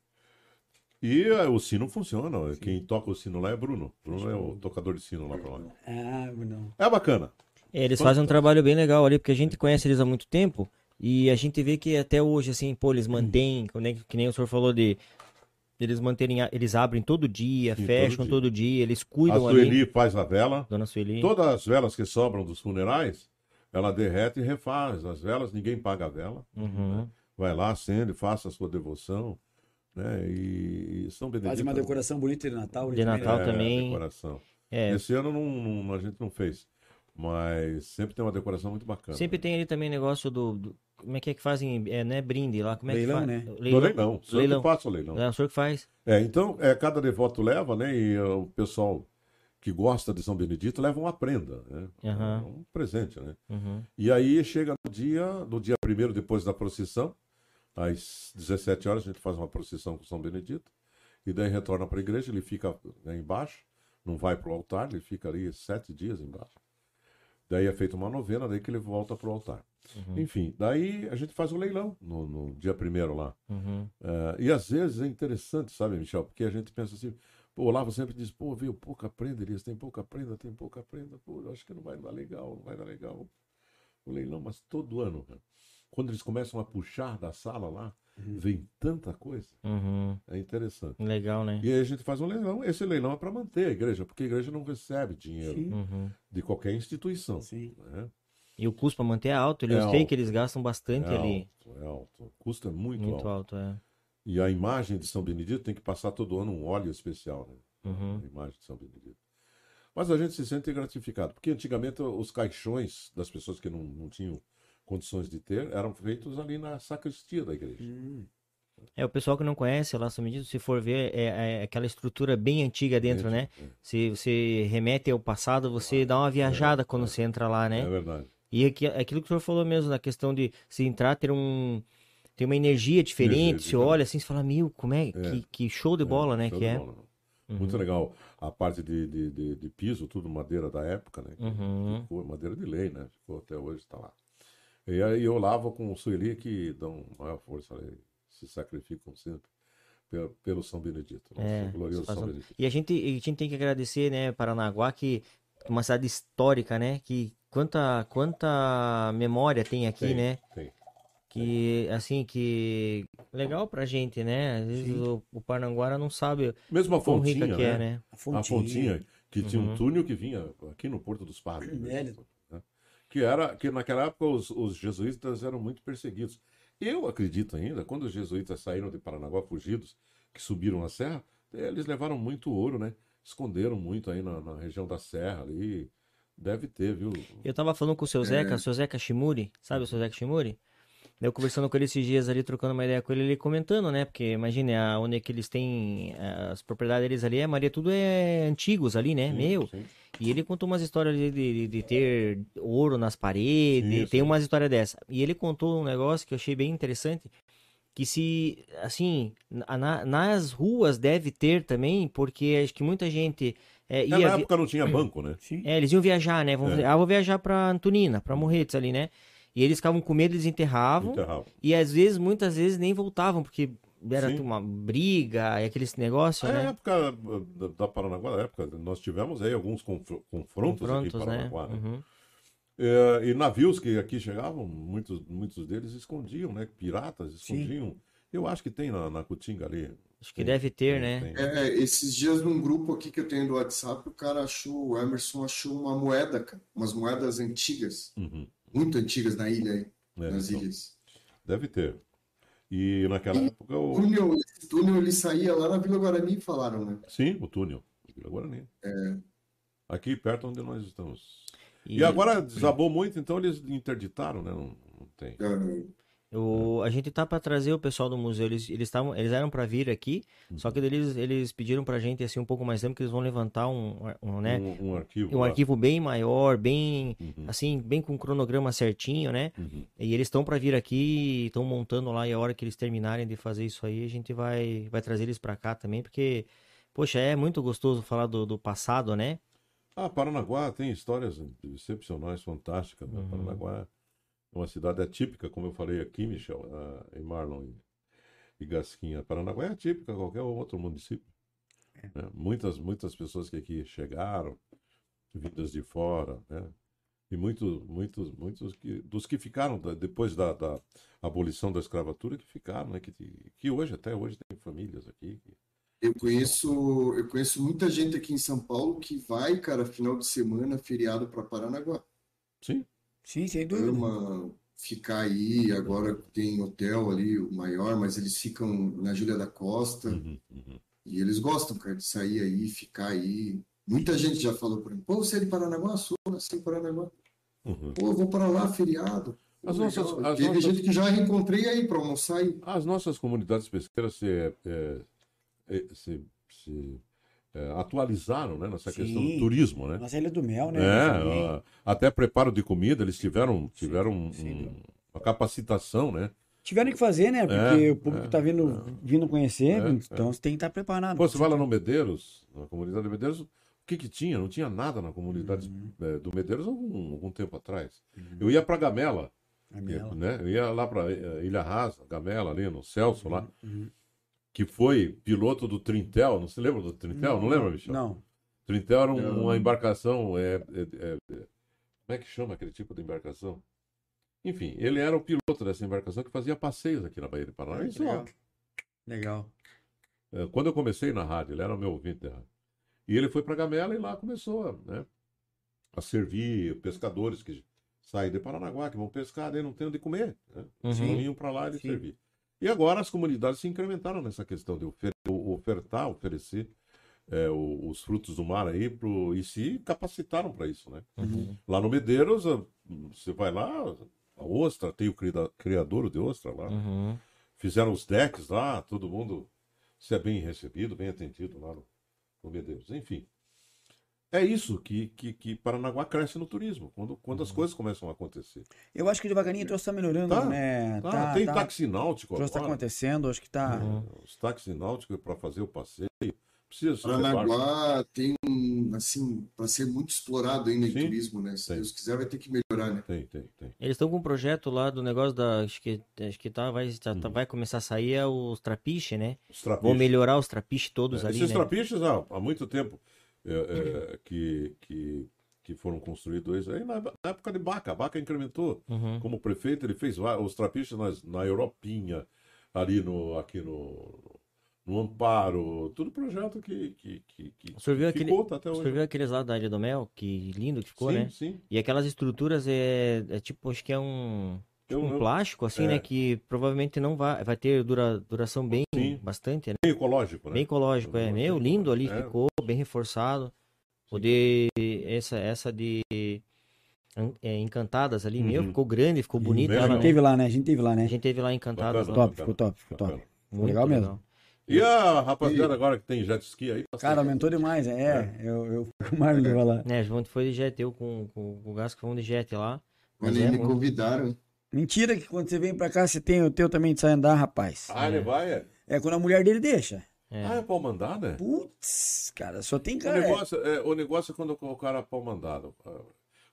E é, o sino funciona. Quem toca o sino lá é Bruno. Bruno é o tocador de sino lá pra lá. Ah, não. É bacana. É, eles fazem um trabalho bem legal ali, porque a gente conhece eles há muito tempo e a gente vê que até hoje, assim, pô, Uhum. eles mantêm, que nem, que nem o senhor falou de. Eles manterem, a- eles abrem todo dia, Sim, todo fecham dia. todo dia, eles A cuidam ali. Sueli faz a vela. Dona Sueli. Todas as velas que sobram dos funerais, ela derrete e refaz as velas. Ninguém paga a vela. Uhum. Vai lá, acende, faça a sua devoção. Né? E, e São um Benedito. Faz uma decoração bonita de Natal. ali De também, né? Natal também. É, decoração. É. Esse ano não, não- a gente não fez. Mas sempre tem uma decoração muito bacana. Sempre tem ali também negócio do, do- Como é que é que fazem? É, né? Brinde lá. Como é Leilão, que né? faz? No leilão. Só Leilão. que passa o leilão. É o senhor que faz. É, então, é, cada devoto leva, né? E ó, o pessoal que gosta de São Benedito leva uma prenda, né? Aham. Um presente, né? Uhum. E aí chega no dia, no dia primeiro, depois da procissão, às 17 horas, a gente faz uma procissão com São Benedito, e daí retorna para a igreja, ele fica né, embaixo, não vai para o altar, ele fica ali sete dias embaixo. Daí é feita uma novena, daí que ele volta para o altar. uhum, Enfim, daí a gente faz um leilão no, no dia primeiro lá. Uhum. Ah, e às vezes é interessante, sabe, Michel? Porque a gente pensa assim, pô, o Olavo sempre diz, pô, viu, pouca prenda, Elias, tem pouca prenda, tem pouca prenda, pô, eu acho que não vai dar legal, não vai dar legal o leilão, mas todo ano, cara. Quando eles começam a puxar da sala lá, vem tanta coisa, Uhum. é interessante. Legal, né? E aí a gente faz um leilão, esse leilão é para manter a igreja, porque a igreja não recebe dinheiro Sim. Uhum. de qualquer instituição. Sim. né? E o custo pra manter é alto. Eles, É eu sei alto. que eles gastam bastante É ali. alto, é alto, o custo é muito, Muito alto, alto. é. E a imagem de São Benedito tem que passar todo ano um óleo especial, né? Uhum. A imagem de São Benedito. Mas a gente se sente gratificado, porque antigamente os caixões das pessoas que não, não tinham condições de ter eram feitos ali na sacristia da igreja. Hum, É, o pessoal que não conhece lá São Benedito, se for ver, é, é aquela estrutura bem antiga dentro, né? Se você remete ao passado, você dá uma viajada quando você entra lá, É, né? verdade. E aqui, aquilo que o senhor falou mesmo, na questão de se entrar, ter um. Tem uma energia diferente, Energia você diferente. olha assim e fala, meu, como é? Que, que show de bola, né? show Que de é. bola. Muito legal. A parte de, de, de, de piso, tudo madeira da época, né? Uhum. Ficou madeira de lei, né? Ficou até hoje, está lá. E aí eu lavo com o Sueli, que dão maior força, né? se sacrificam sempre pelo, pelo São Benedito. Nosso É, glorioso faz São um- Benedito. E a gente, e a gente tem que agradecer, né, Paranaguá, que é uma cidade histórica, né? Que quanta, quanta memória tem aqui, Tem, né? tem. Que, assim, que legal pra gente, né? Às vezes o, o Paranaguara não sabe Mesmo a quão fontinha, rica que é, né? né? a A fontinha, que tinha Uhum. um túnel que vinha aqui no Porto dos Padres. né? Velho. Né? Que era que naquela época os, os jesuítas eram muito perseguidos. Eu acredito ainda, quando os jesuítas saíram de Paranaguá fugidos, que subiram a serra, eles levaram muito ouro, né? Esconderam muito aí na, na região da serra ali. Deve ter, viu? Eu tava falando com o seu Zeca, o seu Zeca Shimuri, sabe o seu Zeca Shimuri? Eu conversando com ele esses dias ali, trocando uma ideia com ele, ele comentando, né? Porque imagine, a, onde é que eles têm eh, as propriedades deles ali, é Maria, tudo é antigos ali, né? Meu. Sim. E ele contou umas histórias de, de, de ter ouro nas paredes, Sim, tem sim. umas histórias dessa. E ele contou um negócio que eu achei bem interessante, que se, assim, na- na- nas ruas deve ter também, porque acho que muita gente é, É, ia... na vi- época não tinha banco, né? Sim. é, eles iam viajar, né? Vão, É. Ah, vou viajar pra Antonina, pra Morretes ali, né? E eles ficavam com medo, eles enterravam. Enterrava. E às vezes, muitas vezes, nem voltavam, porque era Sim. uma briga, e aquele negócio, É, a né? época da, da Paranaguá, na época, nós tivemos aí alguns confr- confrontos, aqui em Confrontos, né? Paranaguá, né? Uhum. É, e navios que aqui chegavam, muitos, muitos deles escondiam, né? Piratas escondiam. Eu acho que tem na, na Cutinga ali. Acho que deve ter, né? Tem, tem. É, esses dias num grupo aqui que eu tenho do WhatsApp, o cara achou, o Emerson achou uma moeda, cara, umas moedas antigas, Uhum. muito antigas na ilha aí, É, nas então, ilhas. Uhum. deve ter. E naquela época, O o... túnel, esse túnel ele saía lá na Vila Guarani, falaram, né? sim, o túnel. Vila Guarani. É. Aqui perto onde nós estamos. E, E- agora desabou muito, então eles interditaram, né? Não, não tem. É, O- a gente tá pra trazer o pessoal do museu, eles eles, tavam, eles eram pra vir aqui, Uhum. só que daí eles, eles pediram pra gente assim um pouco mais tempo que eles vão levantar um, um, né, Um, um arquivo. um lá. arquivo bem maior, bem Uhum. assim, bem com cronograma certinho, né? Uhum. E eles estão pra vir aqui, estão montando lá e a hora que eles terminarem de fazer isso aí, a gente vai vai trazer eles pra cá também, porque poxa, é muito gostoso falar do, do passado, né? Ah, Paranaguá tem histórias excepcionais, fantásticas. né? Uhum. Paranaguá é uma cidade atípica, como eu falei aqui, Michel, ah, em Marlon e, e Gasquinha. Paranaguá é atípica, a qualquer outro município. né? Muitas, muitas pessoas que aqui chegaram, vindas de fora, né? E muitos, muitos, muitos que, dos que ficaram da- depois da, da abolição da escravatura, que ficaram, né? Que, que hoje, até hoje, tem famílias aqui. Eu conheço, eu conheço muita gente aqui em São Paulo que vai, cara, final de semana, feriado para Paranaguá. Sim, Sim, sem dúvida. Uhum. Ama ficar aí, agora tem hotel ali, o maior, mas eles ficam na Júlia da Costa uhum, uhum. e eles gostam, cara, de sair aí, ficar aí. Muita gente já falou para mim, pô, você é de Paranaguá? Sou, nasci em Paranaguá. Uhum. Pô, vou para lá feriado. Pô, As nossas- legal. as Teve nossas- gente que já reencontrei aí para almoçar aí. As nossas comunidades pesqueiras se, eh, eh, se- se, eh, atualizaram né, nessa questão Sim. do turismo, né? Nossa Ilha do Mel, né? É, a- até preparo de comida, eles tiveram, tiveram um- sim. uma capacitação, né? Tiveram que fazer, né? Porque É, o público é, tá vindo, vindo conhecer, É, então você tem que estar preparado. Pô, você vai lá no Medeiros, na comunidade de Medeiros, o que que tinha? Não tinha nada na comunidade Uhum. eh, do Medeiros algum, algum tempo atrás. Hum, Eu ia pra Gamela, A Mela. né? Eu ia lá pra eh, Ilha Rasa, Gamela ali, no Celso Uhum. lá, Hum, que foi piloto do Trintel, não se lembra do Trintel? Não, lembra, Michel? hum. Não. Trintel era um- É, Não. uma embarcação. É, é- é- é- como é que chama aquele tipo de embarcação? Enfim, ele era o piloto dessa embarcação que fazia passeios aqui na Baía de Paraná. Olha É, que Isso, legal. Legal. é, quando eu comecei na rádio, ele era meu ouvinte da rádio. E ele foi para Gamela e lá começou né, a servir pescadores que saem de Paranaguá, que vão pescar, daí não tem onde comer. Né? Uhum. Então iam para lá e Sim. servir. E agora as comunidades se incrementaram nessa questão de ofer- o- ofertar, oferecer é, o- os frutos do mar aí pro, e se capacitaram para isso, né? Uhum. Lá no Medeiros, a- você vai lá, a ostra, tem o crida- criadouro de ostra lá, Uhum. fizeram os decks lá, todo mundo se é bem recebido, bem atendido lá no, no Medeiros. Enfim, é isso que, que, que Paranaguá cresce no turismo, quando, quando as coisas começam a acontecer. Eu acho que devagarinho o troço tá melhorando, Tá, né? Ah, tem táxi náutico O troço tá agora. acontecendo, acho que tá. Uhum. Os táxis náuticos para fazer o passeio. Precisa se preparar. Paranaguá tem, um, assim, para ser muito explorado ainda em Sim. turismo, né? Se Tem. Deus quiser, vai ter que melhorar, né? Tem, tem, tem. Eles estão com um projeto lá do negócio da. Acho que, acho que tá, vai, tá- Uhum. tá- vai começar a sair é os trapiche, né? Os Vão trapiches. melhorar os trapiche todos É, ali, Esses né? trapiches há, há muito tempo é, é, que, que, que foram construídos aí na, na época de Baca. A Baca incrementou. Uhum. Como prefeito, ele fez va- os trapiches nas- na Europinha, ali no, aqui no, no Amparo. Tudo projeto que, que, que, que O senhor viu aquele- ficou tá até Você hoje. viu aqueles lá da Ilha do Mel? Que lindo que ficou, sim, né? sim. E aquelas estruturas é, é tipo, acho que é um, Eu, um eu- plástico, assim, é. né? Que provavelmente não vai, vai ter dura, duração bem, Sim. bastante, né? bem ecológico, né? Bem ecológico, é. Eu Meu, gostei. lindo ali, É. ficou bem reforçado. Poder, essa, essa de en- é, Encantadas ali, meu, Uhum. ficou grande, ficou Uhum, bonita. bem A gente ela, legal. né? teve lá, né? A gente teve lá, A né? gente teve lá Encantadas. Bacana. Lá. Top, ficou top, ficou top. Bacana. Muito legal mesmo. E a rapaziada agora que tem jet ski aí? tá Cara, certo. aumentou demais, é. Eu, eu fico com mais legal lá. Né, a gente foi de jet, eu com, com, com o Gasco fomos de jet lá. Mas Quando é me muito- convidaram, Mentira que quando você vem pra cá, você tem o teu também de sair andar, rapaz. Ah, ele vai? É. É quando a mulher dele deixa. É. Ah, é pau mandada? Putz, cara, só tem O cara. negócio, é, o negócio é quando o cara é pau mandado.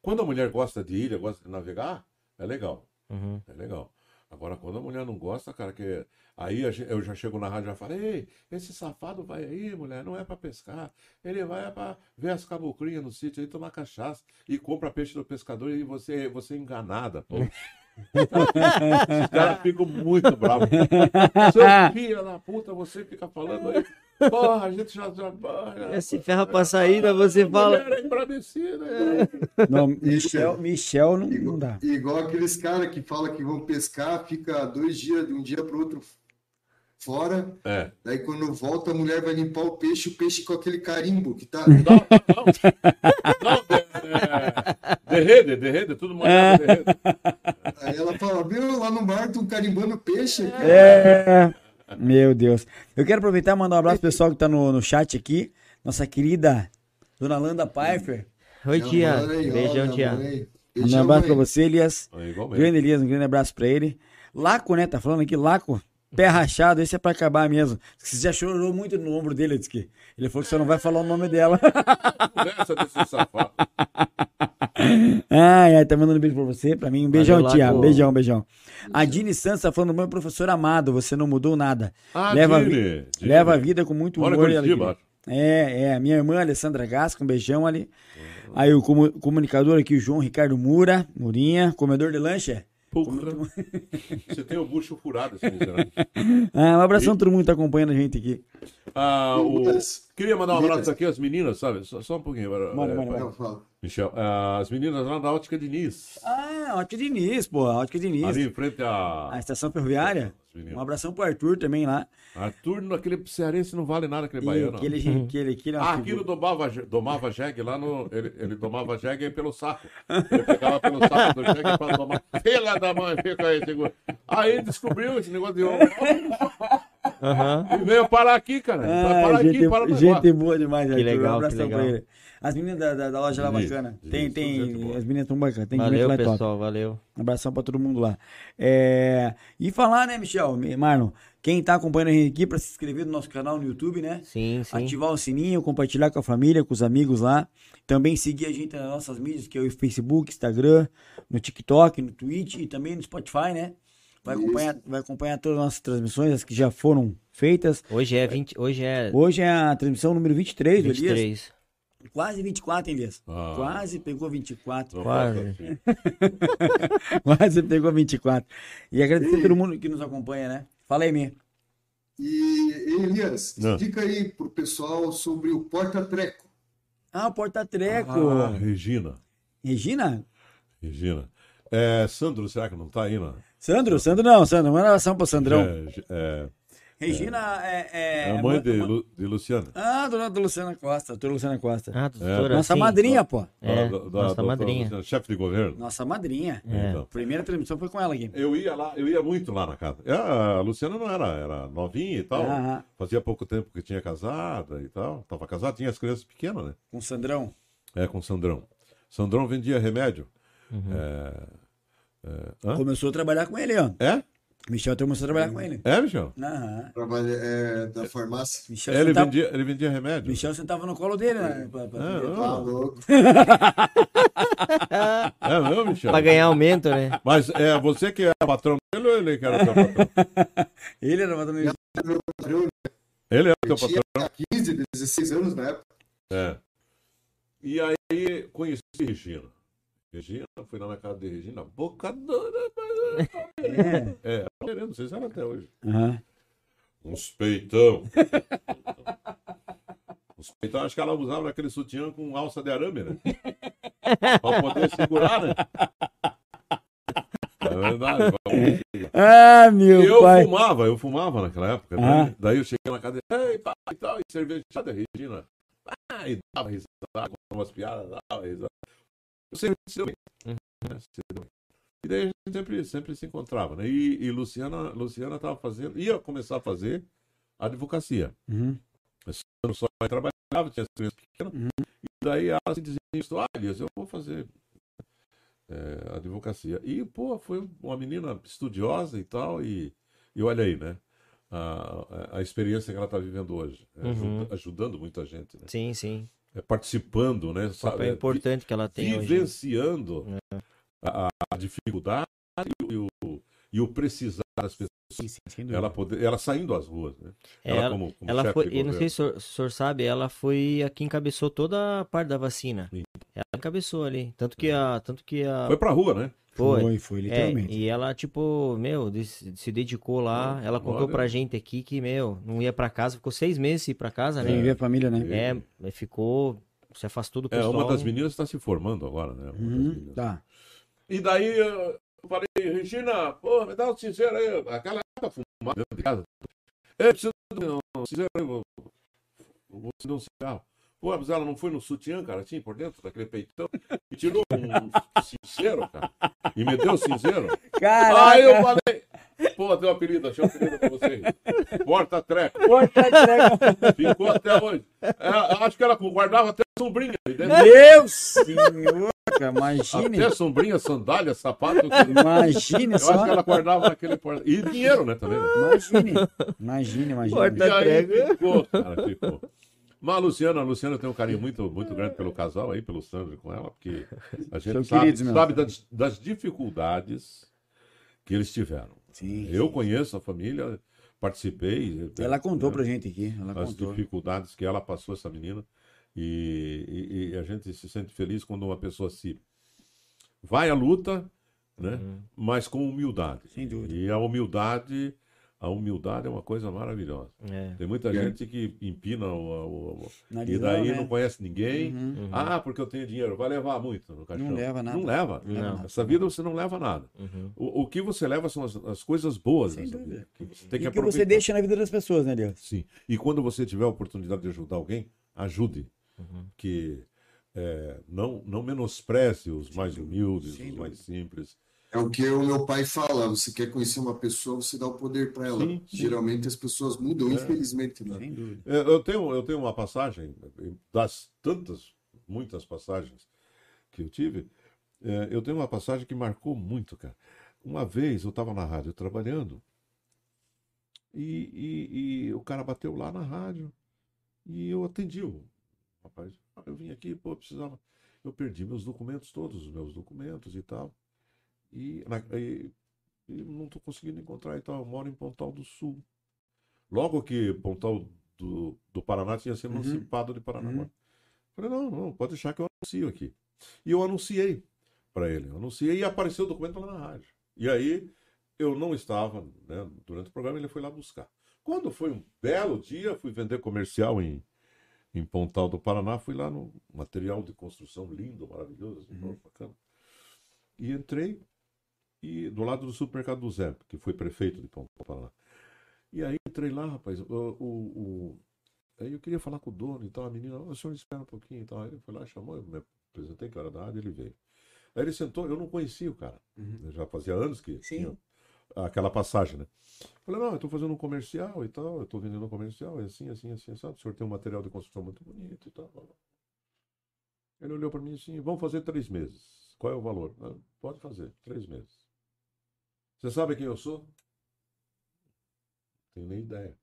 Quando a mulher gosta de ilha, gosta de navegar, é legal. Uhum. É legal. Agora, quando a mulher não gosta, cara, que. Aí a gen- eu já chego na rádio e já falo, ei, esse safado vai aí, mulher, não é pra pescar. Ele vai é pra ver as caboclinhas no sítio aí, tomar cachaça e compra peixe do pescador e você, você é enganada, pô. Os caras ficam muito bravos. Seu filho da puta, você fica falando aí. Porra, a gente já. já porra, Se ferra pra saída, né, você fala. Mulher é embravecida, é. Não, Isso. Michel, Michel não, Igual, não dá. igual aqueles caras que falam que vão pescar, fica dois dias, de um dia para outro fora. É. Daí quando volta, a mulher vai limpar o peixe, o peixe com aquele carimbo que tá. Não, não. Não, é, é, derrede, derrede, tudo molhado, derrede. Aí ela fala, meu, lá no mar estão carimbando peixe aqui. É. Meu Deus. Eu quero aproveitar e mandar um abraço pro pessoal que tá no, no chat aqui. Nossa querida Dona Landa Pfeiffer. Oi, Minha tia. mãe, Beijão, olha, tia. mãe. Mandar um Beijão, abraço pra mãe. você, Elias. É igualmente. Grande Elias, um grande abraço pra ele. Laco, né? Tá falando aqui, Laco. Pé rachado, esse é pra acabar mesmo. Você já chorou muito no ombro dele, disse que. Ele falou que você não vai falar o nome dela. Conversa desse safado. Ai, ai, tá mandando um beijo pra você, pra mim. Um beijão, Valeu, tia. Laco. Beijão, beijão. A Dini Santos tá falando, meu professor amado, você não mudou nada. Ah, leva, a Dini, vi- Dini. leva a vida com muito Mora em humor e Curitiba, alegria. É, é. Minha irmã, Alessandra Gasco, um beijão ali. Aí o comu- comunicador aqui, o João Ricardo Mura, Murinha, comedor de lancha. Porra. Você tem o bucho furado, esse miserável. Ah, um abração a todo mundo que tá acompanhando a gente aqui. Ah, o- Lucas. Queria mandar um abraço Lucas. aqui às meninas, sabe? Só, só um pouquinho. Mano, Manda, manda, manda. Não, fala. Michel, ah, as meninas lá da Ótica Diniz. Ah, É, Ótica Diniz, pô. Ótica Diniz. Ali em frente à. A estação ferroviária. Os meninos. Um abração pro Arthur também lá. Arthur, aquele cearense não vale nada, aquele E baiano. aquele, aquele, aquele, aquele é uma Ah, aquilo figura. domava, je- domava jegue lá no. Ele, ele domava jegue pelo saco. Ele pegava pelo saco do jegue pra domar. Pela da mãe, fica aí, segura. Aí descobriu esse negócio de homem. Aham. E veio parar aqui, cara. Vai parar Ah, aqui, gente, para no gente negócio. boa demais, Arthur. legal, um que abração pra legal. ele. As meninas da, da, da loja lá Diniz, bacana. Tem, Diniz, tudo gente tem. boa. As meninas tão bacanas. Tem gente lá Valeu, e top. pessoal, valeu. Um abração pra todo mundo lá. É, E falar, né, Michel? Marlon, quem tá acompanhando a gente aqui, pra se inscrever no nosso canal no YouTube, né? Sim, sim. Ativar o sininho, compartilhar com a família, com os amigos lá. Também seguir a gente nas nossas mídias, que é o Facebook, Instagram, no TikTok, no Twitch e também no Spotify, né? Vai Isso. acompanhar, vai acompanhar todas as nossas transmissões, as que já foram feitas. Hoje é 20, hoje é Hoje é a transmissão número 23, do Elias. 23. Quase 24, hein, Elias? Ah. Quase pegou 24. Quase. Quase pegou 24. E agradecer a todo mundo que nos acompanha, né? Fala aí, minha. E, Elias, Não. explica aí pro pessoal sobre o porta-treco. Ah, o porta-treco. Ah, Regina. Regina? Regina. É, Sandro, será que não tá aí, não? Sandro? Sandro não, Sandro. Manda abração pro Sandrão. É, Regina é. é, é- é a mãe de, ma- Lu- de Luciana. Ah, dona da Luciana Costa. Doutora Luciana Costa. É, Ah, doutora, Nossa sim. madrinha, pô. É, Da- da- da nossa doutora madrinha. Luciana, Chefe de governo. Nossa madrinha. É. Então. Primeira transmissão foi com ela aqui. Eu ia lá, eu ia muito lá na casa. A Luciana não era, era novinha e tal. Ah, ah, Fazia pouco tempo que tinha casada e tal. Tava casada, tinha as crianças pequenas, né? com o Sandrão. É, com o Sandrão. Sandrão vendia remédio. Hã? Começou a trabalhar com ele, ó. É? Michel começou a trabalhar com ele. É, Michel? Aham. Trabalha, é, da farmácia. Michel, Ele sentava, vendia, ele vendia remédio. Michel sentava no colo dele, né? Pra, pra- É, pra- Tá não, louco. é não, Michel? Pra ganhar aumento, né? Mas é você que é patrão dele ou ele que era teu patrão? Ele era o patrão. Padrão, Ele era teu Eu tinha patrão. 15, 16 anos na época. É. E aí conheci Regina. Regina, fui lá na casa de Regina, boca dura. É. É, não sei se era até hoje. Aham. Uns peitão. Uns peitão, acho que ela usava aquele sutiã com alça de arame, né? pra poder segurar, né? É verdade. papai. Ah, meu eu pai. fumava, eu fumava naquela época. né? Ah. Daí eu cheguei na casa dele, ei, pai, e tal, e cervejada, Regina. Ah, e dava risada, contava umas piadas, dava risada. Eu sempre se deu bem. Uhum. né? Se deu bem. E daí a gente sempre, sempre se encontrava, né? E, e Luciana, Luciana tava fazendo, ia começar a fazer advocacia. Uhum. Eu só trabalhava, tinha as crianças pequenas. Uhum. E daí ela se desistiu, ah, Elias, eu vou fazer é, advocacia. E, pô, foi uma menina estudiosa e tal, e, e olha aí, né? A, a- a experiência que ela está vivendo hoje, né? Ajuda- Uhum. ajudando muita gente, né? Sim, sim. É, participando, né? Sabe, Um Papel é, importante que ela vi- tem hoje. né? É. vivenciando a, a dificuldade e o, e o- e o precisar das pessoas, Sim, sim, sem dúvida. ela, poder, ela saindo às ruas, né? É, ela, como, como ela chefe foi, de eu não governo. sei se o senhor- se o senhor sabe, ela foi a que encabeçou toda a parte da vacina. Sim. Ela encabeçou ali. Tanto que a. Tanto que a. Foi pra rua, né? Foi. foi, foi, É, literalmente. e ela, tipo, meu, des- se dedicou lá. Ela contou olha. pra gente aqui que, meu, não ia pra casa, ficou seis meses sem ir pra casa, Tem que né? ver a família, né? É, mas ficou, se afastou do É, pessoal. uma das meninas está se formando agora, né? Uma das Uhum, meninas. Tá. E daí eu falei, Regina, porra, me dá um sincero aí. Aquela é época fumada dentro de casa. Eu né? "É, preciso de um sincero aí, vou, vou te dar um cigarro. Pô, mas ela não foi no sutiã, cara, assim, por dentro daquele peitão, e tirou um sincero, cara, e me deu o sincero. Aí eu Caraca, falei, pô, deu um apelido, achei um apelido pra você. Porta treco. porta treco. Ficou até hoje. É, acho que ela guardava até sombrinha. aí dentro. Meu senhor, cara, imagine. Até sombrinha, sandália, sapato. Imagine Eu acho É, só. que ela guardava naquele porta. E dinheiro, né, também. Né? Imagine, imagine, imagine. E Porta- aí ficou, cara, ficou. Mas a Luciana, a Luciana tem um carinho muito, muito grande pelo casal aí, pelo Sandro com ela, porque a gente São sabe, queridos mesmo. sabe das, das dificuldades que eles tiveram. Sim. Eu conheço a família, participei. Ela contou né, pra gente aqui. Ela as contou. dificuldades que ela passou, essa menina. E, e- e a gente se sente feliz quando uma pessoa se vai à luta, né? Mas com humildade. Uhum. Sem dúvida. E a humildade a humildade é uma coisa maravilhosa. É. Tem muita É. gente que empina o, o- o- e Narizão, daí né? não conhece ninguém. Uhum. Uhum. Ah, porque eu tenho dinheiro. Vai levar muito no caixão. Não leva nada. Não leva. Não. Essa vida você não leva nada. Uhum. O, o que você leva são as, as coisas boas Sem dessa dúvida. vida. Que você E tem que o que você aproveitar. deixa na vida das pessoas, né, Deus? Sim. E quando você tiver a oportunidade de ajudar alguém, ajude. Uhum. Que é, não, não menospreze os mais dúvida. humildes, Sem os mais simples. É o que o meu pai fala, você quer conhecer uma pessoa, você dá o poder para ela. Sim, sim. Geralmente as pessoas mudam, infelizmente, né? Sem dúvida. É, Eu tenho, eu tenho uma passagem, das tantas, muitas passagens que eu tive, é, eu tenho uma passagem que marcou muito, cara. Uma vez eu estava na rádio trabalhando e, e- e o cara bateu lá na rádio e eu atendi o rapaz. "Ah, Eu vim aqui, pô, eu precisava. Eu perdi meus documentos todos, os meus documentos e tal. E, na- e- e não estou conseguindo encontrar e tal. Eu moro em Pontal do Sul. Logo que Pontal do, do Paraná tinha sido Uhum. emancipado de Paranaguá. Uhum. Falei, não, não, pode deixar que eu anuncio aqui. E eu anunciei para ele. Eu anunciei e apareceu o documento lá na rádio. E aí eu não estava, né, durante o programa, ele foi lá buscar. Quando foi um belo dia, fui vender comercial em, em Pontal do Paraná, fui lá no material de construção lindo, maravilhoso, assim, Uhum. bacana. E entrei e do lado do supermercado do Zé, que foi prefeito de Pontal do Paraná. E aí entrei lá, rapaz, o, o- o- aí eu queria falar com o dono e tal, a menina, "Ô, o senhor espera um pouquinho e tal. Aí ele foi lá, chamou, eu me apresentei que era da rádio, ele veio. Aí ele sentou, eu não conhecia o cara. Uhum. Eu Já fazia anos que Sim. tinha aquela passagem, né? Falei, não, eu tô fazendo um comercial e tal, eu tô vendendo um comercial, é assim, assim, assim, sabe? O senhor tem um material de construção muito bonito e tal. blá, blá. Ele olhou para mim assim, vamos fazer três meses. Qual é o valor? "Ah, Pode fazer, três meses. Você sabe quem eu sou? Não tenho nem ideia.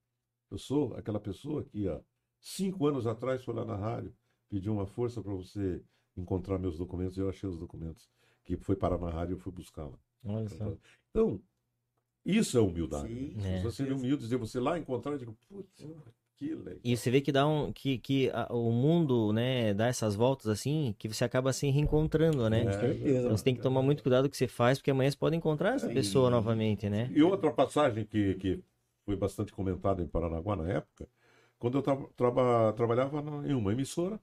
Eu sou aquela pessoa que há cinco anos atrás foi lá na rádio, pediu uma força para você encontrar meus documentos, e eu achei os documentos, que foi parar na rádio e eu fui buscá-la. Olha só. Então, isso é humildade. Sim, né? com Se você é certeza. humilde, de você lá encontrar e digo, putz, que legal. E você vê que dá um que, que a- o mundo, né, dá essas voltas assim, que você acaba se reencontrando, né? É. Com certeza. Então você tem que tomar muito cuidado com o que você faz, porque amanhã você pode encontrar essa É Sim. pessoa novamente, né? E outra passagem que, que foi bastante comentada em Paranaguá na época, quando eu tra- traba- trabalhava na- em uma emissora,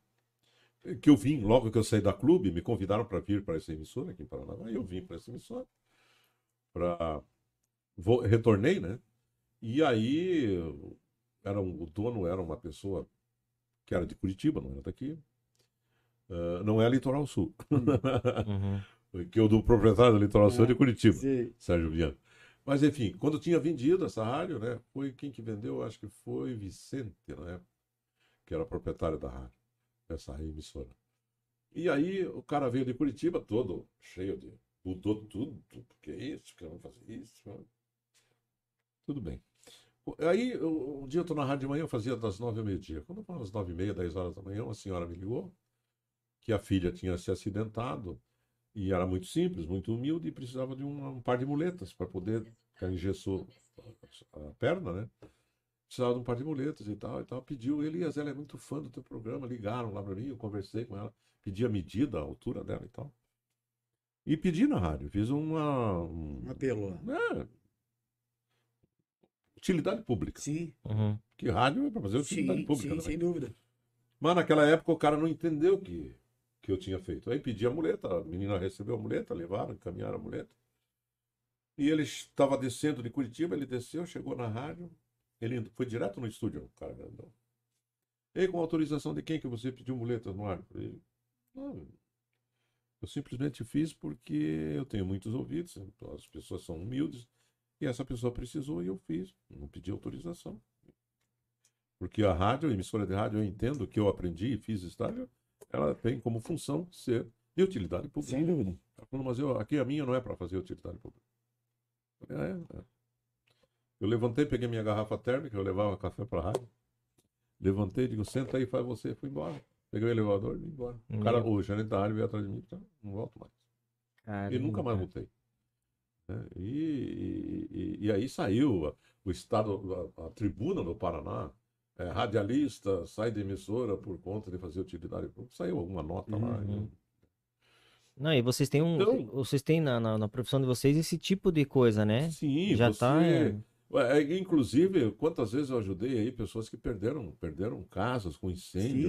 que eu vim logo que eu saí da clube, me convidaram para vir para essa emissora aqui em Paranaguá, e eu vim para essa emissora. Pra... Vou, retornei, né? E aí era um- o dono era uma pessoa que era de Curitiba, não era daqui. Ah, não é Litoral Sul, Uhum. que o do proprietário do Litoral Sul é de É, Curitiba. Sim. Sérgio Viana. Mas enfim, quando eu tinha vendido essa rádio, né? Foi quem que vendeu, acho que foi Vicente, na época, que era proprietário da rádio, essa emissora. E aí o cara veio de Curitiba todo cheio de. Mudou tudo, porque é isso, que eu vou fazer isso. né? Tudo bem. Aí, eu- um dia eu tô na rádio de manhã, eu fazia das nove ao meio-dia. Quando foi às nove e meia, dez horas da manhã, uma senhora me ligou que a filha tinha se acidentado e era muito simples, muito humilde e precisava de um, um par de muletas para poder, que ela engessou a perna, né? Precisava de um par de muletas e tal, e tal. Pediu, Elias, ela é muito fã do teu programa, ligaram lá para mim, eu conversei com ela, pedi a medida, a altura dela e tal. E pedi na rádio, fiz uma... um- Um apelo. é, utilidade pública. Sim. Uhum. Que rádio é para fazer utilidade Sim, pública. sim né? sem dúvida. Mas naquela época o cara não entendeu que, que eu tinha feito. Aí pedi a muleta, a menina recebeu a muleta, levaram, encaminharam a muleta. E ele estava descendo de Curitiba, ele desceu, chegou na rádio, ele foi direto no estúdio, o cara grandão. Ei, com autorização de quem que você pediu muleta no ar? Eu falei, não, eu simplesmente fiz porque eu tenho muitos ouvidos, as pessoas são humildes, e essa pessoa precisou e eu fiz, não pedi autorização. Porque a rádio, a emissora de rádio, eu entendo que eu aprendi e fiz estágio, ela tem como função ser de utilidade pública. Sem dúvida. Ela falou, mas eu, aqui a minha não é para fazer utilidade pública. Eu falei, ah, é, é. Eu levantei, peguei minha garrafa térmica, eu levava café para a rádio. Levantei, digo, senta aí, faz você, fui embora. Peguei o elevador e vim embora. O cara, Uhum. o gerente da rádio veio atrás de mim, então não volto mais. É E nunca mais Caramba. voltei. né? E, e- e aí saiu a- o estado, a, a tribuna do Paraná, é, radialista, sai da emissora por conta de fazer utilidade pública. Saiu alguma nota lá. né? Uhum. Não, e vocês têm um. Então- Vocês têm na, na, na profissão de vocês esse tipo de coisa, né? Sim, Já você, tá. é, Ué, é, Inclusive, quantas vezes eu ajudei aí pessoas que perderam, perderam casas com incêndio,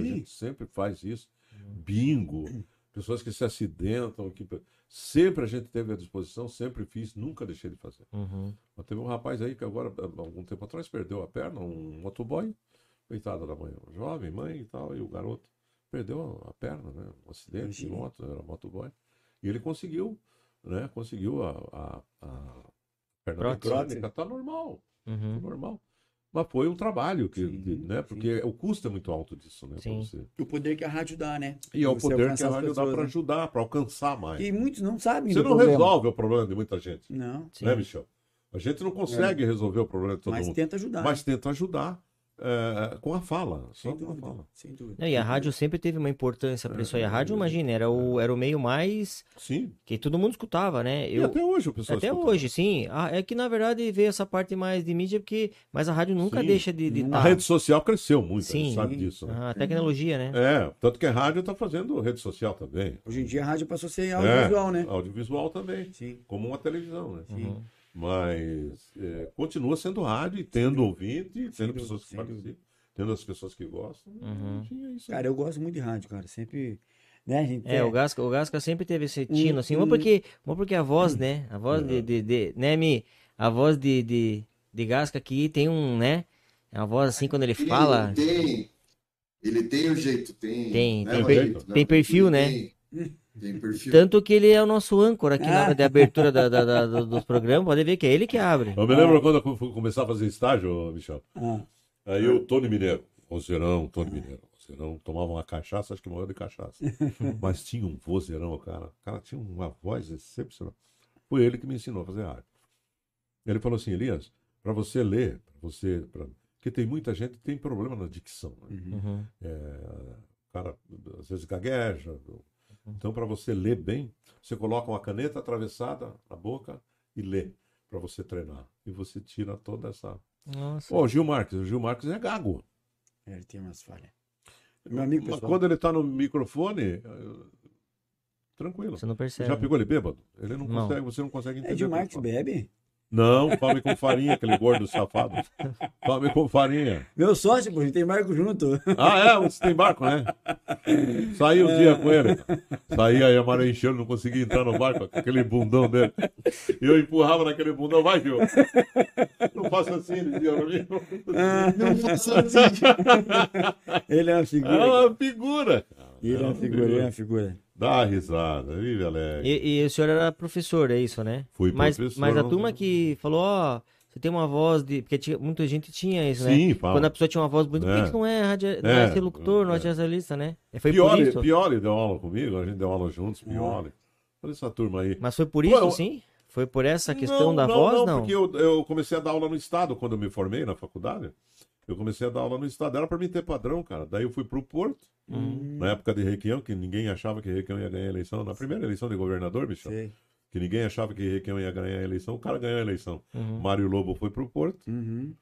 Sim. a gente sempre faz isso. Bingo, pessoas que se acidentam, que sempre a gente teve à disposição, sempre fiz, nunca deixei de fazer. Uhum. Mas teve um rapaz aí que agora, há algum tempo atrás, perdeu a perna, um motoboy, coitado da mãe, uma jovem, mãe e tal, e o garoto perdeu a perna, né? Um acidente de Imagina. moto, era motoboy. E ele conseguiu, né? Conseguiu a, a, a perna Prótese. mecânica, tá normal, tá Uhum. normal. Mas foi um trabalho, que, Sim, de- né? sim. Porque o custo é muito alto disso, né? pra Sim. você. O poder que a rádio dá, né? E é o Você poder que alcançar a as rádio dá pessoas, para né? ajudar, para alcançar mais. E muitos não sabem Você do não problema. resolve o problema de muita gente, Não, Sim. né, Michel? A gente não consegue resolver o problema de todo É. mas mundo. tenta ajudar. Mas tenta ajudar eh, com a fala. Só sem com a dúvida, fala. sem dúvida. Não, e a rádio sempre teve uma importância É, para isso aí. A rádio, imagina, era o, era o meio mais Sim. que todo mundo escutava, né? E Eu, até hoje o pessoal até escuta. hoje, sim. Ah, é que na verdade veio essa parte mais de mídia, porque. Mas a rádio nunca Sim. deixa de. de A A tá. rede social cresceu muito, a gente Sim. sabe disso. né? Ah, a tecnologia, né? É, tanto que a rádio está fazendo rede social também. Hoje em dia a rádio passou a ser É, audiovisual, né? Audiovisual também, Sim, como uma televisão, né? sim. Uhum. Mas eh, continua sendo rádio e tendo ouvinte, e Sem tendo dúvida, pessoas que sem participam, tendo as pessoas que gostam. Uhum. Enfim, é isso. aí. Cara, eu gosto muito de rádio, cara. Sempre, né, a gente? É, o Gasca, o Gasca sempre teve esse Hum, tino, assim, uma hum. porque, uma porque a voz, né? A voz de, É. de, de- né, Mi? A voz de, de, de Gasca aqui tem um, né? A voz, assim, quando ele Ele fala, Tem, ele tem o jeito, tem. Tem, tem o per- né? tem perfil, né? Tem, tem perfil. tanto que ele é o nosso âncora aqui na Ah. hora de abertura da, da, da- do- dos programas, pode ver que é ele que abre. Eu me lembro quando eu fui começar a fazer estágio, ô, Michel. Ah, Aí o Tony Mineiro, vozeirão, Tony Mineiro, vozeirão, tomava uma cachaça, acho que morreu de cachaça. Mas tinha um vozeirão, cara. O cara tinha uma voz excepcional. Foi ele que me ensinou a fazer arte. Ele falou assim, Elias, para você ler, pra você. Pra... Porque tem muita gente que tem problema na dicção. né? Uhum, O cara às vezes gagueja. Então, para você ler bem, você coloca uma caneta atravessada na boca e lê, para você treinar. E você tira toda essa. Nossa. Ó, o Gil Marques, o Gil Marques é gago. É, ele tem umas falhas. Meu amigo, Mas pessoal. quando ele tá no microfone, eh, tranquilo. Você não Você percebe. já pegou ele bêbado? Ele não, Não. consegue, você não consegue entender. É de o que ele Marques fala. Bebe? Não, come com farinha, aquele gordo safado. Come com farinha. Meu sócio, pô, a gente tem Marco junto. Ah, é? Você tem barco, né? Saí um dia com ele. Saí aí a maré enchendo, não conseguia entrar no barco, com aquele bundão dele. E eu empurrava naquele bundão, vai, Gil. Não faça assim, ele dizia pra mim. Não faça assim. Ele é uma É figura. uma figura. cara. Ele é uma figura, ele é uma figura. Dá uma risada, vive alegre. E, e o senhor era professor, é isso, né? Fui mas, professor, Mas a não turma tem- que falou, ó, você tem uma voz de. Porque tinha- muita gente tinha isso, né? Sim, fala. Quando a pessoa tinha uma voz bonita, por É. que que não é, radio... não é É, ser locutor, não é é. radialista, né? E Foi por Pioli, isso. Pioli deu aula comigo, a gente deu aula juntos, Pioli. Olha essa turma aí. Mas foi por Pô, isso, eu- sim? Foi por essa questão da não, voz, não? não? porque eu, eu comecei a dar aula no Estado quando eu me formei na faculdade. Eu comecei a dar aula no Estado. Era pra mim ter padrão, cara. Daí eu fui pro Porto, Hum. Hum, na época de Requião, que ninguém achava que Requião ia ganhar a eleição. Na primeira eleição de governador, bicho, Sei. que ninguém achava que Requião ia ganhar a eleição, o cara ganhou a eleição. Uhum. Mário Lobo foi pro Porto. Uhum.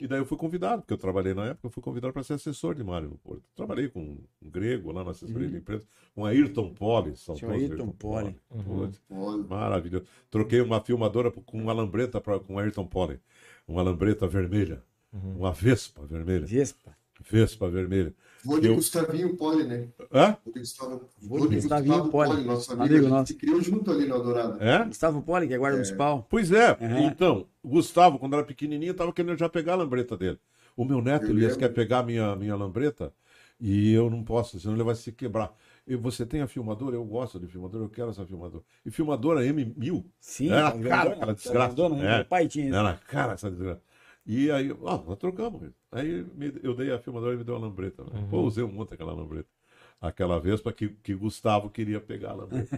E daí eu fui convidado, porque eu trabalhei na época, eu fui convidado para ser assessor de Mário no Porto. Trabalhei com um grego lá na assessoria de empresa, com Ayrton Poli, São Seu Paulo. Ayrton Poli. Putz, Olha, Maravilhoso. Troquei uma filmadora com uma lambreta pra, com Ayrton Poli. Uma lambreta vermelha. Uma Vespa vermelha. Vespa. Vespa vermelha. vou de Eu- Gustavinho Poli, né? Hã? Vou de Gustavo, Vou vou de de Gustavinho Gustavo Poli, Poli, nosso amigo. amigo a gente nosso. se criou junto ali no Adorado. É? Gustavo Poli, que é guarda municipal. Pois é. Uhum. Então, o Gustavo, quando era pequenininho, tava querendo já pegar a lambreta dele. O meu neto, Eu Elias, lembro. quer pegar a minha, minha lambreta e eu não posso, senão ele vai se quebrar. E você tem a filmadora? Eu gosto de filmadora, eu quero essa filmadora. E filmadora M1000? Sim. Era tá É, cara, grandona, aquela tá desgraça. grandona, né? É. Meu pai tinha. Era cara essa desgraça. E aí, ó, nós trocamos. Aí me- eu dei a filmadora e me deu uma lambreta. Né? Pô, usei um monte aquela lambreta. Aquela Vespa que, que Gustavo queria pegar a lambreta.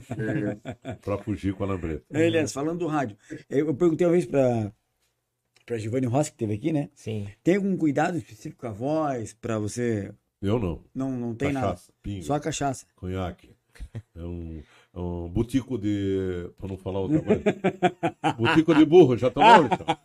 pra fugir com a lambreta. É, Elias, falando do rádio, é, eu eu perguntei uma vez pra, pra Giovanni Rossi, que teve aqui, né? Sim. Tem algum cuidado específico com a voz pra você? Eu não. Não, não tem nada. Cachaça, pinga, Só a cachaça. conhaque. É um, é um butico de. Pra não falar outra coisa. butico de burro, já tomou? Richard?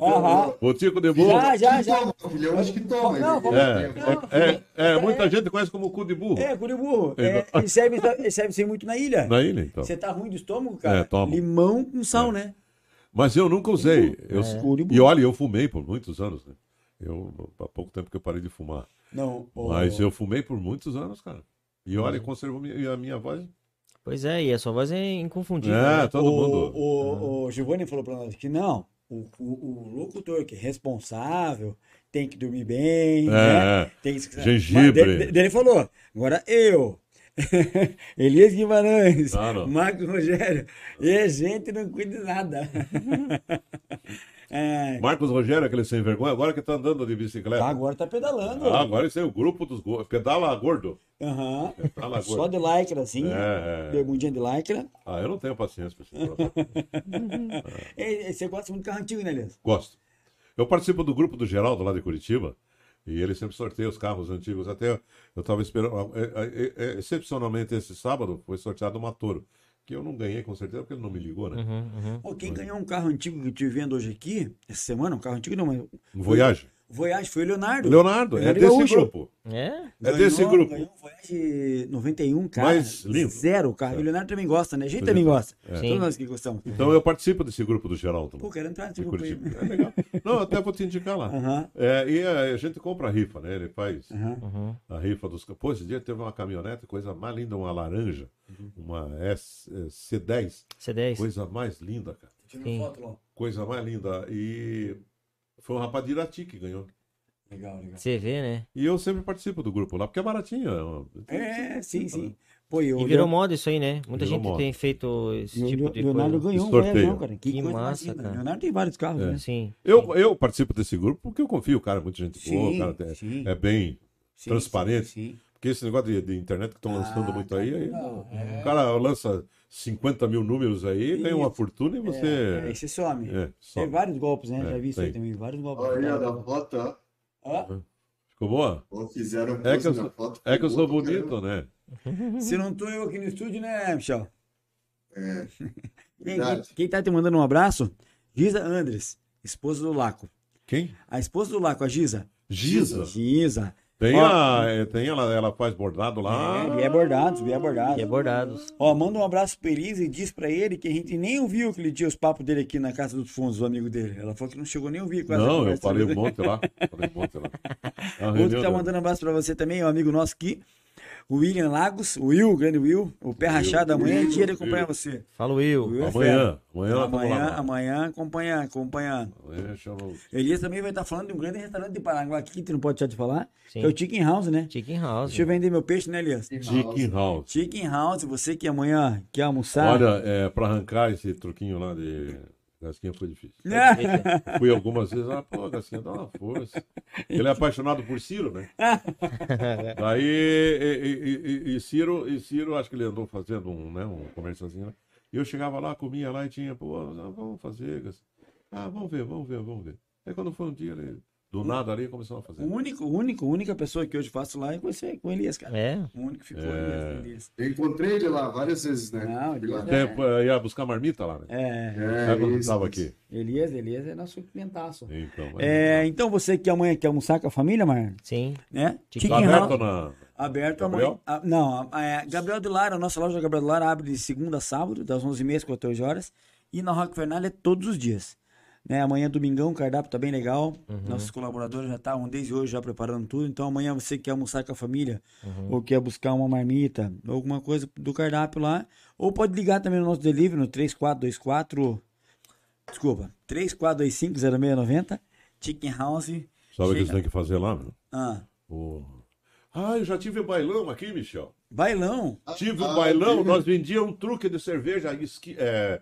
Aham. Butico de burro. Já, já, já. Toma, filhão, acho que toma. Não, ele- vamos- É, é, é, é, muita gente conhece como cu de burro. É, curiburro. É, ele serve, ele serve ser muito na ilha. Na ilha, então. Você tá ruim do estômago, cara? É, toma. Limão com sal, né? Mas eu nunca usei. Eu- É. E olha, eu fumei por muitos anos, né? Eu, há pouco tempo que eu parei de fumar. Não, o- Mas eu fumei por muitos anos, cara. E olha, conservou minha- e a minha voz. Pois é, e a sua voz é inconfundível. É, né? todo o, mundo. O, o Giovanni falou pra nós que não, o, o, o locutor que é responsável tem que dormir bem, né? É, é. Tem que... Gengibre. Mas de- de- Ele falou, agora eu, Elias Guimarães, Claro. Marcos Rogério, e a gente não cuida de nada. É, Marcos Rogério, aquele sem vergonha, agora que tá andando de tá, bicicleta. agora tá pedalando. Ah, agora isso é o grupo dos gordos. Pedala gordo. Aham. Pedala Só gordo. de lycra, assim, É, é. bermudinha de lycra. Ah, eu não tenho paciência pra esse É. E- e Você gosta muito de carro antigo, né, Elias? Gosto. Eu participo do grupo do Geraldo lá de Curitiba e ele sempre sorteia os carros antigos. Até eu estava esperando. é, é, é, Excepcionalmente esse sábado foi sorteado uma Toro, que eu não ganhei com certeza porque ele não me ligou, né? Uhum, uhum. Ó, quem ganhou um carro antigo que eu estive vendo hoje aqui, essa semana, um carro antigo não, mas Um Voyage. Voyage foi o Leonardo. Leonardo, é Leonardo desse Gaúcho. grupo. É? É desse grupo. Ganhou um Voyage 91, cara. Mais lindo. Zero, cara. E O Leonardo também gosta, né? A gente Pois também é. gosta. Sim. Todos nós que gostamos. Então eu participo desse grupo do Geraldo. Pô, quero entrar nesse de grupo aí. Curitiba. É legal. Não, até vou te indicar lá. Aham. É, e a, a gente compra a rifa, né? Ele faz Aham. Uhum. a rifa dos. Pô, esse dia teve uma caminhonete, coisa mais linda, uma laranja, Uhum. uma S, eh, C10, C10. coisa mais linda, cara. Tira Sim. foto, Ló. Coisa mais linda. E foi um rapaz de Irati que ganhou. Legal, é. legal. CV, né? E eu sempre participo do grupo lá, porque é baratinho. é uma- É, Tá sim, sim. Pô, e o E virou Leo- moda isso aí, né? Muita Virou gente moda. tem feito esse e o tipo Leo- de Leonardo coisa. ganhou um Sorteio. É. Voyage, não, cara. Que, Que coisa mais massa, linda. cara. Leonardo tem vários carros, né? Sim. Eu, eu participo desse grupo porque eu confio, cara. Muita gente boa, Sim, cara. É, sim. é bem. Sim, Transparente. Sim. Porque esse negócio de, de internet que estão lançando Ah, muito tá aí, aí legal, é. o cara lança 50 mil números aí, ganha uma Isso. fortuna e sim. você. É, é, você some. É, Tem some. vários golpes, né? É, Já vi isso aí tem. também. Vários golpes. Olha aí, ó, na foto, ó. Ó, Ficou boa? Ó, Fizeram É que eu pose na sou- foto. É que eu sou Pô, caramba. bonito, né? Se não tô eu aqui no estúdio, né, Michel? É, Quem, quem, verdade. quem tá te mandando um abraço? Giza Andres, esposa do Laco. Quem? A esposa do Laco, a Giza. Giza. Giza. Tem, Ó. a, é, tem ela, ela faz bordado lá. É, é bordado, é bordado. Que é bordados. Ó, manda um abraço pro Elisa e diz pra ele que a gente nem ouviu aquele dia os papos dele aqui na Casa dos Fundos, o amigo dele. Ela falou que não chegou nem a ouvir quase a Não, eu conversa falei um dele. monte lá. Falei um monte lá. né? Outro que A tá reunião- mandando abraço pra você também, é um amigo nosso aqui, o William Lagos, o Will, o grande Will, o pé rachado amanhã, é dia de acompanhar você. Falo eu. Will é Amanhã. Amanhã fera. ela tá Amanhã, lá. amanhã, acompanha, acompanha. Amanhã chama o- Elias também vai estar falando de um grande restaurante de Paranaguá aqui, que tu não pode deixar de falar, Sim. que é o Chicken House, né? Chicken House. Deixa eu vender meu peixe, né, Elias? Chicken House. Chicken House, você que amanhã quer almoçar. Olha, é, pra arrancar esse truquinho lá de Gasquinha foi difícil. Né? Fui algumas vezes, ah, pô, Gasquinha, dá uma força. Ele é apaixonado por Ciro, né? Daí, e, e- e- e Ciro, e Ciro, acho que ele andou fazendo um, né, um comercialzinho lá. E eu chegava lá, comia lá e tinha, pô, ah, vamos fazer, Gasquinha. Ah, vamos ver, vamos ver, vamos ver. Aí quando foi um dia, ele, do nada ali, começou a O fazer. único, único, única pessoa que hoje faço lá é com você, com o Elias, cara. É. O único que ficou É. Elias, Eu encontrei ele lá várias vezes, né? Não, Fui lá. ele- Até eh, ia buscar marmita lá, né? Elias. É, Sabe quando isso, tava isso. aqui. Elias, Elias é nosso clientaço. Então, É, então você que amanhã quer almoçar com a família, Mar, Sim. né? Chicken Tá aberto na. Aberto amanhã. Gabriel? Ah, não, ah, é, Gabriel de Lara, a nossa loja Gabriel de Lara abre de segunda a sábado, das 11h30 às 14 horas. E na Rock Fernalha é todos os dias. Né, amanhã é domingão, o cardápio tá bem legal. Uhum. Nossos colaboradores já estavam desde hoje já preparando tudo. Então amanhã você quer almoçar com a família, Uhum. ou quer buscar uma marmita, ou alguma coisa do cardápio lá. Ou pode ligar também no nosso delivery no 3424. Desculpa, 34250690. Chicken House. Sabe o que você Chega- tem que fazer lá, meu? Ah, O- Ah, eu já tive bailão aqui, Michel. bailão. Tive ah, um bailão, tive. nós vendíamos um truque de cerveja esqui- é,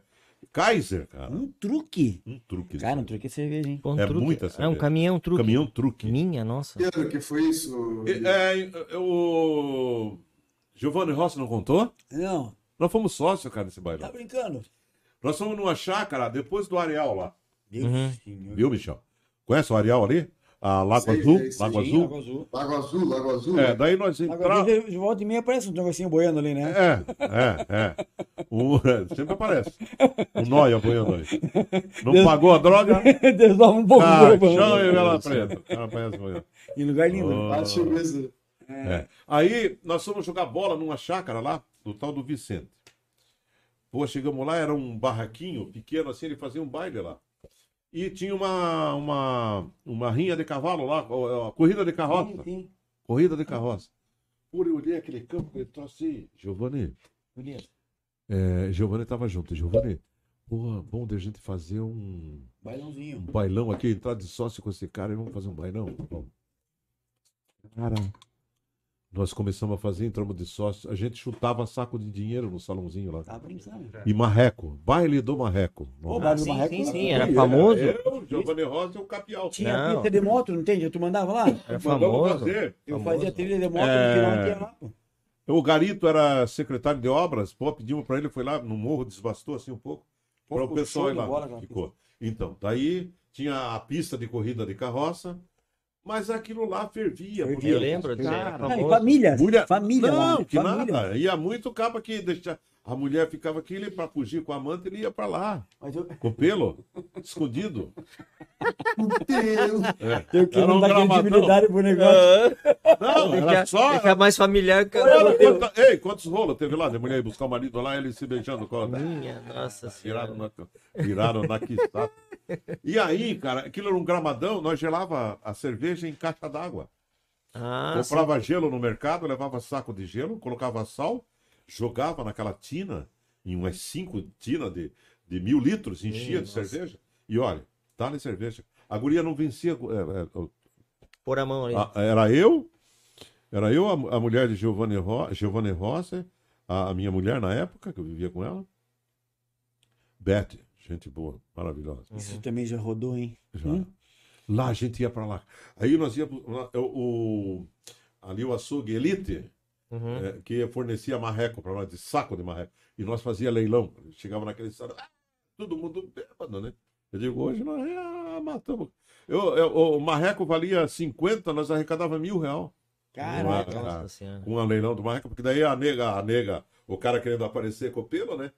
Kaiser, cara. Um truque. Um truque. de Cara, um cerveja. truque é cerveja, hein? Pô, um É truque. É muita um cerveja. caminhão truque. Hum. Caminhão truque. Minha, nossa. Que ano um que foi isso? E- é, o Giovanni Rossi não contou? Não, Nós fomos sócios, cara, nesse bailão. tá brincando? Nós fomos numa chácara depois do Areal lá. Deus Uhum. senhor. Viu, Michel? Conhece o Areal ali? A Lago Sei, Azul? sei, sei. Lago Sim, Azul? Lago Azul. Lago Azul, Lago Azul. É, né? daí nós Lago entramos. Azul, de volta e meia aparece um negocinho boiando ali, né? É, é, é. O- é, sempre aparece. O Noia apanhando aí. Não Deus- pagou a droga? Deus dá um pouco Ah, de boia, mano. chão e vela preta. O cara apanha as manhãs. Em lugar lindo. né? Bate mesmo. É. Aí nós fomos jogar bola numa chácara lá, do tal do Vicente. Pô, chegamos lá, era um barraquinho pequeno assim, ele fazia um baile lá. E tinha uma, uma, uma rinha de cavalo lá, ó, ó, corrida de carroça. Sim, Corrida de carroça. Pô, eu olhei aquele campo, eu tô assim, Giovanni, sim. é, Giovanni tava junto, Giovanni, pô, bom da gente fazer um, um Bailãozinho. bailão aqui, entrar de sócio com esse cara e vamos fazer um bailão? Vamos. Cara, nós começamos a fazer, entramos de sócio, a gente chutava saco de dinheiro no salãozinho lá. Tá brincando. E marreco, baile do marreco. Ô, baile do sim, Marreco, sim, lá- sim, é. era famoso. Eu, Giovanni Rosa e o Capial. Tinha Não. pista de moto, não entende? Tu mandava lá? Era Mandamos famoso. fazer. Eu Famoso. fazia trilha de moto É. no final do dia lá, pô. O Garito era secretário de obras, pô, pedimos pra ele, foi lá no morro, desbastou assim um pouco, Pô, para o ficou pessoal show ir de lá. bola aquela ficou. Então, daí tinha a pista de corrida de carroça, mas aquilo lá fervia. Fervia. porque- Eu lembro, ele era Cara, Não, e famoso. família. Mulher- Família, não, lá, que família. nada. Ia muito capa que deixa... A mulher ficava aqui, ele para fugir com a manta, ele ia pra lá, Mas eu, com o pelo, escondido. Deus. É. eu que Era não um É. dar gravatão. credibilidade pro negócio. Aham. Não, era Fica- só. fica mais familiar que Olha, quanta- Ei, quantos rolos teve lá? De mulher ir buscar o marido lá, ele se beijando com a. Minha nossa senhora. Viraram na, viraram na quisada. E aí, cara, aquilo era um gramadão, nós gelava a cerveja em caixa d'água. Ah, sim. Comprava gelo no mercado, levava saco de gelo, colocava sal, jogava naquela tina, em umas cinco tinas de, de mil litros, enchia de nossa. cerveja. E olha, dá-lhe cerveja. A guria não vencia. eh, era- era- Por a mão ali. a- Ah, Era eu, era eu, a, a mulher de Giovanni, Ro, Giovanni Rossi, a, a minha mulher na época, que eu vivia com ela. Beth, gente boa, maravilhosa. Isso também já rodou, hein? Já. Hum. Lá a gente ia pra lá. Aí nós íamos. lá, O, o- ali o açougue Elite, Uhum. eh, que fornecia marreco pra nós, de saco de marreco. E nós fazia leilão. Chegava naquele estado, ah, todo mundo bêbado, né? Eu digo, hoje nós ah, matamos. Eu, eu- o marreco valia 50, nós arrecadava mil real Caraca. Não é, Nossa senhora. com a leilão do marca, porque daí a nega, a nega, o cara querendo aparecer com o pelo, né?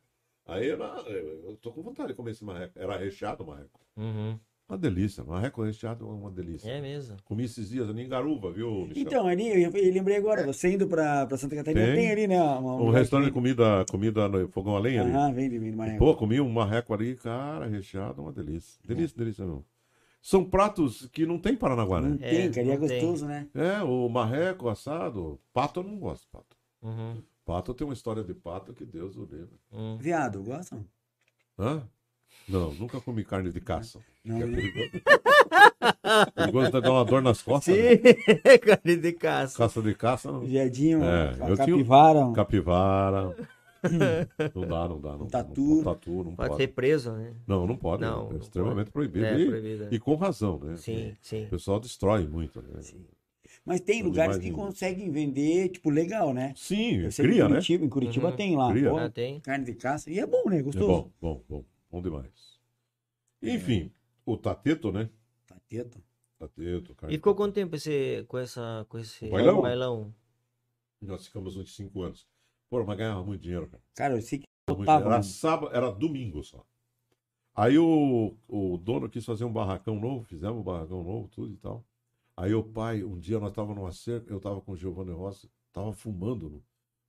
Aí eu, não, eu eu tô com vontade de comer esse marreco. Era recheado o marreco. Uhum. Uma delícia, marreco recheado é uma delícia. É mesmo. Comi esses dias ali em Garuva, viu, Michel? Então, ali, eu eu lembrei agora, você indo pra, pra Santa Catarina, É. Tem. tem, ali, né? Uma, um restaurante de comida, comida no fogão a lenha ali. Aham, vende, vende marreco. Pô, comi um marreco ali, cara, recheado, uma delícia. Delícia, delícia mesmo. São pratos que não tem em Paranaguá, Não né? tem, É, cara, e é não tem. gostoso, né? É, o marreco assado, pato eu não gosto, pato. Uhum. Pato tem uma história de pato que Deus o livre. Uhum. Viado, gostam? Hã? Não, nunca comi carne de caça. Não, É né? perigoso. Perigoso tá dando uma dor nas costas. né? Sim, cara de caça. Caça de caça, não. Viadinho, É, a eu tinha- capivara, um- capivara. Não dá, não dá. Não, Tatu. Não, tatu, não Pode pode. ser preso, né? Não, não pode. Não, é não extremamente proibido. É, e, proibido. e com razão, né? Sim, sim. O pessoal destrói muito. Né? Sim. Mas tem Tudo lugares mais que lindo. conseguem vender, tipo, legal, né? Sim, Eu sei que em cria, né? Curitiba, em Curitiba Uhum. tem lá. Cria. pô, Ah, tem. carne de caça. E é bom, né? É Gostoso. bom, bom, bom. Bom demais. Enfim, É. o tateto, né? Tá Tateto. Tateto, carne. E ficou quanto tempo esse, com, essa, com esse Bailão? bailão? Nós ficamos uns cinco anos. Pô, mas ganhava muito dinheiro, cara. Cara, eu sei que Muito Tava, Era né? sábado, era domingo só. Aí o, o dono quis fazer um barracão novo, fizemos um barracão novo, tudo e tal. Aí o pai, um dia nós estávamos numa cerca, eu estava com o Giovanni Rossi, estava fumando no,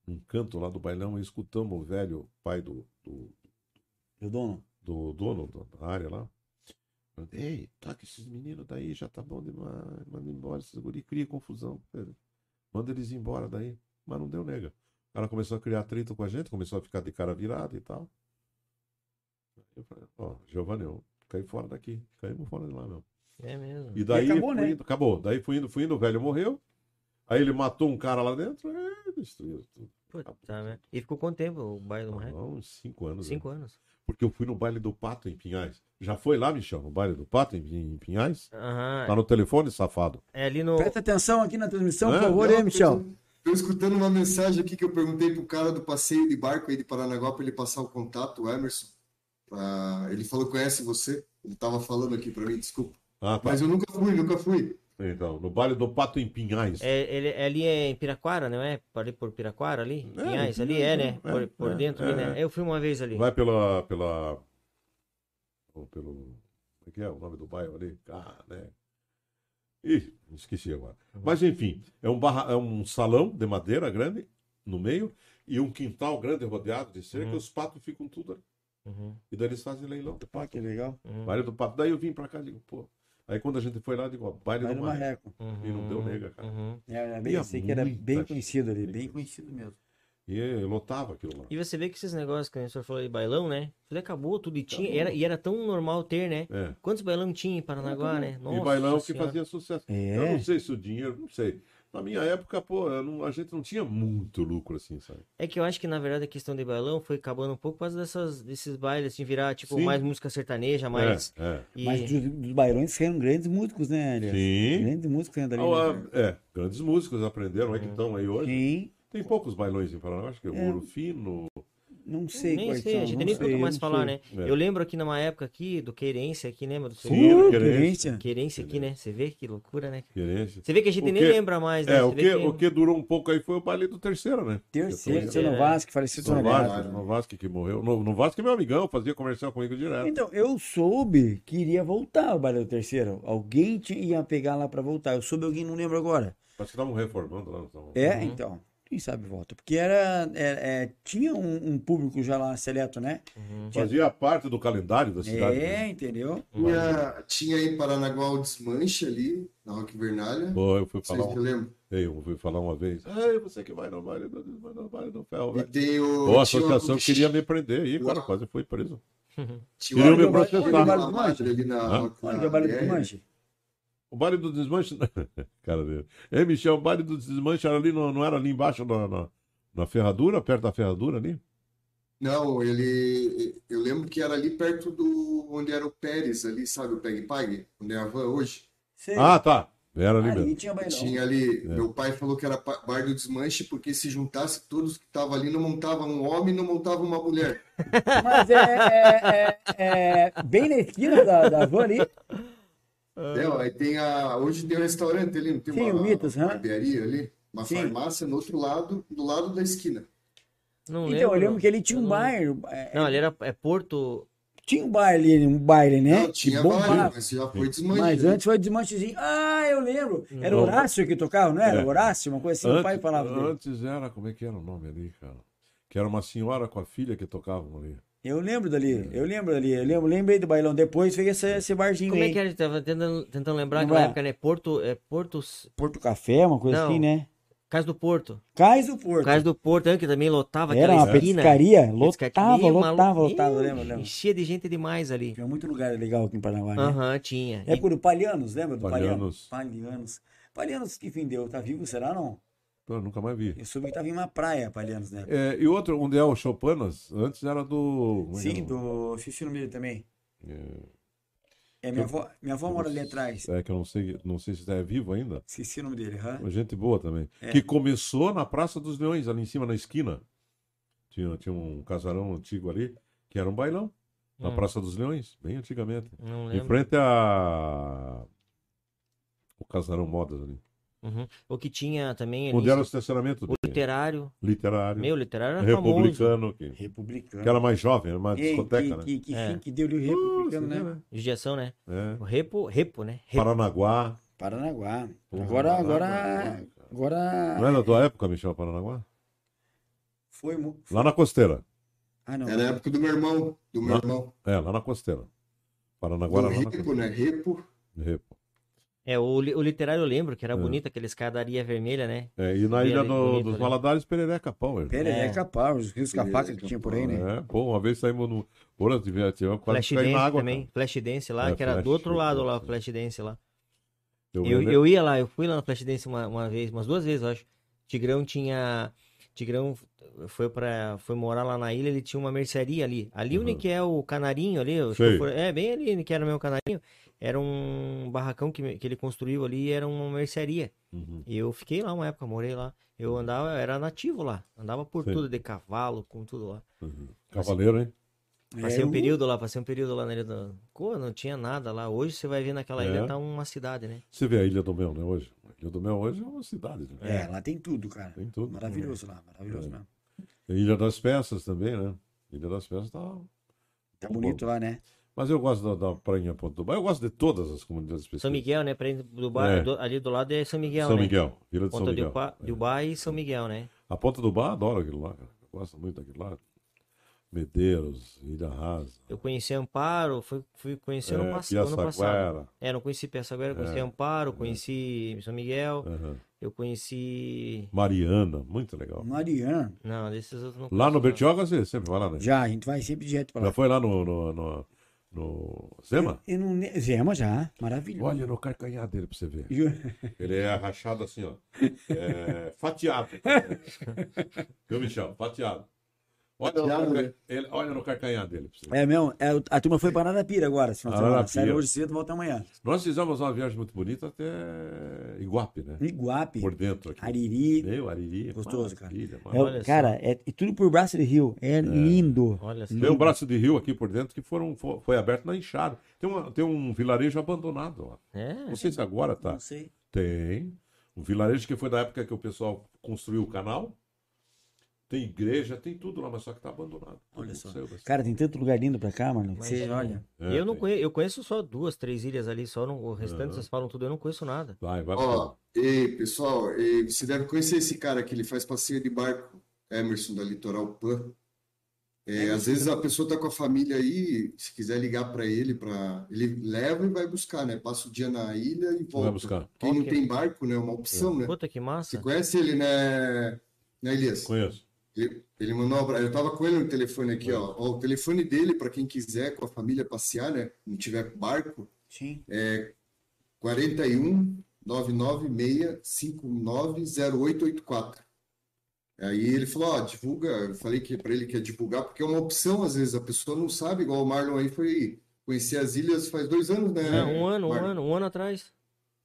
num canto lá do bailão, e escutamos o velho pai do, do, o dono. do dono do- da área lá. falando, Ei, tá que esses meninos daí já tá bom demais, manda embora, esses guri cria confusão. velho. Manda eles embora daí. Mas não deu nega. O cara começou a criar atrito com a gente, começou a ficar de cara virada e tal. Eu falei, ó, Giovanni, eu caí fora daqui, caímos fora de lá mesmo. É mesmo. E daí acabou, fui né? indo, acabou. Daí fui indo, fui indo, o velho morreu. Aí ele matou um cara lá dentro e destruiu tudo. Puta, merda. E ficou quanto tempo o baile do Ah, Marreco? uns cinco anos. né? é? Cinco anos. Porque eu fui no baile do Pato em Pinhais. Já foi lá, Michel, no baile do Pato em, em Pinhais? Tá Aham. no telefone, safado. É ali no. Presta atenção aqui na transmissão, É, por favor, não, hein, Michel? Estou escutando uma mensagem aqui que eu perguntei pro cara do passeio de barco aí de Paranaguá para ele passar o contato, o Emerson. Ah, ele falou que conhece você. Ele tava falando aqui para mim, desculpa. Ah, tá. Mas eu nunca fui, nunca fui. Então, no baile do Pato em Pinhais. É, ele, é ali é em Piraquara, não é? Ali por Piraquara ali? É, Pinhais, ali é, né? é, Por, por é, dentro ali, né? Eu fui uma vez ali. Vai pela. pela. ou pelo. Como é que é o nome do bairro ali? Ah, né? Ih, esqueci agora. Mas enfim, é um, barra, é um salão de madeira grande no meio e um quintal grande rodeado de cerca, Uhum. os patos ficam tudo ali. Uhum, E daí eles fazem leilão de Pá, pato. que legal. uhum, Baile do pato. Daí eu vim pra cá e digo, pô. Aí quando a gente foi lá, eu digo, ó, baile, Mas do no marreco. Marreco. uhum, e não deu nega, cara. uhum. É, é bem, Ia sei que era muita bem gente. conhecido ali, bem conhecido mesmo. E eu lotava aquilo lá. E você vê que esses negócios que a gente falou de bailão, né? Tudo acabou, tudo e tinha. Era, e era tão normal ter, né? É. Quantos bailão tinha em Paranaguá, né? e bailão que Senhora. fazia sucesso. É. Eu não sei se o dinheiro, não sei. Na minha época, pô, eu não- a gente não tinha muito lucro assim, sabe? É que eu acho que, na verdade, a questão de bailão foi acabando um pouco por causa dessas, desses bailes, assim, virar, tipo, Sim. mais música sertaneja, mais. É, é. E... Mas dos, dos Bairões saíram grandes músicos, né, Elias? Sim. Grandes músicos saindo dali. Ah, né? ah, é, grandes músicos aprenderam, aí que Uhum. estão aí hoje. Sim, Tem poucos bailões em Paraná, acho que é o Ouro Fino. não sei nem quais sei, são, a gente não nem sei, escuta mais não falar, sei. né? É. Eu lembro aqui numa época aqui do Querência, aqui, lembra do seu Sim, nome? Pô, Querência. Querência. Querência aqui, né? Você vê que loucura, né? Querência. Você vê que a gente O nem que- lembra mais, né? É, Você o vê que, o que durou um pouco aí foi o baile do terceiro, né? Terceiro, Depois- seu é. Novasco, falecido seu Novasco. Novasco, Novasco que morreu. No, Novasco é meu amigão, fazia comercial comigo é. direto. Então, eu soube que iria voltar ao Baile do Terceiro. Alguém te ia pegar lá pra voltar. Eu soube, alguém não lembro agora. Acho que estavam reformando lá. não estavam? É, Uhum. então. Quem sabe volta. Porque era. é, é, tinha um, um público já lá seleto, né? Uhum. Fazia parte do calendário da cidade. né? É, entendeu? Tinha, tinha aí em Paranaguá o desmanche ali, na Rock Vernalha. Pô, eu fui falar, Vocês se um- lembram? Ei, eu fui falar uma vez. Ei, você que vai no baile, do- vai no baile do ferro, E velho. um tem o. Pô, a tinha associação uma- queria me prender aí, cara, Uau. quase fui preso. Tinha queriam uma- me uma- uma- processar. uma madre ali na Hã? Rock Olha, que é o Baile do Vernalha. Manche. O baile do desmanche. Cara dele. Ei, Michel, o baile do desmanche era ali, não, não era ali embaixo na, na, na ferradura, perto da ferradura ali? Não, ele. Eu lembro que era ali perto do. onde era o Pérez ali, sabe? O Peg Pag, onde é a van hoje. Sei. Ah, tá. Era ali ali mesmo. tinha bailão. Tinha É. ali. Meu pai falou que era pa- bar do desmanche, porque se juntasse todos que estavam ali, não montava um homem, não montava uma mulher. Mas é, é- é- é bem na esquina da, da van ali. É. Entendeu? Né, Aí tem a. Hoje tem um restaurante ali, não tem Sim, uma, o Mitas, uma hã? barbearia ali, uma Sim. farmácia no outro lado, do lado da esquina. Não lembro. Então, eu lembro que ele tinha um Eu não- bar. é, Não, ele era é Porto. Tinha um bar ali, um baile, né? Não, tinha que vários, bombava. mas já foi desmanche. Mas né? antes foi o desmanchezinho. Ah, eu lembro. Hum. Era Não. Horácio que tocava, não era? É. Horácio, uma coisa assim. o pai falava dele. antes era, como é que era o nome ali, cara? Que era uma senhora com a filha que tocavam ali. Eu lembro dali, eu lembro dali, eu lembro, lembrei do bailão. Depois veio esse, esse barzinho Como é aí. que era? Eu Tava tentando, tentando lembrar Não aquela é? época, né? Porto. É Porto. Porto Café, uma coisa Não. assim, né? Casa do Porto. Cais do Porto. Casa do Porto, né, que também lotava Era aquela uma esquina. pescaria, Pesca- lotava, Ih, maluco. lotava, lotava, Ih, lembra, lembra? Enchia de gente demais ali. Tinha muito lugar legal aqui em Paranaguá, né? Aham, tinha. É por o Palianos, lembra do Palianos? Palhanos. Palianos. Palianos que vendeu, tá vivo, será não? Pô, eu nunca mais vi. Eu soube que tava em uma praia, Palianos, né? É, e outro, onde é o Chopanas, antes era do. como é que Sim, era? do Xixi no Milho também. É, É, minha avó, minha avó mora ali atrás. É que eu não sei, não sei se é vivo ainda. Esqueci o nome dele, hã? É. Uma Gente boa também. Que começou na Praça dos Leões, ali em cima, na esquina. Tinha, tinha um casarão antigo ali, que era um bailão. Na Hum. Praça dos Leões, bem antigamente. Não Em lembro. frente a. O casarão Modas ali. Uhum. O que tinha também ali. Onde era o estacionamento O literário. literário, Meu, o literário era famoso. republicano, que, Republicano. que era mais jovem, era uma Ei, discoteca, que, que, que É. fim que deu ali o né? Republicano, né? Judiação, né? É. O Repo, Repo, né? Repo. Paranaguá. Paranaguá. Porra, agora, agora, Paranaguá, Não agora é da tua época, Michel, Paranaguá? foi mu- Lá na costeira. Ah, não. Era a época do meu irmão, do meu Lá- irmão. É, lá na costeira. Paranaguá Do era lá na Ripo, costeira. né? Ripo. Repo. É, o, li- o literário eu lembro que era bonito, aquela escadaria vermelha, né? É, e na Bem Ilha ali, do- bonito, dos né? Valadares, Perereca Power. Perereca é. pau, os rios capaca que tinha por aí, né? É, pô, uma vez saímos no. Porra, tive, tive quase Flash que caí na Dance água. também. cara. Flash Dance lá, É, que era do Flash outro lado lá, o Dance. Flash Dance lá. Eu, Eu, lembro- eu ia lá, eu fui lá no Flash Dance uma, uma vez, umas duas vezes, eu acho. Tigrão tinha. Tigrão foi para foi morar lá na ilha, ele tinha uma mercearia ali. Ali onde Uhum. que é o canarinho ali, eu acho que Sei. foi- é bem ali onde que era o meu canarinho. Era um barracão que, que ele construiu ali, era uma mercearia. Uhum. E eu fiquei lá uma época, morei lá. Eu andava, eu era nativo lá. Andava por Sim. tudo, de cavalo, com tudo lá. Cavaleiro, hein? Passei É, uh. um o- período lá, passei um período lá na ilha do... Pô, não tinha nada lá. Hoje você vai ver naquela ilha, É. tá uma cidade, né? Você vê a Ilha do Mel, né? Hoje. A Ilha do Mel hoje é uma cidade. né? É, lá tem tudo, cara. Tem tudo. Maravilhoso lá, maravilhoso É. mesmo. Ilha das Peças também, né? Ilha das Peças tá. Tá bonito lá, né? Mas eu gosto da, da Prainha Ponta do Bar. Eu gosto de todas as comunidades pesquisas. São Miguel, né? Pra ir do bar, É. do- ali do lado é São Miguel, São né? Miguel, Vila de São Ponta Miguel. do Bar e São Miguel, né? A Ponta do Bar adora aquilo lá, cara. Gosta muito daquilo lá. Medeiros, Ilha Rasa. Eu conheci Amparo, fui, fui conhecer ano, é, pass- ano passado. Pirassaguara. É, não conheci Piaçaguera, conheci É, Amparo, conheci São Miguel, Aham. eu conheci... Mariana, muito legal. Mariana. Não, desses outros não Lá conheço, no não. Bertioga você sempre vai lá, né? Já, Já, a gente vai sempre direto pra lá. foi lá no, no, no, no Zema? Eu não... ne- Zema já, maravilhoso. Olha no carcanhar dele pra você ver. Ju- Ele é rachado assim, ó. É, fatiado. Viu, Michel? Fatiado. Olha, Fatiado, no, né? carca... ele- olha no carcanhar dele. Pra você ver. É mesmo, é, a turma foi pra Ararapira agora, se não Ararapira. Sério, hoje cedo, volta amanhã. Nós fizemos uma viagem muito bonita até Iguape, né? Iguape, Por dentro aqui. Ariri. Meu, Ariri. Gostoso, cara. maravilha, É, maravilha. Olha cara, é, e tudo por braço de rio. É, lindo. Olha só. Tem um braço de rio aqui por dentro que foram, fo- foi aberto na enxada. Tem, uma- tem um vilarejo abandonado lá. É, Não sei se agora tá. Não sei. Tem. Um vilarejo que foi da época que o pessoal construiu o canal. Tem igreja, tem tudo lá, mas só que tá abandonado. Tudo Olha só. saiu dessa- Cara, tem tanto lugar lindo pra cá, mano. que Mas Você é. olha. É, eu não tem. conheço, eu conheço só duas, três ilhas ali, só não, o restante Aham. vocês falam tudo, eu não conheço nada. Vai, vai. Ó, ei, pessoal, ei, você deve conhecer esse cara que ele faz passeio de barco, Emerson da Litoral Pan. É, às vezes a pessoa tá com a família aí, se quiser ligar para ele, para ele leva e vai buscar, né? Passa o dia na ilha e Vai volta. buscar. Quem não Ok. tem barco, né? É uma opção, né? Puta que Você massa. conhece ele, né, né Elias? Conheço. Ele, ele mandou um abraço. Eu tava com ele no telefone aqui, ó. Ó, O telefone dele, para quem quiser com a família passear, né? Não tiver barco, Sim. 41 996590884. Aí ele falou, ó, divulga. Eu falei que para ele que é divulgar, porque é uma opção, às vezes, a pessoa não sabe, igual o Marlon aí foi conhecer as ilhas faz dois anos, né? É, um ano, um Marlon? ano, um ano atrás.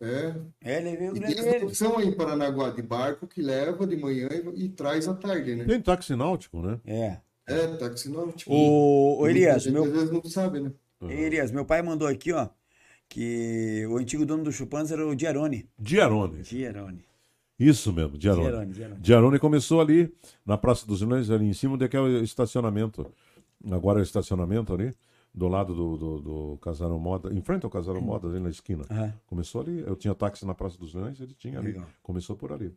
É. É, levei o E grande tem essa dele. opção aí em Paranaguá de barco que leva de manhã e, e traz à tarde, né? Tem táxi náutico, né? É. É, tá que senão, tipo, O, o muita Elias, gente meu às vezes não sabe, né? Uhum. Elias, meu pai mandou aqui, ó, que o antigo dono do Chupanos era o Diarone. Diarone. Diarone. Isso mesmo, Diarone. Diarone, Diarone. Diarone começou ali na Praça dos Milhões, ali em cima, onde é que é o estacionamento. Agora é o estacionamento ali, do lado do, do, do Casarão Moda, em frente ao Casarão Moda, ali na esquina. Aham. Começou ali, eu tinha táxi na Praça dos Milhões, ele tinha ali. Legal. Começou por ali.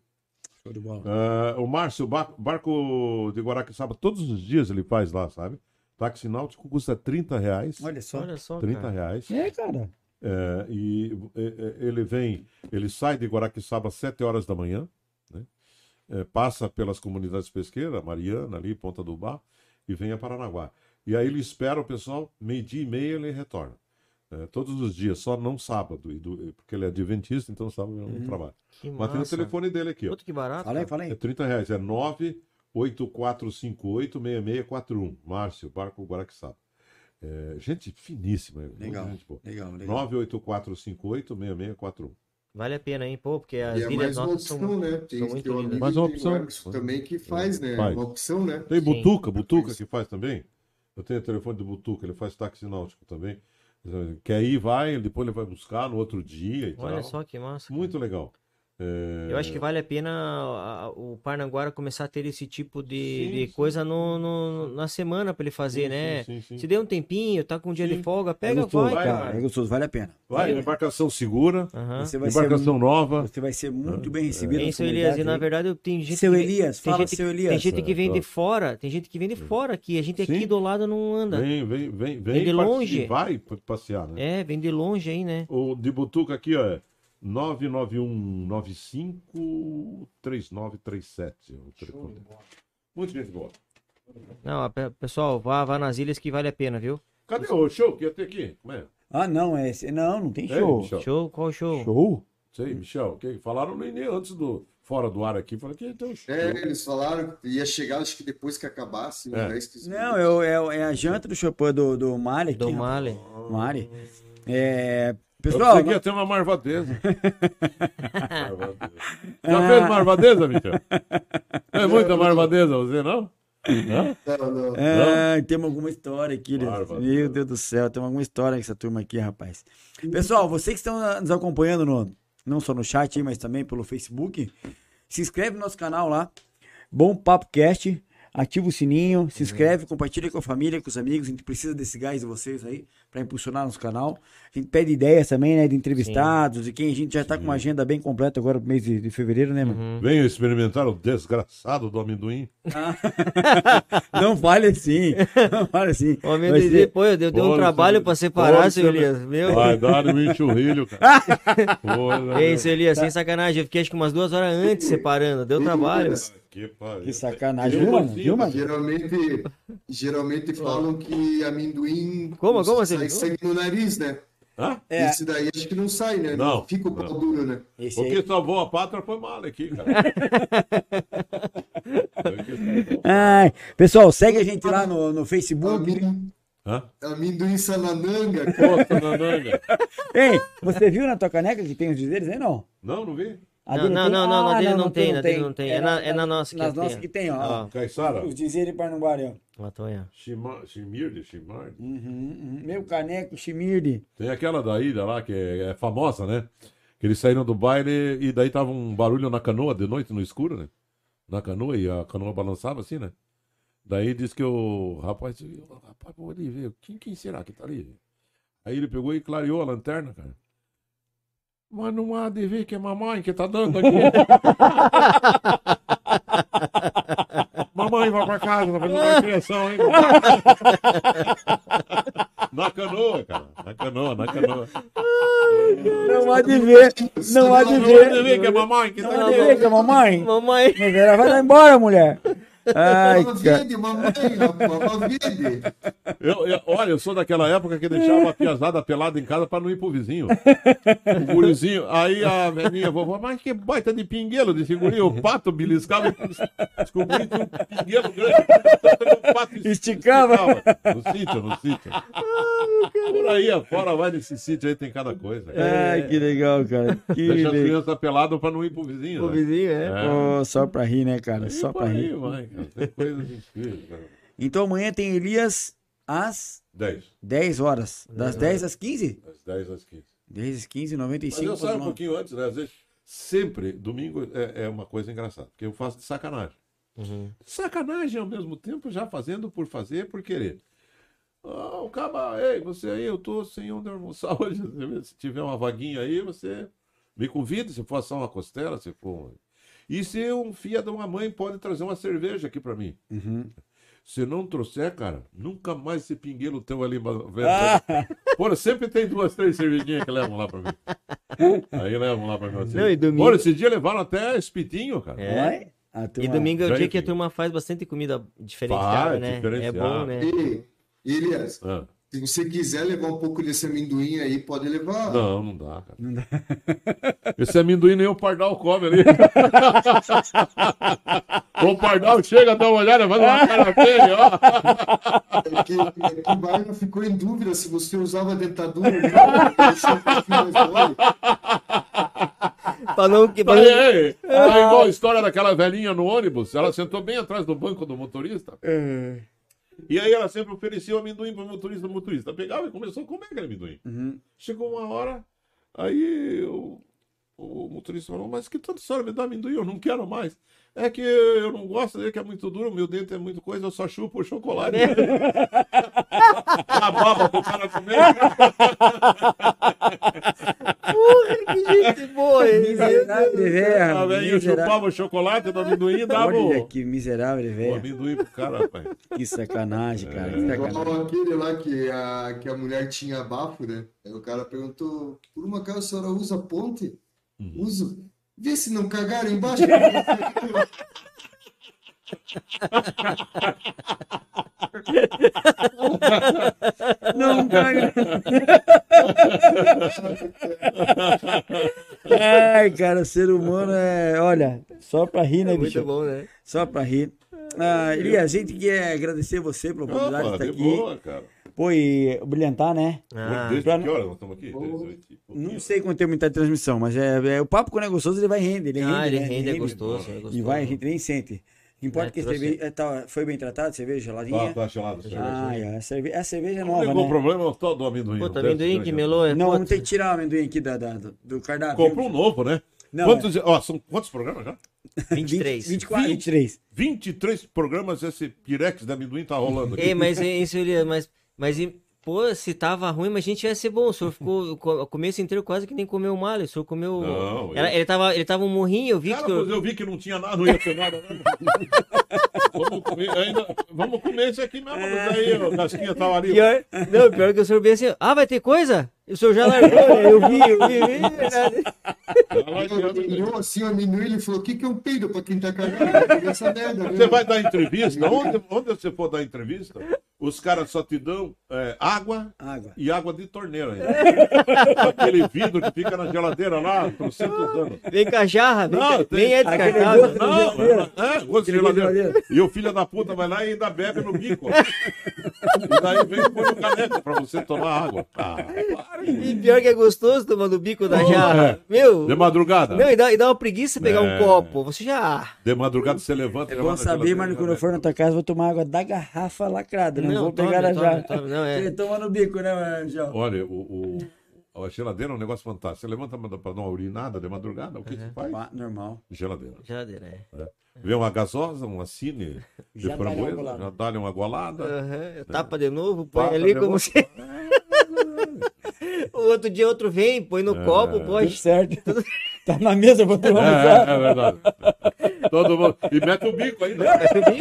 Show de bola. Ah, o Márcio, ba- barco de Guaraqueçaba, todos os dias ele faz lá, sabe? Táxi náutico custa 30 reais. Olha só. Olha só, 30 cara. reais. É, cara. É, e é, é, ele vem, ele sai de Guaraqueçaba às 7 horas da manhã, né? É, passa pelas comunidades pesqueiras, Mariana, ali, Ponta do Bar, e vem a Paranaguá. E aí ele espera o pessoal, meio-dia e meia ele retorna. É, todos os dias, só não sábado, e do- porque ele é adventista, então sábado ele não trabalha. Que Mas tem o massa. telefone dele aqui, ó. Puta que barato. Fala aí, cara. fala É aí. 30 reais, é 984586641. Márcio, Barco Guaraqueçaba. É, gente finíssima, muita Legal. gente boa. Legal, legal. 984586641. Vale a pena, hein, pô, porque as E é ilhas mais uma nossas opção, são... né? Tem, são tem muito o lindas. amigo, Mais uma tem o opção. É. Emerson também que faz, né? Faz. Uma opção, né? Tem Sim. Butuca, Butuca Isso. que faz também? Eu tenho o telefone do Butuca, ele faz táxi náutico também. Que aí vai, depois ele vai buscar no outro dia e Olha tal. só que massa. cara. Muito legal. É, Eu acho que vale a pena a- a- o Parnaguara começar a ter esse tipo de, Sim, de sim. coisa no, no- na semana pra ele fazer, Sim, né? sim, sim, sim. Se der um tempinho, tá com um dia Sim. de folga, pega, vai, gostoso, vai, cara. É gostoso, vale a pena. Vai, embarcação segura, Aham. Você vai ser, embarcação nova. você vai ser muito bem recebido. Hein, na seu Elias, e na comunidade, verdade eu tenho gente Seu que- Elias, tem fala, gente, que- seu Elias. Tem gente que vem de Certo. fora, tem gente que vem de fora aqui, a gente aqui Sim. do lado não anda. Vem, vem, vem, vem. Vem de e longe. Vai p- passear, né? É, vem de longe aí, né? O de Butuca aqui, ó. é 991953937. é o telefone dele. Muito gente boa. Não, a pe- pessoal, vá, vá nas ilhas que vale a pena, viu? Cadê o show que ia ter aqui? Como é? Ah, não, é, esse- não, não tem Ei, show. Michel. Show, qual show? Show? Sei, Michel, que falaram no Inê antes do fora do ar aqui, falaram que tem um show. É, eles falaram que ia chegar, acho que depois que acabasse, né? uns É. 10, 15 Não, minutos. eu- é, é a janta do Chopin do, do Mali. Do aqui, Male. ó. Mali. É, Eu pessoal, pensei que ia ter uma marvadeza. Marvadeza. É. Já fez marvadeza, Michel? Não é muita marvadeza você, não? Hã? Não, não. É, temos alguma história aqui. eles- Bárbaro. Meu Deus do céu, temos alguma história com essa turma aqui, rapaz. Pessoal, vocês que estão ah, nos acompanhando, no, não só no chat, aí, mas também pelo Facebook, se inscreve no nosso canal lá, Bom Papo Cast. ativa o sininho, se inscreve, compartilha com a família, com os amigos. A gente precisa desse gás de vocês aí para impulsionar nosso canal. A gente pede ideias também, né? De entrevistados, de quem a gente já tá com uma agenda bem completa agora pro mês de, de fevereiro, né, mano? Venha experimentar o desgraçado do amendoim. Não fale assim. Não fale assim. O homem Vai do ser- pô, eu deu, deu um Olha, trabalho seu- pra separar, olha, seu seu- Elias. Meu né? Vai dar um enxurrilho, cara. Porra, Ei, seu Elias, sem sacanagem. Eu fiquei acho que umas duas horas antes separando. Deu trabalho. que pariu. Que sacanagem, Eu viu, mano? consigo, Viu, mano? Geralmente, geralmente falam que amendoim. Como- como assim? Sai sangue no nariz, né? Hã? É. Esse daí acho que não sai, né? Não, Fica o pau não. duro, né? Esse O aí- que salvou a pátria foi mal aqui, cara. Foi o que salvou. Ai, pessoal, segue a gente lá no, no Facebook. Amendoim, Hã? amendoim sanananga, cara. Pô, Tanananga. Ei, você viu na tua caneca que tem os dizeres aí, não? Não, não vi? A Não, dele não, tem? não, não, na Ah, dele não tem, na dele não tem. É na- na- é na nossa que Nas tem. nossas que tem, ó. Ó, Caissara? Os dizeres para não ó. Matonha. Shima- Shimirde, Shimarde. Uhum, uhum. Meu caneco, chimirde. Tem aquela da ilha lá que é, é famosa, né? Que eles saíram do baile e daí tava um barulho na canoa de noite, no escuro, né? Na canoa e a canoa balançava assim, né? Daí disse que o rapaz disse, "Ô, rapaz, vou ali ver, quem, quem será que tá ali? Aí ele pegou e clareou a lanterna, cara. Mas não há de ver que é mamãe que tá dando aqui. mamãe, vai pra casa, tá fazendo uma criação, hein? na canoa, cara. Na canoa, na canoa. Não tá há de ver, não há de Não há de ver. ver que é mamãe que Não tá há de aqui. ver que é mamãe. Mamãe. Mas ela vai lá embora, mulher. tá Ai, Mama cara. verde, mamãe, mama verde. Eu, eu- olha, eu sou daquela época que deixava a piazada pelada em casa pra não ir pro vizinho. O gurizinho. Aí a velhinha, vovó, mas que baita de pinguelo desse guri. O pato beliscava e descobri que um pinguelo grande. O pato Esticava. No sítio, no sítio. Por aí afora, vai nesse sítio aí, tem cada coisa. cara. Ai, que legal, cara. É, Que Deixa legal. as crianças peladas pra não ir pro vizinho. O né? vizinho, é. Oh, só pra rir, né, cara? E Só por pra aí rir. vai, cara. Tem coisas incríveis, cara. Então amanhã tem Elias às 10. 10 horas. É, Das 10 às 15? Das 10 às 15. 10 às 15, Mas eu 95. saio um pouquinho antes, né? Às vezes, sempre, domingo é, é uma coisa engraçada, porque eu faço de sacanagem. Sacanagem ao mesmo tempo, já fazendo por fazer, por querer. Ah, o caba, ei, você aí, eu tô sem onde almoçar hoje. Se tiver uma vaguinha aí, você me convida, se for assar uma costela, se for. um- E se um fia de uma mãe pode trazer uma cerveja aqui pra mim? Uhum. Se não trouxer, cara, nunca mais esse pinguelo teu ali. ma- velho. Ah, Porra, sempre tem duas, três cervejinhas que levam lá pra mim. Aí levam lá pra mim. assim. Não, e domingo- Porra, esse dia levaram até espetinho, cara. É. vai? A turma- E domingo é o Bem, dia que a filho. turma faz bastante comida diferenciada, Faz, né? É diferenciada. bom, né? E, Elias, Ah, se você quiser levar um pouco desse amendoim aí, pode levar. não, não dá, cara. Esse amendoim nem o Pardal come ali. o Pardal chega, dá uma olhada, vai dar uma cara feia, ó. É que, é que o Byron ficou em dúvida se você usava dentadura ou não. Deixou um pouquinho mais longe. Pra não, que, pra Aí, não, aí, tá igual a história daquela velhinha no ônibus. Ela sentou bem atrás do banco do motorista. É. E aí ela sempre oferecia o amendoim pro motorista. O motorista pegava e começou a comer aquele amendoim. Uhum. Chegou uma hora, aí o, o motorista falou, mas que toda senhora me dá amendoim, eu não quero mais. É que eu não gosto dele, que é muito duro, meu dente é muito coisa, eu só chupo o chocolate. É. A baba pro cara comer. Porra, que gente boa ele. Miserável de verra, A velhinha miserável. Tá chupava o chocolate do amendoim e dava É, Olha o, que miserável, de o verra. amendoim pro cara, rapaz. Que sacanagem, cara. É. É, Que sacanagem. Igual aquele lá que a, que a mulher tinha bafo, né? Aí o cara perguntou, por uma casa a senhora usa ponte? Uhum. Uso. Vê se não cagaram embaixo. Não, cara. Ai, cara, ser humano é. Olha, só pra rir, né, bicho? Muito bom, né? Só pra rir. Ah, Elias, a gente quer agradecer você pela oportunidade de Opa, estar tá de aqui. boa, cara. Pô, e brilhantar, né? Ah, Desde pra- que hora nós estamos aqui? Desde oito e Não pouquinho. sei quanto tempo tá de transmissão, mas é, é- o papo quando é gostoso, ele vai render. Ele rende, ah, ele né? rende, é gostoso, é gostoso. E vai, a gente nem sente. O que importa é É, que a trouxe. cerveja é, tá- foi bem tratada, cerveja geladinha. Tá, tá gelado. Ah, é, a cerveja, a cerveja é O nova, único né? problema é o tal do amendoim. Puta, não deve amendoim ser que grande. melou é Não, puta. vamos ter que tirar o amendoim aqui da, da- do cardápio. Compra um novo, né? Não, é. quantos, ó, são quantos programas já? 23. 23. 24, 23. 23 programas esse Pirex da Amendoim tá rolando aqui. Ei, mas isso ele. Mas, mas e- pô, se tava ruim, mas a gente ia ser bom. O senhor ficou o co- o começo inteiro quase que nem comeu malha. O senhor comeu. Não, Ela- eu- ele, tava, ele tava um morrinho, eu vi Cara, que. mas eu vi que não tinha nada, não ia ter nada. né? vamos, comer, ainda, vamos comer isso aqui mesmo. Mas aí o Casquinha tava ali. Pior, não, pior que o senhor bem assim, ah, vai ter coisa? E o senhor já largou, eu vi, eu vi, eu vi, é verdade. ó, lá Ele adianta. olhou assim, eu amendoim, ele falou, o que que eu peido pra quem tá cagando? Essa merda, né? Você vai dar entrevista? Onde, onde você for dar entrevista, os caras só te dão é, água Água. e água de torneira. ainda. Aquele vidro que fica na geladeira lá, há 300 anos. Vem com a jarra, vem, Não, tem- nem é aquele descartável. gosto- Não, geladeira. é, gosto de Aquele gosto de geladeira. geladeira. E o filho da puta vai lá e ainda bebe no bico. e daí vem e põe no caneco pra você tomar água. Ah, para, gente. E pior que é gostoso tomando o bico da jarra. Meu, né? de madrugada. não, e dá, e dá uma preguiça pegar É. um copo. Você já... De madrugada você levanta. e Vou é saber, mas né? quando eu for na tua casa, vou tomar água da garrafa lacrada. Não, Não, vou tome, pegar a tome, jarra. tome, não, é. Você toma no bico, né, Angel? Olha, o, o- a geladeira é um negócio fantástico. Você levanta pra pra dar uma urinada de madrugada, o que você faz? Pá, Normal. Geladeira. Geladeira, é. Vê uma gasosa, uma cine de Já dá-lhe uma framboesa, golada. já dá-lhe uma golada. Aham, Tapa de novo, põe Pata ali É. de como novo. se... o outro dia outro vem, põe Ah. no copo, Tudo pode... certo. Tá na mesa, vou É, tomar. é, é verdade. Todo mundo. E mete o bico né? ainda.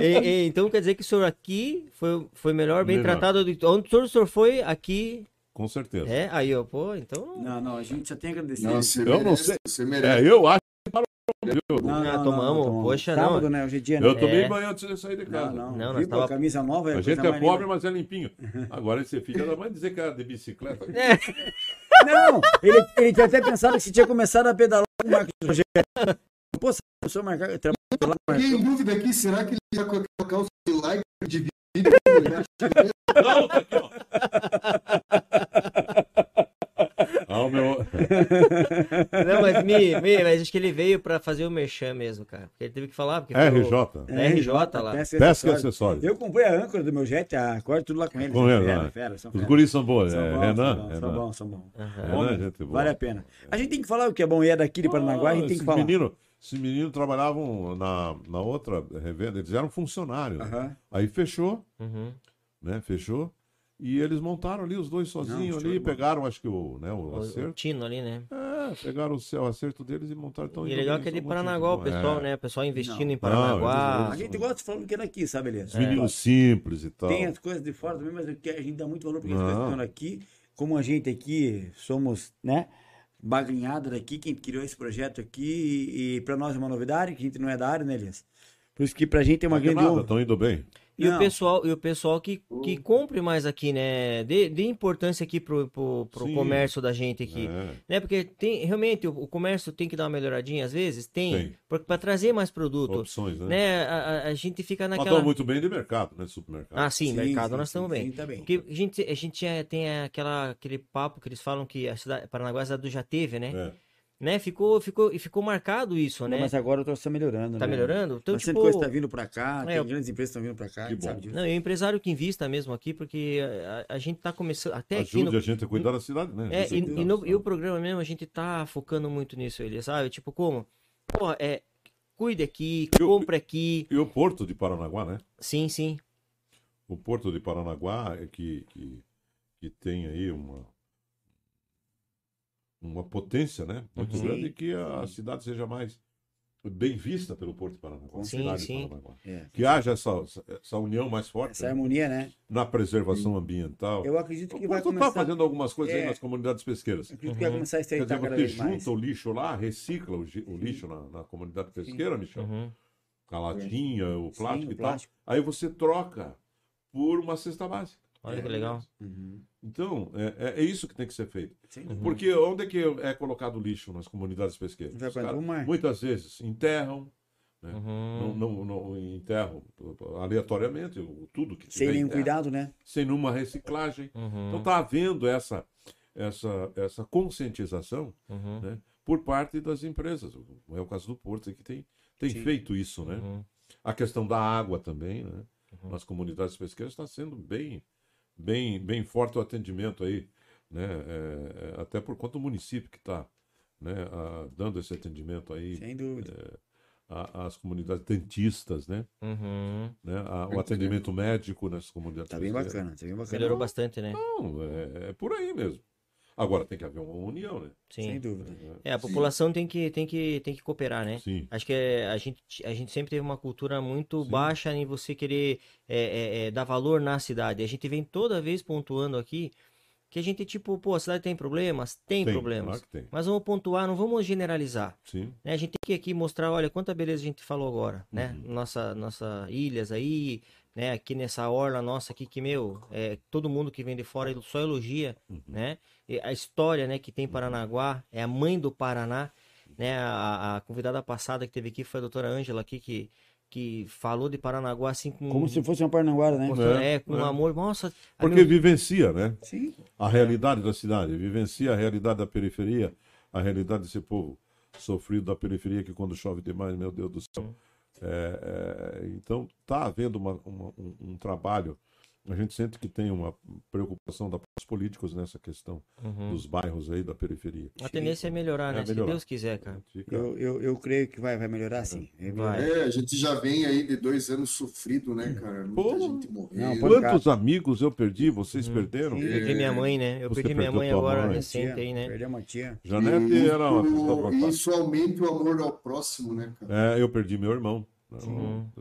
É. E- e- então quer dizer que o senhor aqui foi, foi melhor, bem Melhor. tratado. de- Onde o senhor- o senhor foi, aqui. Com certeza. É, aí ó, pô, então. Não, não, a gente só tem a agradecer. Não, você Eu não merece, sei. Você merece. É, eu acho que parou. viu? Não, não, não, tomamos, poxa, não. Sábado, né? Hoje é dia, né? Eu tomei É. banho antes de sair de Não, casa. não. Não, nós Viu, pô, tava- camisa nova. A coisa gente mais é pobre, linda. mas é limpinho. Agora esse filho da mãe dizer que era de bicicleta. É, Não, ele, ele tinha até pensado que você tinha começado a pedalar com o Marcos Rogério. Pô, você começou a marcar. eu trabalho lá né? com o Marcos. Fiquei em dúvida aqui, será que ele tá com aquela calça de like de vida? Não, tá aqui, ó. Ah, o meu... não, mas me, me, mas acho que ele veio pra fazer o merchan mesmo, cara. Porque ele teve que falar, porque foi o- RJ. É, RJ lá. Pesca e Pesca e acessórios. acessórios. Eu comprei a âncora do meu jet, a corda, tudo lá com eles. Com né? ele, fera, né? fera, são Os fera. guris são bons. São é, bons, Renan. são bons, Renan. são bons, são bons. Aham. Renan, é Homem, gente boa. Vale a pena. A gente tem que falar o que é bom e é daqui de Paranaguá, a gente tem que esses falar. meninos- esses meninos trabalhavam na, na outra revenda, eles eram funcionários. né? Aham. Aí fechou, Uhum. né? Fechou. E eles montaram ali os dois sozinhos Não, show ali, de bola. pegaram, acho que o, né, o O, o acerto. Tino ali, né? É, pegaram o, ce- o acerto deles e montaram. Então, E eles legal também que é de são muito Paranaguá, gente o boa. pessoal, É. né? O pessoal investindo Não. em Paranaguá. Não, Ah, A gente gosta de falar do que é daqui, sabe, Elias? É. Os né? meninos simples e tal. Tem as coisas de fora também, mas o que a gente dá muito valor porque as Não. coisas que estão aqui. Como a gente aqui somos, né? Bagrinhado daqui, quem criou esse projeto aqui. E, e para nós é uma novidade, que a gente não é da área, né, Elias? Por isso que pra gente Tá é uma grande honra. Estão indo bem. E o Não. pessoal, e o pessoal que, que compre mais aqui, né? Dê, dê importância aqui pro, pro, pro Sim. comércio da gente aqui. É. Né? Porque tem, realmente o, o comércio tem que dar uma melhoradinha às vezes? Tem. Tem. Porque para trazer mais produto. Opções, é. né? né? A, a- a gente fica Mas naquela. estão muito bem de mercado, né? Supermercado. Ah, sim, Sim, mercado sim, nós sim, estamos sim, bem. tá bem. Porque a gente, a gente tinha- tem aquela, aquele papo que eles falam que a cidade Paranaguá é a cidade do já teve, né? É. Né? Ficou, ficou, e ficou marcado isso, né? Mas agora o troço tá melhorando, Tá né? melhorando? Então, Bastante tipo, coisa tá vindo pra cá, é, tem eu- grandes empresas que estão vindo pra cá, a Que gente sabe bom. disso. não, e o empresário que invista mesmo aqui, porque a, a gente tá começando até aqui Ajude no a gente a cuidar da cidade, né? É, Ajude e, a cuidar e da no- e o cidade. programa mesmo, a gente tá focando muito nisso, ele, sabe? Tipo, como? Pô, é. Cuide aqui, Eu- compre aqui. E o Porto de Paranaguá, né? Sim, sim. o Porto de Paranaguá é que, que, que tem aí uma uma potência né muito Uhum. grande que a cidade seja mais bem vista pelo Porto de Paranaguá, a Sim, cidade de sim. Paranaguá. É. que haja essa, essa união mais forte Essa né, harmonia, né? na preservação ambiental Eu acredito que o vai Porto começar. está fazendo algumas coisas aí É. nas comunidades pesqueiras Acredito que vai Uhum. começar a Quer estreitar dizer, cada você vez mais. junta o lixo lá, recicla o, gi- o lixo na, na comunidade pesqueira, Michel. Uhum. A latinha, o Sim, plástico o e tal. plástico. Aí você troca por uma cesta básica. Olha que É. legal. Uhum. Então, é, é- é isso que tem que ser feito. Sim. Uhum. Porque onde é que é colocado lixo nas comunidades pesqueiras? Vai Os pra dentro do mar. muitas vezes enterram, Uhum. É, não, não, não enterram aleatoriamente, o- tudo que Sem tiver nenhum enterra, cuidado, né? sem nenhuma reciclagem. Uhum. Então está havendo essa, essa, essa conscientização Uhum. né, por parte das empresas. É o caso do Porto que tem, tem Sim. feito isso. Né? Uhum. A questão da água também, né? Uhum. Nas comunidades pesqueiras está sendo bem, bem, bem forte o atendimento aí, né? tá, É, é, até por conta do município que está, né? ah, dando esse atendimento aí Sem dúvida. Tá a- as comunidades dentistas, né? Uhum. né? A- o atendimento médico nessas comunidades. Tá bem brasileiras. bacana, tá bem bacana. Melhorou bastante, né? Não, é, é por aí mesmo. Agora tem que haver uma união, né? Sem Sim. dúvida. É, a população tem que, tem que, tem que cooperar, né? Sim. Acho que é, a, gente, a gente sempre teve uma cultura muito Sim. baixa em você querer é, é, é, dar valor na cidade. A gente vem toda vez pontuando aqui que a gente, tipo, pô, a cidade tem problemas? Tem, problemas. Claro que tem. Mas vamos pontuar, não vamos generalizar. Sim. né? A gente tem que aqui mostrar, olha, quanta beleza a gente falou agora, né? Uhum. Nossa, nossa ilhas aí, né? Aqui nessa orla nossa aqui que, meu, é, todo mundo que vem de fora só elogia, Uhum. né? E a história, né, que tem Paranaguá, é a mãe do Paraná, né? A, a convidada passada que teve aqui foi a doutora Ângela aqui, que, que falou de Paranaguá assim com... Como se fosse uma parnanguara, né? com- É, é, com é. um amor, nossa... aí, Porque meu, vivencia, né? Sim. A realidade da cidade, vivencia a realidade da periferia, a realidade desse povo sofrido da periferia que quando chove demais, meu Deus do céu. É, é, então, está havendo uma- uma- um, um trabalho. A gente sente que tem uma preocupação da, dos políticos nessa questão Uhum. dos bairros aí da periferia. A tendência é melhorar, É né? melhorar. Se Deus quiser, cara. Fica- Eu, eu, eu creio que vai, vai melhorar sim. Vai melhorar. Vai. É, a gente já vem aí de dois anos sofrido, né, cara? Muita Pô. gente morreu. Não, pô, Quantos amigos eu perdi, vocês perderam? Eu perdi É, minha mãe, né? Eu Você perdi minha perdeu mãe tua agora mãe. recente aí, né? Perdeu uma tia. Janete era uma pessoa isso, preocupada. isso aumenta o amor ao próximo, né, cara? É, eu perdi meu irmão. Né?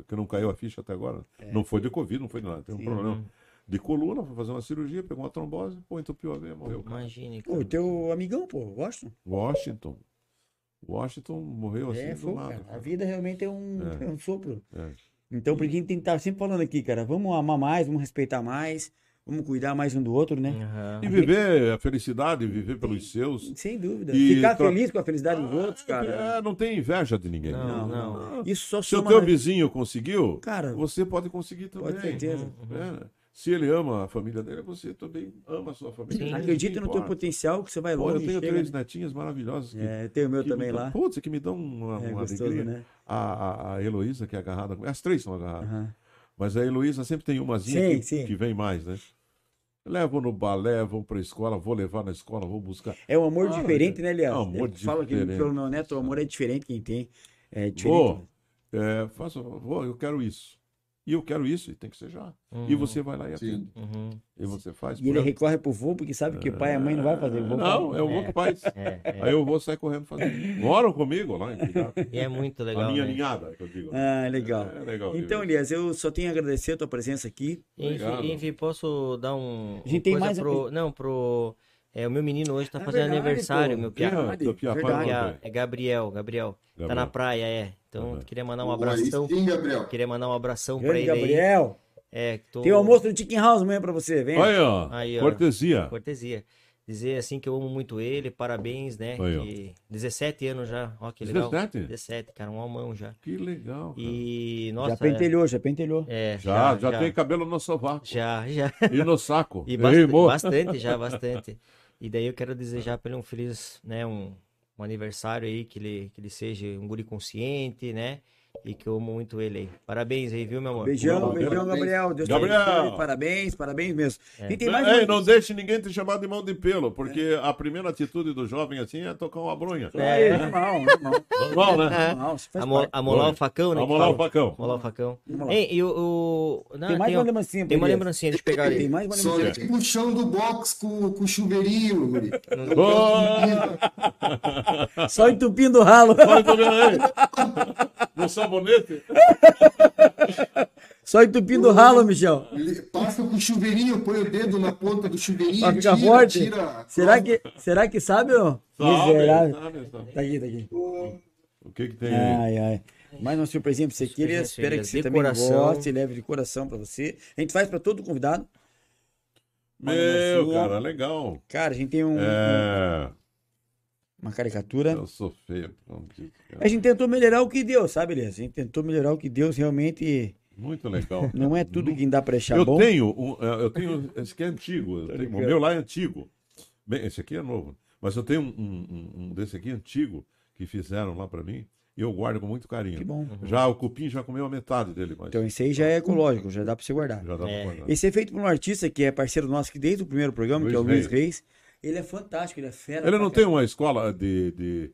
Que não caiu a ficha até agora. É, Não foi de Covid, não foi de nada. Tem um né? problema de coluna, foi fazer uma cirurgia, pegou uma trombose, pô, entupiu a veia, morreu. Imagine, Pô, cara. teu amigão, pô, gosto. Washington. Washington morreu assim É, do foi, nada. cara. A cara. vida realmente é um, é um sopro. É. Então, por que a gente tem que estar sempre falando aqui, cara? Vamos amar mais, vamos respeitar mais, vamos cuidar mais um do outro, né? Aham. E viver a felicidade, viver pelos seus. Sem dúvida. E Ficar tra- feliz com a felicidade dos outros, cara. É, não tem inveja de ninguém. Não, Ah, não. Isso só Se o soma. teu na- vizinho conseguiu, Cara, você pode conseguir também. pode ter certeza. É. Se ele ama a família dele, você também ama a sua família. Sim. Não Acredita no teu importa. potencial que você vai Pô, longe. eu tenho chega, três né? netinhas maravilhosas. Que, É, eu tenho o meu que também me dão, lá. Putz, que me dão uma, É uma gostoso, alegria. né? A, a, a Heloísa, que é agarrada. As três são agarradas. Aham. Mas a Heloísa sempre tem umazinha Sim, que, sim. que vem mais, né? Levam no balé, vão pra escola, vou levar na escola, vou buscar. É um amor Ah, diferente, né, é Léo? um amor Eu falo que diferente. pelo meu neto, o amor é diferente quem tem. É diferente. né? Vou, é, faço, vou, eu quero isso. E eu quero isso, e tem que ser já. E Uhum. você vai lá e atende. Sim. Uhum. E você faz. E ele por ela. recorre pro vô porque sabe que o pai e a mãe não vai fazer. O vô Não, faz. é o outro faz. É, é. Aí eu vou sair correndo fazer. Moram comigo lá em Cuiabá. E é muito legal. A minha né? ninhada, que eu digo. Ah, legal. É legal. Então, de ver. Elias, eu só tenho a agradecer a tua presença aqui. Obrigado. Enfim, enfim, posso dar um. tá A gente tem coisa mais- Pro... Não, pro. É, o meu menino hoje tá É fazendo verdade, aniversário, pô. meu Quem é piá. Verdade, teu piá? Fala, verdade. Piá, velho. É Gabriel, Gabriel. Tá Gabriel. na praia, é. Então, Tá Aham. queria mandar um Aí abração. Sim, Gabriel. Queria mandar um abração pra Grande ele aí. Gabriel. É, que tô... Tem o almoço do Chicken House amanhã pra você, vem. Olha, aí, ó, Aí, ó. cortesia. Cortesia. Dizer assim que eu amo muito ele, parabéns, né? Aí, ó. que 17 anos já. Ó, que legal. 17? 17, cara, um almão já. Que legal. cara. E, nossa. já pentelhou, já pentelhou. É, Já, já, tem cabelo no sová Já, já. e no saco. E Ei, bastante, moço. bastante, já, bastante. E daí eu quero desejar pra ele um feliz, né, um, um aniversário aí, que ele, que ele seja um guri consciente, né? E que eu amo muito ele aí. Parabéns aí, viu, meu amor? Beijão, Gabriel, beijão, parabéns. Gabriel. Deus te Gabriel! abençoe, Parabéns, parabéns mesmo. É. E tem mais Ei, um- não deixe ninguém te chamar de mão de pelo, porque a primeira atitude do jovem assim é tocar uma bronha. É, normal, normal. Normal, né? normal, isso faz Amo- parte. Amolar Oi. o facão, né? que Amolar o fala? facão. Amolar o facão. Vamos lá. Ei, e o... o- não, Tem mais tem, uma ó, lembrancinha. tem uma pra ele. lembrancinha, deixa eu pegar ali. Tem mais assim. uma Só lembrancinha. de puxão do box com, com chuveirinho, guri. Boa! Só entupindo o ralo. Vai comer aí. No sabonete? Só entupindo o ralo, Michel. Ele Passa com o chuveirinho, põe o dedo na ponta do chuveirinho, Pra ficar tira, forte. tira. Será que, será que sabe, ô? Tá, Sabe, Miserável. sabe, sabe. Tá aqui, tá aqui. O que que tem aí? Ai, ai. Mais uma surpresinha pra você, queria. Surpresinha, Espero que você de também coração. goste, leve de coração pra você. A gente faz pra todo convidado. Uma Meu, lembrancinha. cara, legal. Cara, a gente tem um- É... uma caricatura. Eu sou feio. pronto, cara. A gente tentou melhorar o que deu, sabe, Elias? A gente tentou melhorar o que Deus realmente Muito legal. não é tudo que dá pra achar Eu bom. tenho, um, eh, eu tenho, esse aqui é antigo, eu tenho- o ligado. meu lá é antigo. Bem, esse aqui é novo, mas eu tenho um, um- um desse aqui antigo que fizeram lá para mim e eu guardo com muito carinho. Que bom. Uhum. Já o cupim já comeu a metade dele, mas Então, esse aí já é ecológico, já dá pra você guardar. já dá É. pra guardar. Esse é feito por um artista que é parceiro nosso que desde o primeiro programa, que é o Luiz Luiz Reis. Ele é fantástico, ele é fera. Ele um pra não tem uma escola de, de,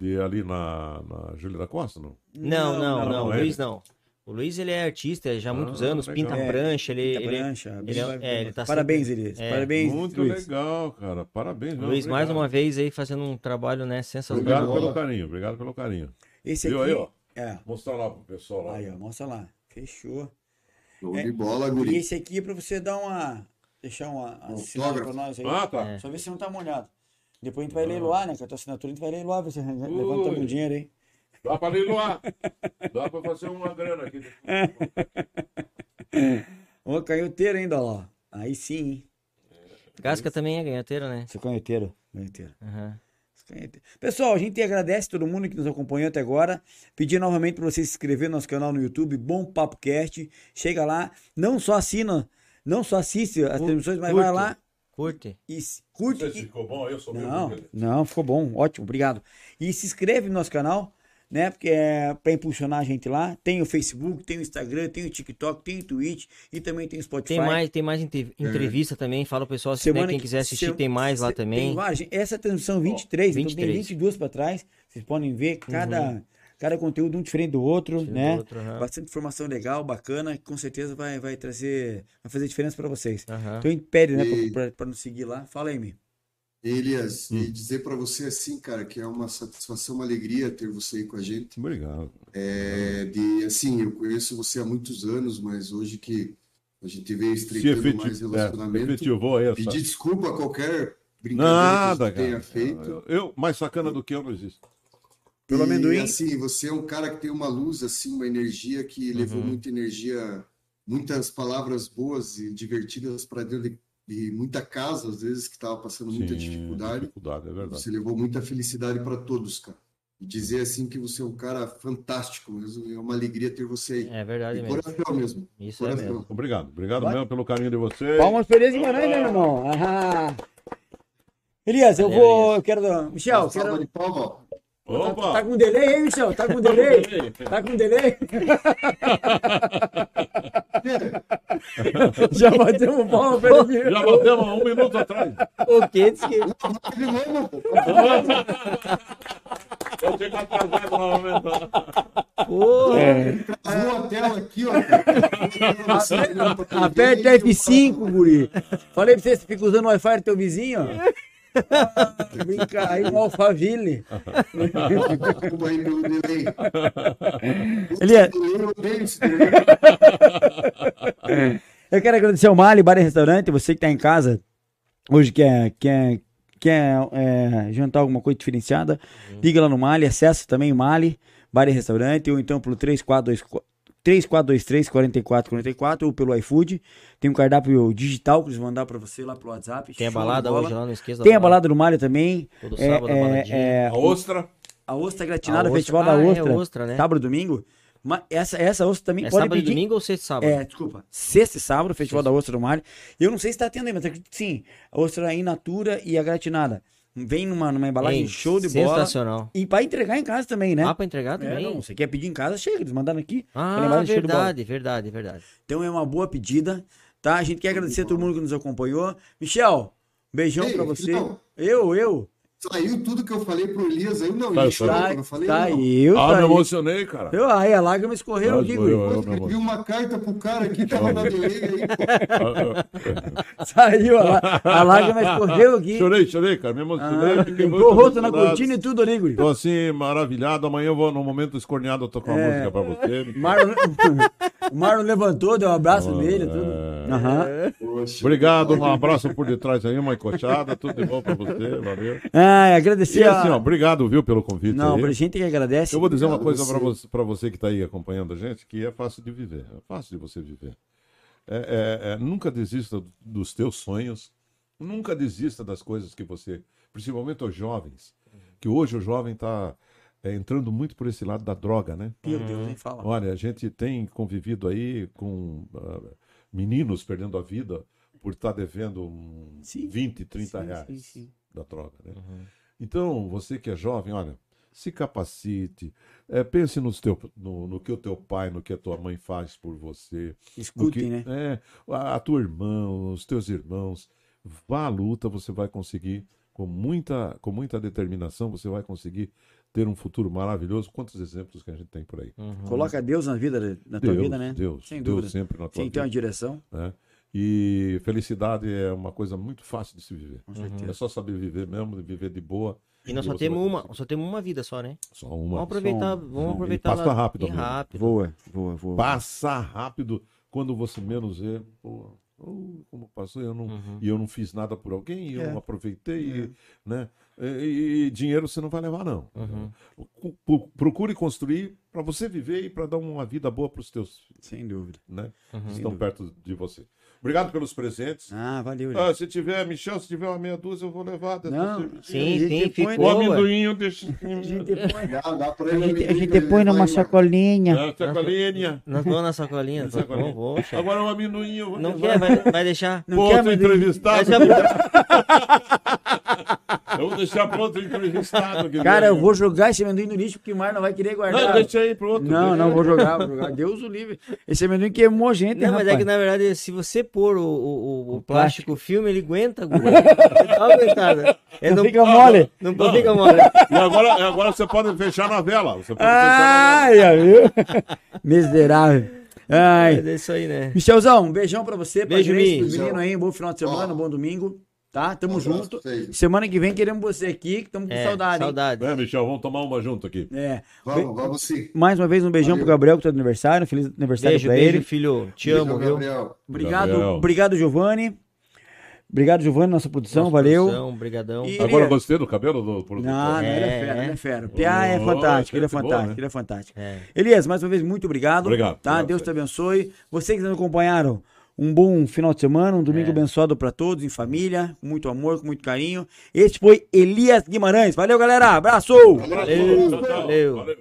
de ali na, na Júlia da Costa, não? Não, não, não. não, O é. Luiz não. O Luiz, ele é artista já há muitos Ah, anos, pinta legal. a prancha, ele, É, Pinta ele- prancha, ele é- é, ele tá Parabéns, Elias. é, Parabéns, Muito Luiz. legal, cara. Parabéns. não, Luiz, mais obrigado. uma vez aí, fazendo um trabalho, né, Obrigado sensacional. Bola. pelo carinho, obrigado pelo carinho. Esse aqui. Viu aí, ó? É. Mostrar lá pro pessoal. Lá. Aí, ó, mostra lá. Fechou. Show É. de bola, E guri. esse aqui é pra você dar uma. Deixar uma Um assinatura pra autógrafo. nós aí. Ah, tá. É. Só ver se não tá molhado. Depois a gente vai Ah. leiloar, né? Com a tua assinatura a gente vai leiloar, você arranja- Ui. levanta algum dinheiro aí. Dá pra leiloar. Dá pra fazer uma grana aqui. Ô, canhoteiro ainda, ó. Aí sim, hein? Casca também é ganhateiro, né? Você é canhoteiro? Canhoteiro. Aham. Pessoal, a gente agradece todo mundo que nos acompanhou até agora. Pedir novamente para você se inscrever no nosso canal no YouTube, Bom Papo Cast. Chega lá, não só assina, não só assiste as Cu- transmissões, mas curte. vai lá Curte. e se- Não curte. sei se e- ficou bom, eu sou meu Não, brincadeira. não, ficou bom, ótimo, obrigado. E se inscreve no nosso canal, né? Porque é para impulsionar a gente lá. Tem o Facebook, tem o Instagram, tem o TikTok, tem o Twitch e também tem o Spotify. Tem mais, tem mais entre- entrevista também, fala o pessoal, se É. Semana né, quem que- quiser assistir, se- tem mais lá se- também. tem várias, gente. Essa é a transmissão 23, então tem 23. 22 para trás. Vocês podem ver cada, cada conteúdo um diferente do outro, Tem né? Uhum. outro, aham. Bastante informação legal, bacana, que com certeza vai, vai trazer, vai fazer diferença para vocês. Aham. Então impede, né, E- para nos seguir lá. Fala aí, Mi. Elias, e dizer pra você assim, cara, que é uma satisfação, uma alegria ter você aí com a gente. Obrigado. É, de assim, eu conheço você há muitos anos, mas hoje que a gente veio Se estreitando mais efetivo, é, relacionamento, efetivou essa. pedir desculpa a qualquer brincadeira Nada, que a gente tenha cara. feito. Eu, eu- mais sacana do que eu não existo. Pelo e, amendoim. assim, você é um cara que tem uma luz, assim, uma energia que Uhum. levou muita energia, muitas palavras boas e divertidas para dentro de, de muita casa, às vezes que estava passando muita Sim, dificuldade. dificuldade, é verdade. Você levou muita felicidade para todos, cara. E dizer assim que você é um cara fantástico mesmo, é uma alegria ter você aí. É verdade De mesmo. coração mesmo. Isso é Coração. mesmo. Obrigado, obrigado Vai. mesmo pelo carinho de vocês. Palmas Pereira de Guimarães, né, meu irmão? Ah. Elias, eu Valeu, vou. Eu quero. um- Michel, Salva quero. de palma, ó. Tá, Opa! tá com delay aí, Michel? Tá com delay? Tá com delay? Já batemos palma pra ele. Já batemos um minuto atrás. O que diz É, que Ele mesmo. Eu tenho que atrasar novamente. Porra! Travou a tela aqui, ó. cara. Aperta F5, guri. Falei pra você, você fica usando o Wi-Fi do teu vizinho? Ah, brinca, aí um Alphaville. Desculpa aí pelo delay. Ele é- Esse delay Eu odeio esse delay. É. Eu quero agradecer ao Mali, Bar e Restaurante, você que tá em casa hoje quer, quer, quer é, jantar alguma coisa diferenciada, Uhum. liga lá no Mali, acessa também o Mali, Bar e Restaurante, ou então pelo 3424 3423 4444 ou pelo iFood. Tem um cardápio digital que eles vão mandar pra você lá pelo WhatsApp. Tem a Show de balada bola. hoje lá, não esqueça. da Tem a balada do Mário também. Todo É, sábado a é, baladinha. é, A ostra. a ostra A gratinada, ostra. festival da Ah, é, ostra. ostra, né? Sábado e domingo. Mas essa, essa ostra também É pode sábado e pedir. domingo ou sexta e sábado? É, desculpa. Sexta e sábado, o Festival da Ostra do Mário. Eu não sei se tá tendo ainda, mas acredito que sim. A ostra in natura e a gratinada. Vem numa, numa embalagem Ei, show de bola. Sensacional. E pra entregar em casa também, né? Ah, pra entregar é, também? não, você quer pedir em casa, chega, eles mandaram aqui. Ah, Aquela embalagem show de bola. verdade, verdade, verdade. Então é uma boa pedida, tá? A gente quer agradecer a todo mundo que nos acompanhou. Michel, um beijão Ei, então. pra você. não. Eu, eu. Saiu tudo que eu falei pro Elias aí, não. Tá, ele tá. chorou, Tá, eu não falei, tá não. eu, Ah, tá me eu. emocionei, cara. Eu, aí a lágrima escorreu Ah, aqui, escorreu, guri. eu, Eu meu amor. escrevi uma carta pro cara aqui que tava na delay aí, pô. Ah, Saiu a, lá- a lágrima escorreu aqui. Chorei, chorei, cara. Me emocionei. Ah, fiquei Limpou o muito rosto na emocionado. cortina e tudo ali, guri. Tô assim, maravilhado. Amanhã eu vou, no momento escorneado, eu toco É. uma música pra você. Marlon, o Marlon levantou, deu um abraço Ah, nele, tudo. é. Aham. Poxa. Obrigado, um abraço por detrás aí, uma encoxada, tudo de bom pra você, valeu. Ah, E agradecer. a- assim, ó, obrigado, viu, pelo convite Não, aí. pra gente que agradece. Eu vou dizer uma Obrigado, coisa para você. você, pra você que está aí acompanhando a gente, que é fácil de viver. É fácil de você viver. É, é, é, nunca desista dos teus sonhos. Nunca desista das coisas que você... Principalmente os jovens. Que hoje o jovem está entrando muito por esse lado da droga, né? Meu Deus, nem fala. Olha, a gente tem convivido aí com ah, meninos perdendo a vida por estar devendo um Sim. 20, 30 Sim, reais sim, sim. da droga. Né? Então, você que é jovem, olha, se capacite, eh, pense nos teu, no, no que o teu pai, no que a tua mãe faz por você, no Escutem, que, né? é, a, a tua irmã, os teus irmãos. Vá à luta, você vai conseguir, com muita, com muita determinação, você vai conseguir ter um futuro maravilhoso. Quantos exemplos que a gente tem por aí? Uhum. Coloca Deus na vida, na tua Deus, vida, né? Deus, Sem Deus dúvida. sempre na tua Sem ter vida. uma direção. né? E felicidade é uma coisa muito fácil de se viver. Com certeza. É só saber viver mesmo, viver de boa. E nós E só você temos vai uma, conseguir. só temos uma vida só, né? Só uma. Vamos aproveitar, vamos Ele aproveitar passa lá- rápido, bem amigo. rápido. Voa, voa, voa. Passar rápido quando você menos vê. Pô, oh, como passou, eu não, Uhum. e eu não fiz nada por alguém, e eu É. não aproveitei, e, né? E, e dinheiro você não vai levar, não. Uhum. Cu- pu- Procure construir para você viver e para dar uma vida boa para os teus, Sem dúvida. né? Uhum. Que estão perto de você. Obrigado pelos presentes. Ah, valeu. gente. Ah, se tiver, Michel, se tiver uma meia dúzia, eu vou levar. dessa Não, é cervejinha. Sim, A gente sim, põe- O ficou. ué. amendoim, deixa. Dá, dá pra A gente, a ele- gente põe ele numa vai- sacolinha. Ah, sacolinha. Nós vamos na sacolinha. nós sacolinha. vamos, vamos, chefe. Agora o amendoim, eu vou Não quer, levar. vai, vai deixar. Não Pro quer, outro mas- entrevistado. Essa- Eu vou deixar pro outro entrevistado. aqui. né? Cara, eu vou jogar esse amendoim no lixo porque o Mar não vai querer Não, guardar. deixa aí pro outro. Não, deixa não aí. vou jogar, vou jogar. Deus o livre. Esse amendoim queimou a gente, Não, mas rapaz. é que na verdade, se você pôr o, o, o- o O plástico o filme, ele aguenta, Guga. Dá uma aguentada. É, Não fica mole. Não, não fica mole. E agora, e agora você pode fechar na vela. Você pode fechar na Ai, vela. já viu? Miserável. É Ai. isso aí, né? Michelzão, um beijão pra você, pra Beijo, Mi. Grace, pros meninos aí. Um bom final de semana, um Ó. bom domingo. Tá? Tamo Um abraço junto. pra vocês. Semana que vem queremos você aqui, que estamos com É, saudade. hein? Saudade. É, Michel, vamos tomar uma junto aqui. É. Vamos, vamos sim. Mais uma vez, um beijão Valeu. pro Gabriel, que tá de aniversário. Feliz aniversário Beijo, pra beijo, ele. filho. Te Beijo, amo, viu? Gabriel. Obrigado, Gabriel. obrigado, Giovanni. Obrigado, Giovanni, nossa produção, valeu. Produção, Brigadão. E- Agora eu gostei do cabelo do produtor. Não, não, ele é É, fera, né? ele é fera. O PA é Ô, fantástico, ele é gente boa, fantástico, né? ele é fantástico. É. Elias, mais uma vez, muito obrigado. Obrigado. Tá? Obrigado, Deus te Fred. abençoe. Vocês que nos acompanharam, um bom final de semana, um domingo É. abençoado para todos, em família, com muito amor, com muito carinho. Este foi Elias Guimarães. Valeu, galera. Abraço! Abraço, Valeu, tchau, tchau. valeu. valeu.